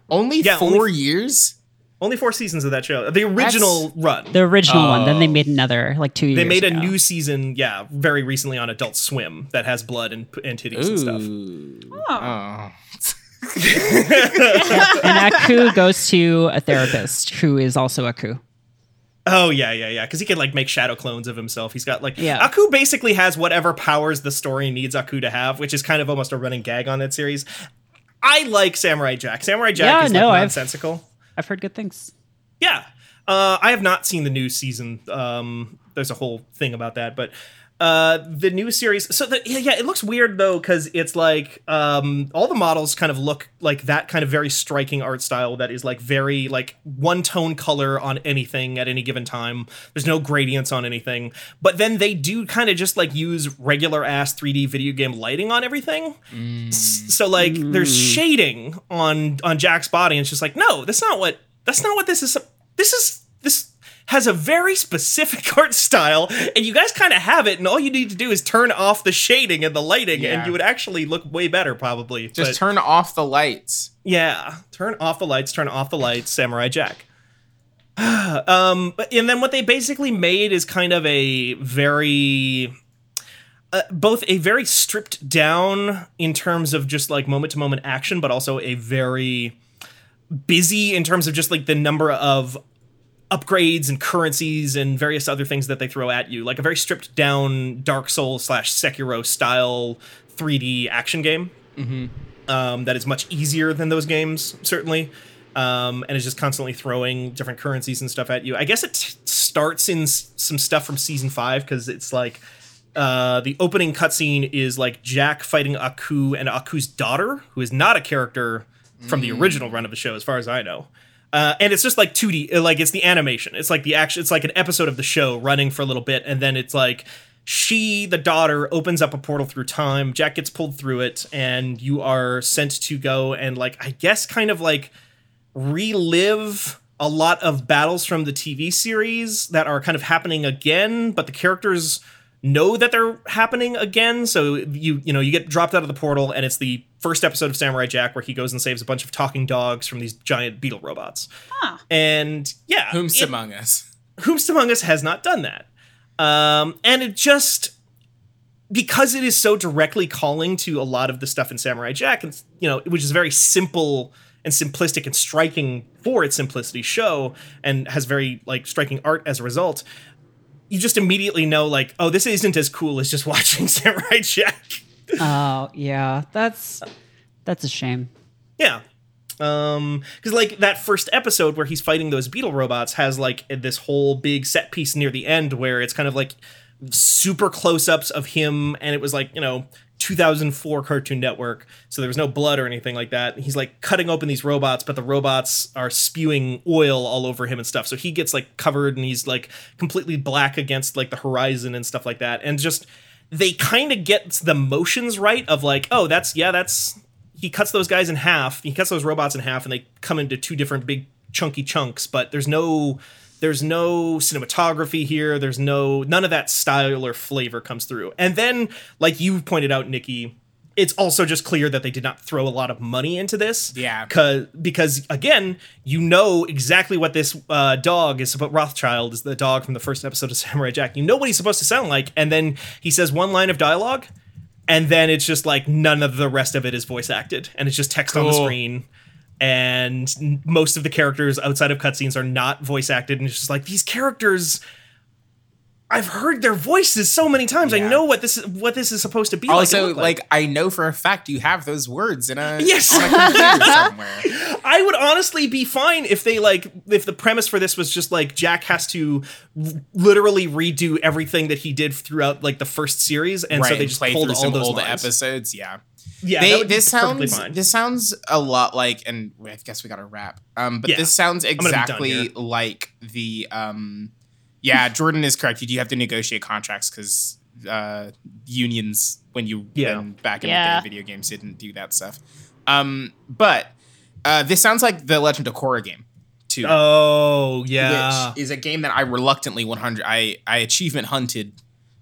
[SPEAKER 2] Only
[SPEAKER 1] Yeah,
[SPEAKER 2] four
[SPEAKER 1] only-
[SPEAKER 2] years.
[SPEAKER 1] only four seasons of that show. The original run.
[SPEAKER 3] The original one. Then they
[SPEAKER 2] Oh.
[SPEAKER 3] made another like two years
[SPEAKER 1] They made a
[SPEAKER 3] ago.
[SPEAKER 1] new season, yeah, very recently on Adult Swim that has blood and and titties and stuff.
[SPEAKER 2] Ooh. Oh.
[SPEAKER 3] And Aku goes to a therapist who is also Aku.
[SPEAKER 1] Oh yeah, yeah, yeah. Because he can like make shadow clones of himself. He's got like
[SPEAKER 3] Yeah.
[SPEAKER 1] Aku basically has whatever powers the story needs Aku to have, which is kind of almost a running gag on that series. I like Samurai Jack. Samurai Jack
[SPEAKER 3] Yeah,
[SPEAKER 1] is
[SPEAKER 3] no,
[SPEAKER 1] like
[SPEAKER 3] I've-
[SPEAKER 1] nonsensical.
[SPEAKER 3] I've heard good things.
[SPEAKER 1] Yeah. Uh, I have not seen the new season. Um, there's a whole thing about that, but uh, the new series. So the, yeah, yeah, it looks weird though because it's like um, all the models kind of look like that kind of very striking art style that is like very like one tone color on anything at any given time. There's no gradients on anything, but then they do kind of just like use regular ass 3D video game lighting on everything. S- so like there's
[SPEAKER 2] Mm.
[SPEAKER 1] shading on on Jack's body and it's just like no that's not what that's not what this is this is this has a very specific art style and you guys kind of have it and all you need to do is turn off the shading and the lighting
[SPEAKER 2] Yeah.
[SPEAKER 1] and you would actually look way better probably
[SPEAKER 2] Just
[SPEAKER 1] But,
[SPEAKER 2] turn off the lights.
[SPEAKER 1] yeah turn off the lights turn off the lights samurai jack um but- and then what they basically made is kind of a very uh, both a very stripped down in terms of just like moment to moment action, but also a very busy in terms of just like the number of upgrades and currencies and various other things that they throw at you. Like a very stripped down Dark Souls slash Sekiro style 3D action game um, that is much easier than those games, certainly. Um, and is just constantly throwing different currencies and stuff at you. I guess it t- starts in s- some stuff from season five because it's like uh, the opening cutscene is like Jack fighting Aku and Aku's daughter, who is not a character from the original run of the show, as far as I know. Uh, and it's just like 2D, uh, like it's the animation. It's like the action. It's like an episode of the show running for a little bit, and then it's like she, the daughter, opens up a portal through time. Jack gets pulled through it, and you are sent to go and like I guess kind of like relive a lot of battles from the TV series that are kind of happening again, but the characters know that they're happening again. So you you know you get dropped out of the portal, and it's the first episode of Samurai Jack where he goes and saves a bunch of talking dogs from these giant beetle robots.
[SPEAKER 4] Huh.
[SPEAKER 1] And yeah,
[SPEAKER 2] Whom's
[SPEAKER 1] it-
[SPEAKER 2] among us?
[SPEAKER 1] Whomst Among Us has not done that. Um, and it just because it is so directly calling to a lot of the stuff in Samurai Jack, and you know, which is very simple and simplistic and striking for its simplicity show, and has very like striking art as a result. You just immediately know, like, oh, this isn't as cool as just watching Samurai Jack.
[SPEAKER 3] Oh yeah, that's that's a shame.
[SPEAKER 1] Yeah. Um, because like that first episode where he's fighting those beetle robots has like this whole big set piece near the end where it's kind of like super close ups of him, and it was like you know 2004 Cartoon Network, so there was no blood or anything like that. He's like cutting open these robots, but the robots are spewing oil all over him and stuff, so he gets like covered and he's like completely black against like the horizon and stuff like that, and just they kind of get the motions right of like oh that's yeah that's he cuts those guys in half. He cuts those robots in half, and they come into two different big chunky chunks. But there's no there's no cinematography here. There's no none of that style or flavor comes through. And then, like you pointed out, Nikki, it's also just clear that they did not throw a lot of money into this.
[SPEAKER 2] Yeah.
[SPEAKER 1] Cause because again, you know exactly what this uh, dog is. But Rothschild is the dog from the first episode of Samurai Jack. You know what he's supposed to sound like, and then he says one line of dialogue and then it's just like none of the rest of it is voice acted and it's just text on the
[SPEAKER 2] Cool.
[SPEAKER 1] screen and n- most of the characters outside of cutscenes are not voice acted and it's just like these characters I've heard their voices so many times. I
[SPEAKER 2] Yeah.
[SPEAKER 1] know what this is, what this is supposed to be. like,
[SPEAKER 2] Also,
[SPEAKER 1] and look
[SPEAKER 2] like, I know for a fact you have those words in a
[SPEAKER 1] Yes.
[SPEAKER 2] on a computer somewhere.
[SPEAKER 1] I would honestly be fine if they like if the premise for this was just like Jack has to r- literally redo everything that he did throughout like the first series, and so
[SPEAKER 2] Right,
[SPEAKER 1] they just
[SPEAKER 2] play
[SPEAKER 1] pulled
[SPEAKER 2] through
[SPEAKER 1] all
[SPEAKER 2] some
[SPEAKER 1] those
[SPEAKER 2] old
[SPEAKER 1] lines.
[SPEAKER 2] episodes. Yeah,
[SPEAKER 1] Yeah,
[SPEAKER 2] They-
[SPEAKER 1] that would be
[SPEAKER 2] this
[SPEAKER 1] perfectly
[SPEAKER 2] sounds
[SPEAKER 1] fine.
[SPEAKER 2] this sounds a lot like, and I guess we got to wrap. Um, but
[SPEAKER 1] Yeah.
[SPEAKER 2] this sounds
[SPEAKER 1] done
[SPEAKER 2] exactly
[SPEAKER 1] here.
[SPEAKER 2] like the um, yeah. Jordan is correct. You do have to negotiate contracts because uh, unions when you
[SPEAKER 1] Yeah.
[SPEAKER 2] when back in the
[SPEAKER 4] Yeah.
[SPEAKER 2] day, video games didn't do that stuff. Um, but uh, this sounds like the Legend of Korra game too.
[SPEAKER 1] oh yeah,
[SPEAKER 2] which is a game that I reluctantly 100 I I achievement hunted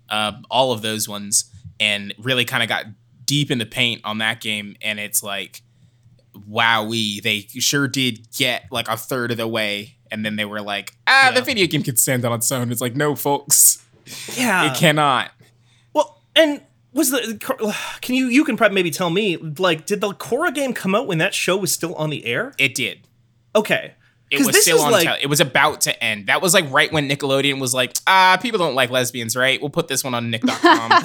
[SPEAKER 2] uh, all of those ones and really kind of got deep in the paint on that game and it's like wowee they sure did get like a third of the way and then they were like ah the
[SPEAKER 1] Yeah.
[SPEAKER 2] video game can stand on its own it's like no folks
[SPEAKER 1] yeah.
[SPEAKER 2] it cannot
[SPEAKER 1] Well, and was the can you you can probably maybe tell me like did the Korra game come out when that show was still on the air?
[SPEAKER 2] it did
[SPEAKER 1] Okay.
[SPEAKER 2] it
[SPEAKER 1] 'Cause
[SPEAKER 2] was
[SPEAKER 1] this
[SPEAKER 2] still
[SPEAKER 1] is
[SPEAKER 2] on
[SPEAKER 1] like-
[SPEAKER 2] tele- it was about to end. That was like right when Nickelodeon was like, ah, people don't like lesbians, right? We'll put this one on nick.com. like,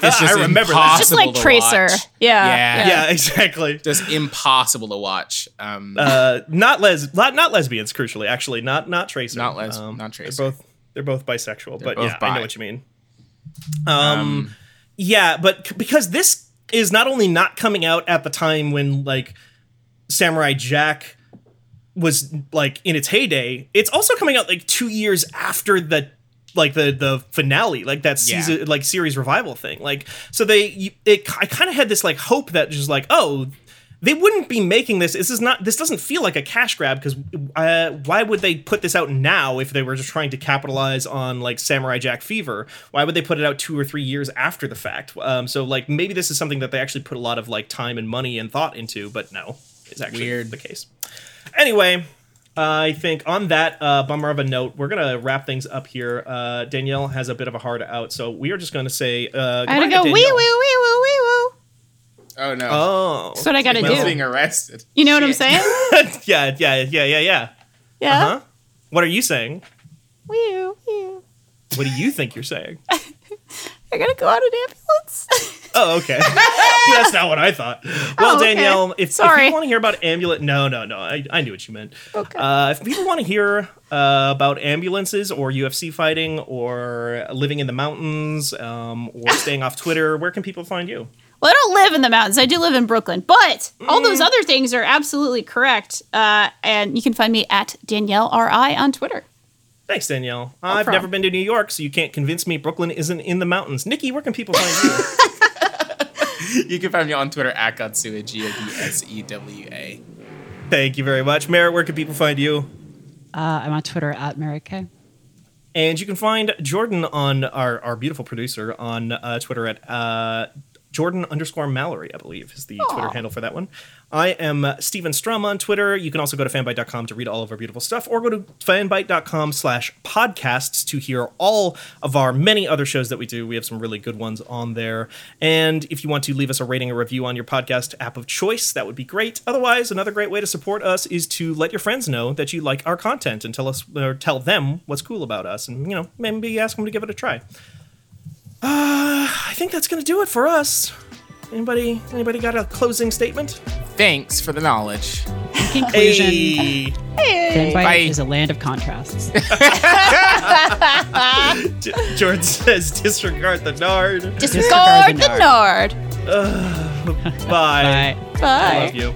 [SPEAKER 2] this
[SPEAKER 1] I remember that.
[SPEAKER 4] Just like
[SPEAKER 2] to
[SPEAKER 4] Tracer.
[SPEAKER 2] watch.
[SPEAKER 4] Yeah.
[SPEAKER 2] Yeah.
[SPEAKER 1] yeah, exactly.
[SPEAKER 2] Just impossible to watch. Um,
[SPEAKER 1] Uh, not les, not, not lesbians. Crucially, actually, not not Tracer. Um,
[SPEAKER 2] Not les- not Tracer.
[SPEAKER 1] They're both they're both bisexual, but
[SPEAKER 2] both
[SPEAKER 1] yeah, I
[SPEAKER 2] bi.
[SPEAKER 1] know what you mean. Um, yeah, but c- because this is not only not coming out at the time when like Samurai Jack was like in its heyday, it's also coming out like two years after the like the the finale, like that
[SPEAKER 2] Yeah.
[SPEAKER 1] season, like series revival thing. Like so they, you- it, I kind of had this like hope that just like oh. They wouldn't be making this. This is not. This doesn't feel like a cash grab because uh, why would they put this out now if they were just trying to capitalize on like Samurai Jack Fever? Why would they put it out two or three years after the fact? Um, so like maybe this is something that they actually put a lot of like time and money and thought into, but no, it's actually
[SPEAKER 2] Weird.
[SPEAKER 1] the case. Anyway, I think on that uh, bummer of a note, we're gonna wrap things up here. Uh, Danielle has a bit of a hard out, so we are just gonna say uh,
[SPEAKER 4] I gotta
[SPEAKER 1] goodbye
[SPEAKER 4] go
[SPEAKER 1] to
[SPEAKER 4] wee wee wee
[SPEAKER 1] Danielle.
[SPEAKER 4] woo wee woo.
[SPEAKER 2] oh no.
[SPEAKER 1] Oh,
[SPEAKER 4] That's what I gotta
[SPEAKER 1] Well-
[SPEAKER 2] He's
[SPEAKER 4] do.
[SPEAKER 2] being arrested.
[SPEAKER 4] You know what I'm
[SPEAKER 2] Shit.
[SPEAKER 4] saying?
[SPEAKER 1] yeah, yeah, yeah, yeah, yeah.
[SPEAKER 4] Yeah.
[SPEAKER 1] Huh? What are you saying?
[SPEAKER 4] Wee wee.
[SPEAKER 1] What do you think you're saying?
[SPEAKER 4] I gotta go out in ambulance.
[SPEAKER 1] Oh, okay. That's not what I thought. Well,
[SPEAKER 4] Oh, okay.
[SPEAKER 1] Danielle, if, if
[SPEAKER 4] Sorry.
[SPEAKER 1] you want to hear about ambulance, no, no, no, I, I knew what you meant.
[SPEAKER 4] Okay.
[SPEAKER 1] Uh, if people want to hear uh, about ambulances or UFC fighting or living in the mountains um, or staying off Twitter, where can people find you?
[SPEAKER 4] Well, I don't live in the mountains. I do live in Brooklyn, but all those other things are absolutely correct. Uh, and you can find me at Danielle RI on Twitter.
[SPEAKER 1] Thanks, Danielle. I've
[SPEAKER 4] problem.
[SPEAKER 1] never been to New York, so you can't convince me Brooklyn isn't in the mountains. Nikki, where can people find you?
[SPEAKER 2] You can find me on Twitter at Godsewa, G O D S E W A.
[SPEAKER 1] Thank you very much. Merritt, where can people find you?
[SPEAKER 3] Uh, I'm on Twitter at Mary Kay.
[SPEAKER 1] And you can find Jordan on our, our beautiful producer on uh, Twitter at uh, Jordan underscore Mallory, I believe, is the Twitter handle for that one. I am uh, Steven Strum on Twitter. You can also go to fanbite.com to read all of our beautiful stuff, or go to fanbite.com slash podcasts to hear all of our many other shows that we do. We have some really good ones on there. And if you want to leave us a rating or review on your podcast app of choice, that would be great. Otherwise, another great way to support us is to let your friends know that you like our content and tell us or tell them what's cool about us, and you know maybe ask them to give it a try. Uh, I think that's gonna do it for us. Anybody anybody got a closing statement?
[SPEAKER 2] Thanks for the knowledge.
[SPEAKER 3] In conclusion,
[SPEAKER 1] Hey.
[SPEAKER 3] Fanbyte
[SPEAKER 2] Bye.
[SPEAKER 3] is a land of contrasts.
[SPEAKER 1] D- Jordan says disregard the nard.
[SPEAKER 4] Disregard the
[SPEAKER 3] the
[SPEAKER 4] Nard.
[SPEAKER 1] Bye.
[SPEAKER 3] Bye.
[SPEAKER 4] Bye.
[SPEAKER 1] I love you.